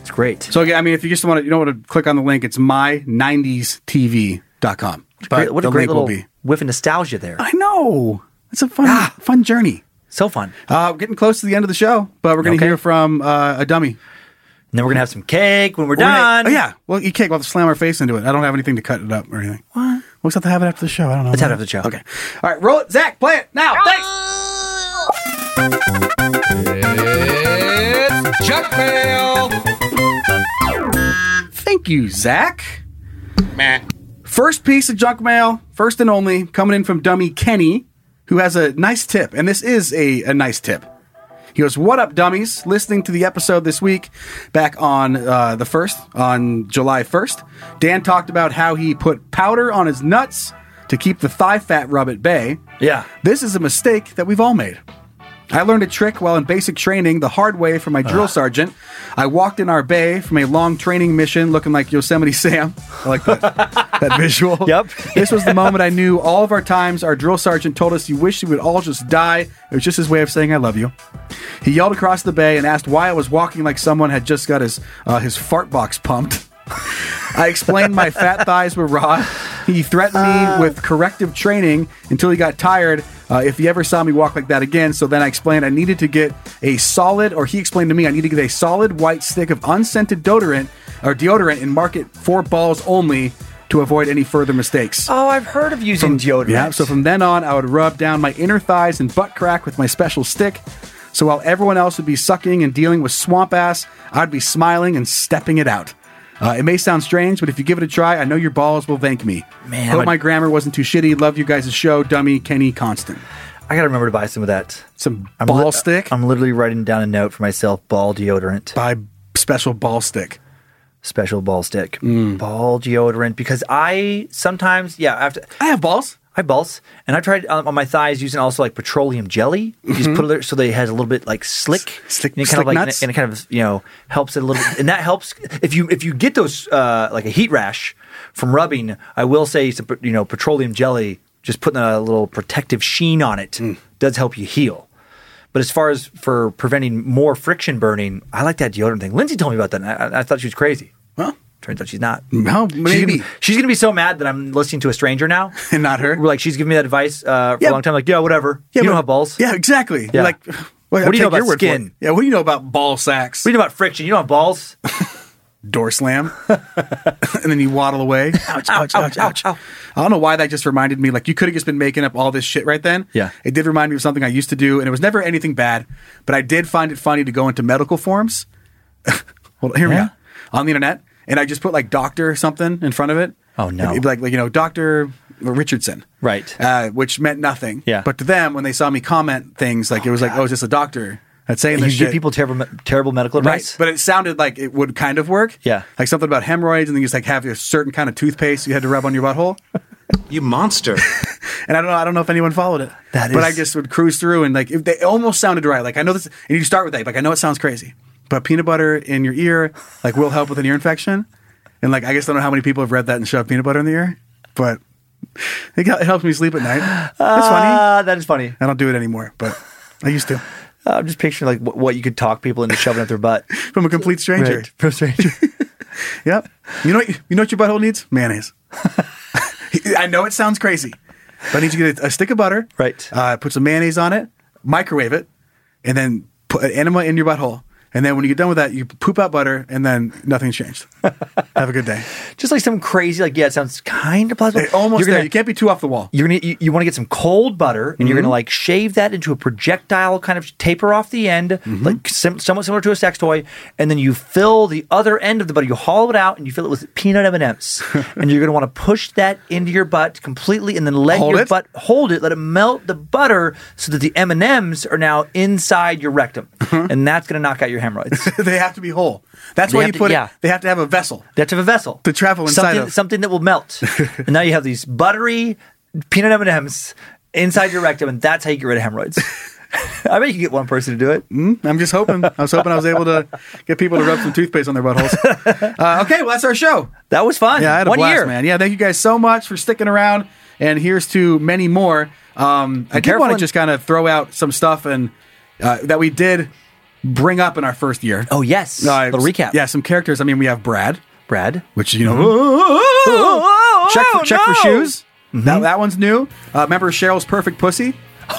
[SPEAKER 3] It's great.
[SPEAKER 2] So again, I mean, if you just want to, you don't want to click on the link. It's my90stv.com. But
[SPEAKER 3] Great- what a
[SPEAKER 2] the
[SPEAKER 3] great
[SPEAKER 2] link will
[SPEAKER 3] little
[SPEAKER 2] be. Ah.
[SPEAKER 3] whiff of nostalgia there.
[SPEAKER 2] I know. It's a fun, fun journey.
[SPEAKER 3] So fun.
[SPEAKER 2] Uh, we're getting close to the end of the show, but we're going to hear from uh, a dummy.
[SPEAKER 3] And then we're gonna have some cake when we're
[SPEAKER 2] gonna-
[SPEAKER 3] done.
[SPEAKER 2] oh, yeah. Well, you can't. We'll have to slam our face into it. I don't have anything to cut it up or anything.
[SPEAKER 3] What?
[SPEAKER 2] We'll just have to have it after the show. I don't know.
[SPEAKER 3] Let's have it
[SPEAKER 2] man.
[SPEAKER 3] after the show.
[SPEAKER 2] Mm-hmm. Okay. All right. Roll it. Ah. Zach, play it now. Thanks.
[SPEAKER 20] It's Chuck Mail.
[SPEAKER 2] Thank you, Zach. First piece of junk mail, first and only, coming in from dummy Kenny, who has a nice tip, and this is a, a nice tip. He goes, What up, dummies? Listening to the episode this week, back on uh, the 1st, on July 1st, Dan talked about how he put powder on his nuts to keep the thigh fat rub at bay.
[SPEAKER 3] Yeah.
[SPEAKER 2] This is a mistake that we've all made. I learned a trick while in basic training the hard way from my drill sergeant. I walked in our bay from a long training mission looking like Yosemite Sam. I like that, that visual. Yep. this was the moment I knew all of our times our drill sergeant told us he wished we would all just die. It was just his way of saying, I love you. He yelled across the bay and asked why I was walking like someone had just got his, uh, his fart box pumped. I explained my fat thighs were raw. He threatened me with corrective training until he got tired. Uh, if he ever saw me walk like that again, so then I explained I needed to get a solid, or he explained to me I need to get a solid white stick of unscented deodorant or deodorant and mark it four balls only to avoid any further mistakes.
[SPEAKER 3] Oh, I've heard of using deodorant.
[SPEAKER 2] Yeah, so from then on, I would rub down my inner thighs and butt crack with my special stick. So while everyone else would be sucking and dealing with swamp ass, I'd be smiling and stepping it out. Uh, it may sound strange, but if you give it a try, I know your balls will thank me.
[SPEAKER 3] Man,
[SPEAKER 2] hope
[SPEAKER 3] I'm a-
[SPEAKER 2] my grammar wasn't too shitty. Love you guys' show, dummy Kenny Constant.
[SPEAKER 3] I gotta remember to buy some of that.
[SPEAKER 2] Some
[SPEAKER 3] I'm
[SPEAKER 2] ball stick?
[SPEAKER 3] I'm literally writing down a note for myself. Ball deodorant.
[SPEAKER 2] Buy special ball stick.
[SPEAKER 3] Special ball stick.
[SPEAKER 2] Mm.
[SPEAKER 3] Ball deodorant because I sometimes yeah after
[SPEAKER 2] I have balls.
[SPEAKER 3] I have balls and I've tried um, on my thighs using also like petroleum jelly. You just put it so that it has a little bit like slick, slick, and it kind
[SPEAKER 2] Mm-hmm. slick
[SPEAKER 3] of like
[SPEAKER 2] nuts?
[SPEAKER 3] And, it, kind of you know helps it a little bit, and that helps if you if you get those uh, like a heat rash from rubbing. I will say some, you know petroleum jelly, just putting a little protective sheen on it
[SPEAKER 2] Mm.
[SPEAKER 3] does help you heal. But as far as for preventing more friction burning, I like that deodorant thing. Lindsay told me about that. And I, I thought she was crazy.
[SPEAKER 2] Well,
[SPEAKER 3] turns out she's not.
[SPEAKER 2] No,
[SPEAKER 3] She's
[SPEAKER 2] maybe.
[SPEAKER 3] gonna, she's gonna be so mad that I'm listening to a stranger now,
[SPEAKER 2] and not her.
[SPEAKER 3] We're like, she's giving me that advice uh, for a long time. Like, yeah, whatever.
[SPEAKER 2] Yeah,
[SPEAKER 3] you
[SPEAKER 2] but-
[SPEAKER 3] don't have balls.
[SPEAKER 2] Yeah, exactly.
[SPEAKER 3] Yeah.
[SPEAKER 2] You're like,
[SPEAKER 3] What do you know about
[SPEAKER 2] your word for it.
[SPEAKER 3] skin?
[SPEAKER 2] Yeah, what do you know about ball sacks?
[SPEAKER 3] What do you know about friction? You don't have balls.
[SPEAKER 2] door slam, and then you waddle away. Ouch, ouch, ouch, ouch, I don't know why that just reminded me. Like you could have just been making up all this shit right then.
[SPEAKER 3] Yeah.
[SPEAKER 2] it did remind me of something I used to do, and it was never anything bad. But I did find it funny to go into medical forms. Hold on, hear me out. On the internet, and I just put like doctor or something in front of it.
[SPEAKER 3] Oh, no.
[SPEAKER 2] It'd be Like, like you know, Doctor Richardson.
[SPEAKER 3] Right.
[SPEAKER 2] Uh, which meant nothing.
[SPEAKER 3] Yeah.
[SPEAKER 2] But to them, when they saw me comment things, like it was like, oh, is this a doctor? That's saying
[SPEAKER 3] You
[SPEAKER 2] this
[SPEAKER 3] give
[SPEAKER 2] shit.
[SPEAKER 3] people terrible, terrible medical advice.
[SPEAKER 2] Right, but it sounded like it would kind of work.
[SPEAKER 3] Yeah.
[SPEAKER 2] like something about hemorrhoids, and then you just like have a certain kind of toothpaste you had to rub on your butthole.
[SPEAKER 6] You monster!
[SPEAKER 2] and I don't know. I don't know if anyone followed it.
[SPEAKER 3] That
[SPEAKER 2] but
[SPEAKER 3] is-
[SPEAKER 2] I just would cruise through, and like if they almost sounded right. Like I know this, and you start with that. Like I know it sounds crazy, but peanut butter in your ear like will help with an ear infection. And like I guess I don't know how many people have read that and shoved peanut butter in the ear, but it, hel- it helps me sleep at night. That's
[SPEAKER 3] funny. Uh, That is funny.
[SPEAKER 2] I don't do it anymore, but I used to.
[SPEAKER 3] Uh, I'm just picturing like what, what you could talk people into shoving up their butt
[SPEAKER 2] from a complete stranger.
[SPEAKER 3] Right. From a stranger.
[SPEAKER 2] yep. You know what, you know what your butthole needs? Mayonnaise. I know it sounds crazy, but I need you to get a, a stick of butter.
[SPEAKER 3] Right.
[SPEAKER 2] Uh, put some mayonnaise on it, microwave it, and then put an enema in your butthole. And then when you get done with that, you poop out butter, and then nothing's changed. Have a good day.
[SPEAKER 3] Just like some crazy, like yeah, it sounds kind of plausible.
[SPEAKER 2] Hey, almost
[SPEAKER 3] You're
[SPEAKER 2] there.
[SPEAKER 3] gonna-
[SPEAKER 2] You can't be too off the wall.
[SPEAKER 3] You're gonna you, you want to get some cold butter, and you're
[SPEAKER 2] Mhm.
[SPEAKER 3] gonna like shave that into a projectile, kind of taper off the end,
[SPEAKER 2] Mm-hmm.
[SPEAKER 3] like sim- somewhat similar to a sex toy, and then you fill the other end of the butter. You hollow it out, and you fill it with peanut M and M's, and you're gonna want to push that into your butt completely, and then let
[SPEAKER 2] Hold
[SPEAKER 3] your
[SPEAKER 2] it?
[SPEAKER 3] butt hold it, let it melt the butter, so that the M and M's are now inside your rectum,
[SPEAKER 2] Uh-huh.
[SPEAKER 3] and that's gonna knock out your hemorrhoids.
[SPEAKER 2] they have to be whole. That's
[SPEAKER 3] They
[SPEAKER 2] why
[SPEAKER 3] have
[SPEAKER 2] you
[SPEAKER 3] to-
[SPEAKER 2] put
[SPEAKER 3] yeah.
[SPEAKER 2] it. They have to have a vessel.
[SPEAKER 3] They have to have a vessel
[SPEAKER 2] to travel inside
[SPEAKER 3] something,
[SPEAKER 2] of.
[SPEAKER 3] something that will melt. and now you have these buttery peanut M and M's inside your rectum, and that's how you get rid of hemorrhoids. I bet you can get one person to do it.
[SPEAKER 2] Mm, I'm just hoping. I was hoping I was able to get people to rub some toothpaste on their buttholes. Uh, okay, well that's our show.
[SPEAKER 3] That was fun.
[SPEAKER 2] Yeah, I had a
[SPEAKER 3] One
[SPEAKER 2] blast,
[SPEAKER 3] year.
[SPEAKER 2] man. Yeah, thank you guys so much for sticking around. And here's to many more. Um, I did
[SPEAKER 3] careful
[SPEAKER 2] want to
[SPEAKER 3] and-
[SPEAKER 2] just kind of throw out some stuff and uh, that we did bring up in our first year.
[SPEAKER 3] Oh yes,
[SPEAKER 2] uh,
[SPEAKER 3] Little recap.
[SPEAKER 2] Yeah, some characters. I mean, we have Brad,
[SPEAKER 3] Brad,
[SPEAKER 2] which you know,
[SPEAKER 3] Oh,
[SPEAKER 2] check for, check for
[SPEAKER 3] no. Mm-hmm.
[SPEAKER 2] shoes. That, that one's new. Uh, remember Cheryl's perfect pussy.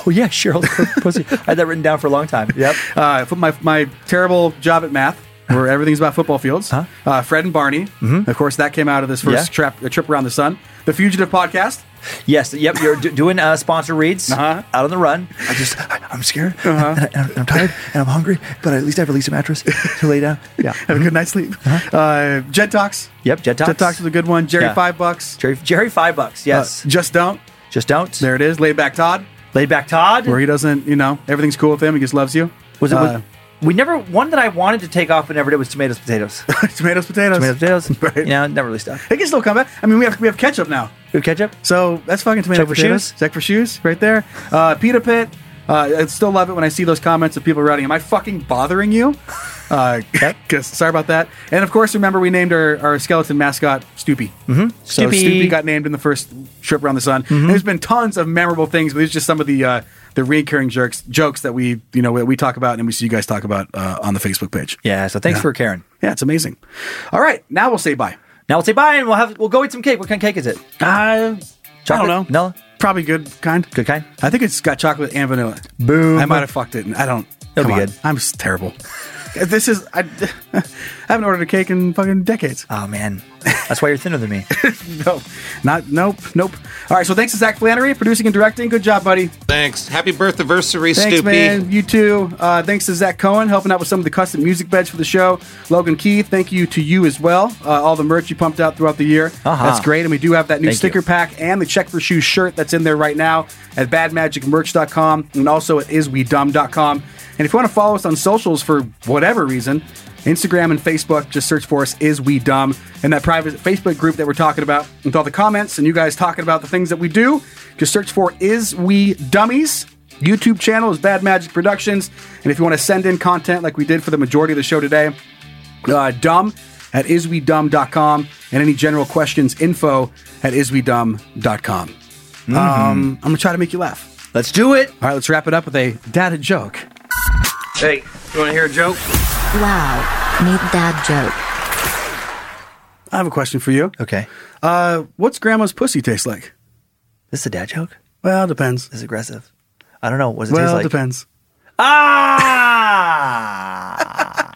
[SPEAKER 3] Oh yeah, Cheryl's per- pussy. I had that written down for a long time. Yep.
[SPEAKER 2] Uh, fo- my my terrible job at math, where everything's about football fields. Uh, Fred and Barney, of course, that came out of this
[SPEAKER 3] Mm-hmm.
[SPEAKER 2] first
[SPEAKER 3] Yeah.
[SPEAKER 2] trap, uh, trip around the sun. The Fugitive podcast.
[SPEAKER 3] Yes. Yep. You're do- doing uh, sponsor reads out on the run. Uh-huh. I just I, I'm scared and, I, and I'm tired and I'm hungry, but at least I have released a mattress to lay down. Yeah.
[SPEAKER 2] Have a good night's sleep. uh Jed Talks.
[SPEAKER 3] Uh-huh. Yep. Jet talks.
[SPEAKER 2] Jed Talks is a good one. Jerry
[SPEAKER 3] Yeah.
[SPEAKER 2] Five Bucks.
[SPEAKER 3] Jerry, Jerry five bucks. Yes.
[SPEAKER 2] Uh, Just Don't.
[SPEAKER 3] Just don't.
[SPEAKER 2] There it is. Laid Back Todd,
[SPEAKER 3] Laid back Todd.
[SPEAKER 2] where he doesn't, you know, everything's cool with him. He just loves you.
[SPEAKER 3] Was it? was-
[SPEAKER 2] Uh,
[SPEAKER 3] we never one that I wanted to take off, but never did was tomatoes, potatoes,
[SPEAKER 2] tomatoes, potatoes.
[SPEAKER 3] tomatoes, potatoes. right. You know, never really stuck.
[SPEAKER 2] It can still come back. I mean, we have we have ketchup now.
[SPEAKER 3] Good ketchup.
[SPEAKER 2] So that's fucking tomato
[SPEAKER 3] Check for
[SPEAKER 2] potatoes. Check for shoes, right there. Uh, Pita Pit. Uh, I still love it when I see those comments of people writing, "Am I fucking bothering you?" Because sorry about that. And of course, remember we named our, our skeleton mascot Stoopy. Mm-hmm. So
[SPEAKER 3] Stoopy. Mm-hmm.
[SPEAKER 2] Stoopy. got named in the first trip around the sun. There's been tons of memorable things, but these are just some of the uh, the reoccurring jerks jokes that we you know we, we talk about and we see you guys talk about uh, on the Facebook page.
[SPEAKER 3] Yeah. So thanks
[SPEAKER 2] Yeah.
[SPEAKER 3] for Karen.
[SPEAKER 2] Yeah, it's amazing. All right, now we'll say bye.
[SPEAKER 3] Now we'll say bye, and we'll have we'll go eat some cake. What kind of cake is it?
[SPEAKER 2] Uh, I don't know.
[SPEAKER 3] Vanilla.
[SPEAKER 2] Probably good kind.
[SPEAKER 3] Good kind.
[SPEAKER 2] I think it's got chocolate and vanilla.
[SPEAKER 3] Boom.
[SPEAKER 2] I might have fucked it. and I don't.
[SPEAKER 3] That'll
[SPEAKER 2] come
[SPEAKER 3] be
[SPEAKER 2] on.
[SPEAKER 3] good.
[SPEAKER 2] I'm just terrible. this is. I, I haven't ordered a cake in fucking decades.
[SPEAKER 3] Oh man, that's why you're thinner than me.
[SPEAKER 2] No, not. Nope. Nope. All right. So thanks to Zach Flannery, producing and directing. Good job, buddy.
[SPEAKER 6] Thanks. Happy birth anniversary,
[SPEAKER 2] Thanks,
[SPEAKER 6] Stoopy.
[SPEAKER 2] man. You too. Uh, thanks to Zach Cohen helping out with some of the custom music beds for the show. Logan Keith, thank you to you as well. Uh, all the merch you pumped out throughout the year.
[SPEAKER 3] Uh-huh.
[SPEAKER 2] That's great. And we do have that new
[SPEAKER 3] Thank
[SPEAKER 2] sticker
[SPEAKER 3] you.
[SPEAKER 2] pack and the Check for Shoes shirt that's in there right now at badmagicmerch.com and also at iswedumb.com. And if you want to follow us on socials for whatever reason, Instagram and Facebook, just search for us, Is We Dumb? And that private Facebook group that we're talking about, with all the comments and you guys talking about the things that we do, just search for Is We Dummies. YouTube channel is Bad Magic Productions. And if you want to send in content like we did for the majority of the show today, uh, dumb at iswedumb.com and any general questions info at iswedumb.com. Um, I'm going to try to make you laugh.
[SPEAKER 3] Let's do it.
[SPEAKER 2] All right, let's wrap it up with a data joke.
[SPEAKER 3] Hey, you want to hear a joke?
[SPEAKER 4] Wow, need that joke.
[SPEAKER 2] I have a question for you.
[SPEAKER 3] Okay.
[SPEAKER 2] Uh, what's grandma's pussy taste like?
[SPEAKER 3] This is a dad joke.
[SPEAKER 2] Well, it depends.
[SPEAKER 3] This is aggressive. I don't know. What does it
[SPEAKER 2] well,
[SPEAKER 3] taste
[SPEAKER 2] it
[SPEAKER 3] like?
[SPEAKER 2] depends.
[SPEAKER 3] Ah.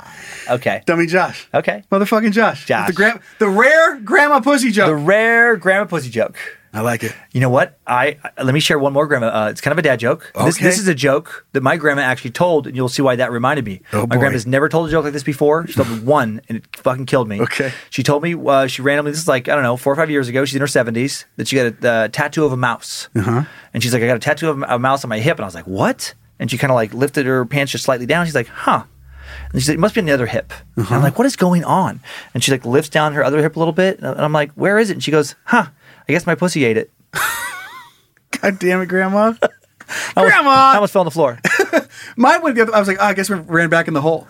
[SPEAKER 3] Okay.
[SPEAKER 2] Dummy Josh.
[SPEAKER 3] Okay.
[SPEAKER 2] Motherfucking Josh.
[SPEAKER 3] Josh.
[SPEAKER 2] The, gra- the rare grandma pussy joke.
[SPEAKER 3] The rare grandma pussy joke.
[SPEAKER 2] I like it.
[SPEAKER 3] You know what? I, I- let me share one more grandma. Uh, it's kind of a dad joke. This,
[SPEAKER 2] Okay.
[SPEAKER 3] this is a joke that my grandma actually told, and you'll see why that reminded me.
[SPEAKER 2] Oh,
[SPEAKER 3] my
[SPEAKER 2] boy.
[SPEAKER 3] grandma's never told a joke like this before. She told me one, and it fucking killed me.
[SPEAKER 2] Okay.
[SPEAKER 3] She told me uh, she randomly. This is like I don't know, four or five years ago. She's in her seventies. That she got a uh, tattoo of a mouse.
[SPEAKER 2] Uh-huh.
[SPEAKER 3] And she's like, I got a tattoo of a mouse on my hip. And I was like, what? And she kind of like lifted her pants just slightly down. She's like, huh. And she's like, it must be on the other hip. And
[SPEAKER 2] Uh-huh.
[SPEAKER 3] I'm like, what is going on? And she like lifts down her other hip a little bit. And I'm like, where is it? And she goes, huh, I guess my pussy ate it.
[SPEAKER 2] God damn it, grandma.
[SPEAKER 3] I almost-
[SPEAKER 2] grandma.
[SPEAKER 3] I almost fell on the floor.
[SPEAKER 2] Mine went the other. I was like, oh, I guess we ran back in the hole.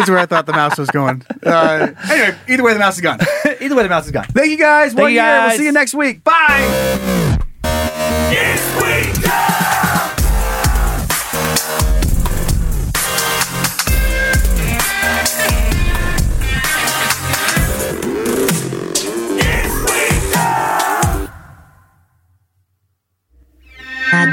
[SPEAKER 2] is where I thought the mouse was going. Uh, anyway, either way, the mouse is gone.
[SPEAKER 3] either way, the mouse is gone.
[SPEAKER 2] Thank you guys.
[SPEAKER 3] Thank
[SPEAKER 2] One
[SPEAKER 3] you
[SPEAKER 2] year. We'll
[SPEAKER 3] guys.
[SPEAKER 2] see you next week. Bye.
[SPEAKER 4] Mad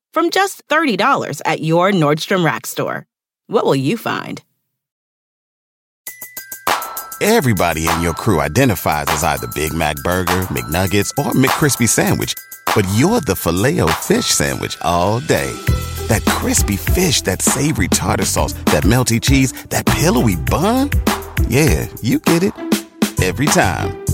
[SPEAKER 10] from just $30 at your Nordstrom Rack store. What will you find?
[SPEAKER 11] Everybody in your crew identifies as either Big Mac Burger, McNuggets, or McCrispy Sandwich. But you're the filet fish Sandwich all day. That crispy fish, that savory tartar sauce, that melty cheese, that pillowy bun. Yeah, you get it. Every time.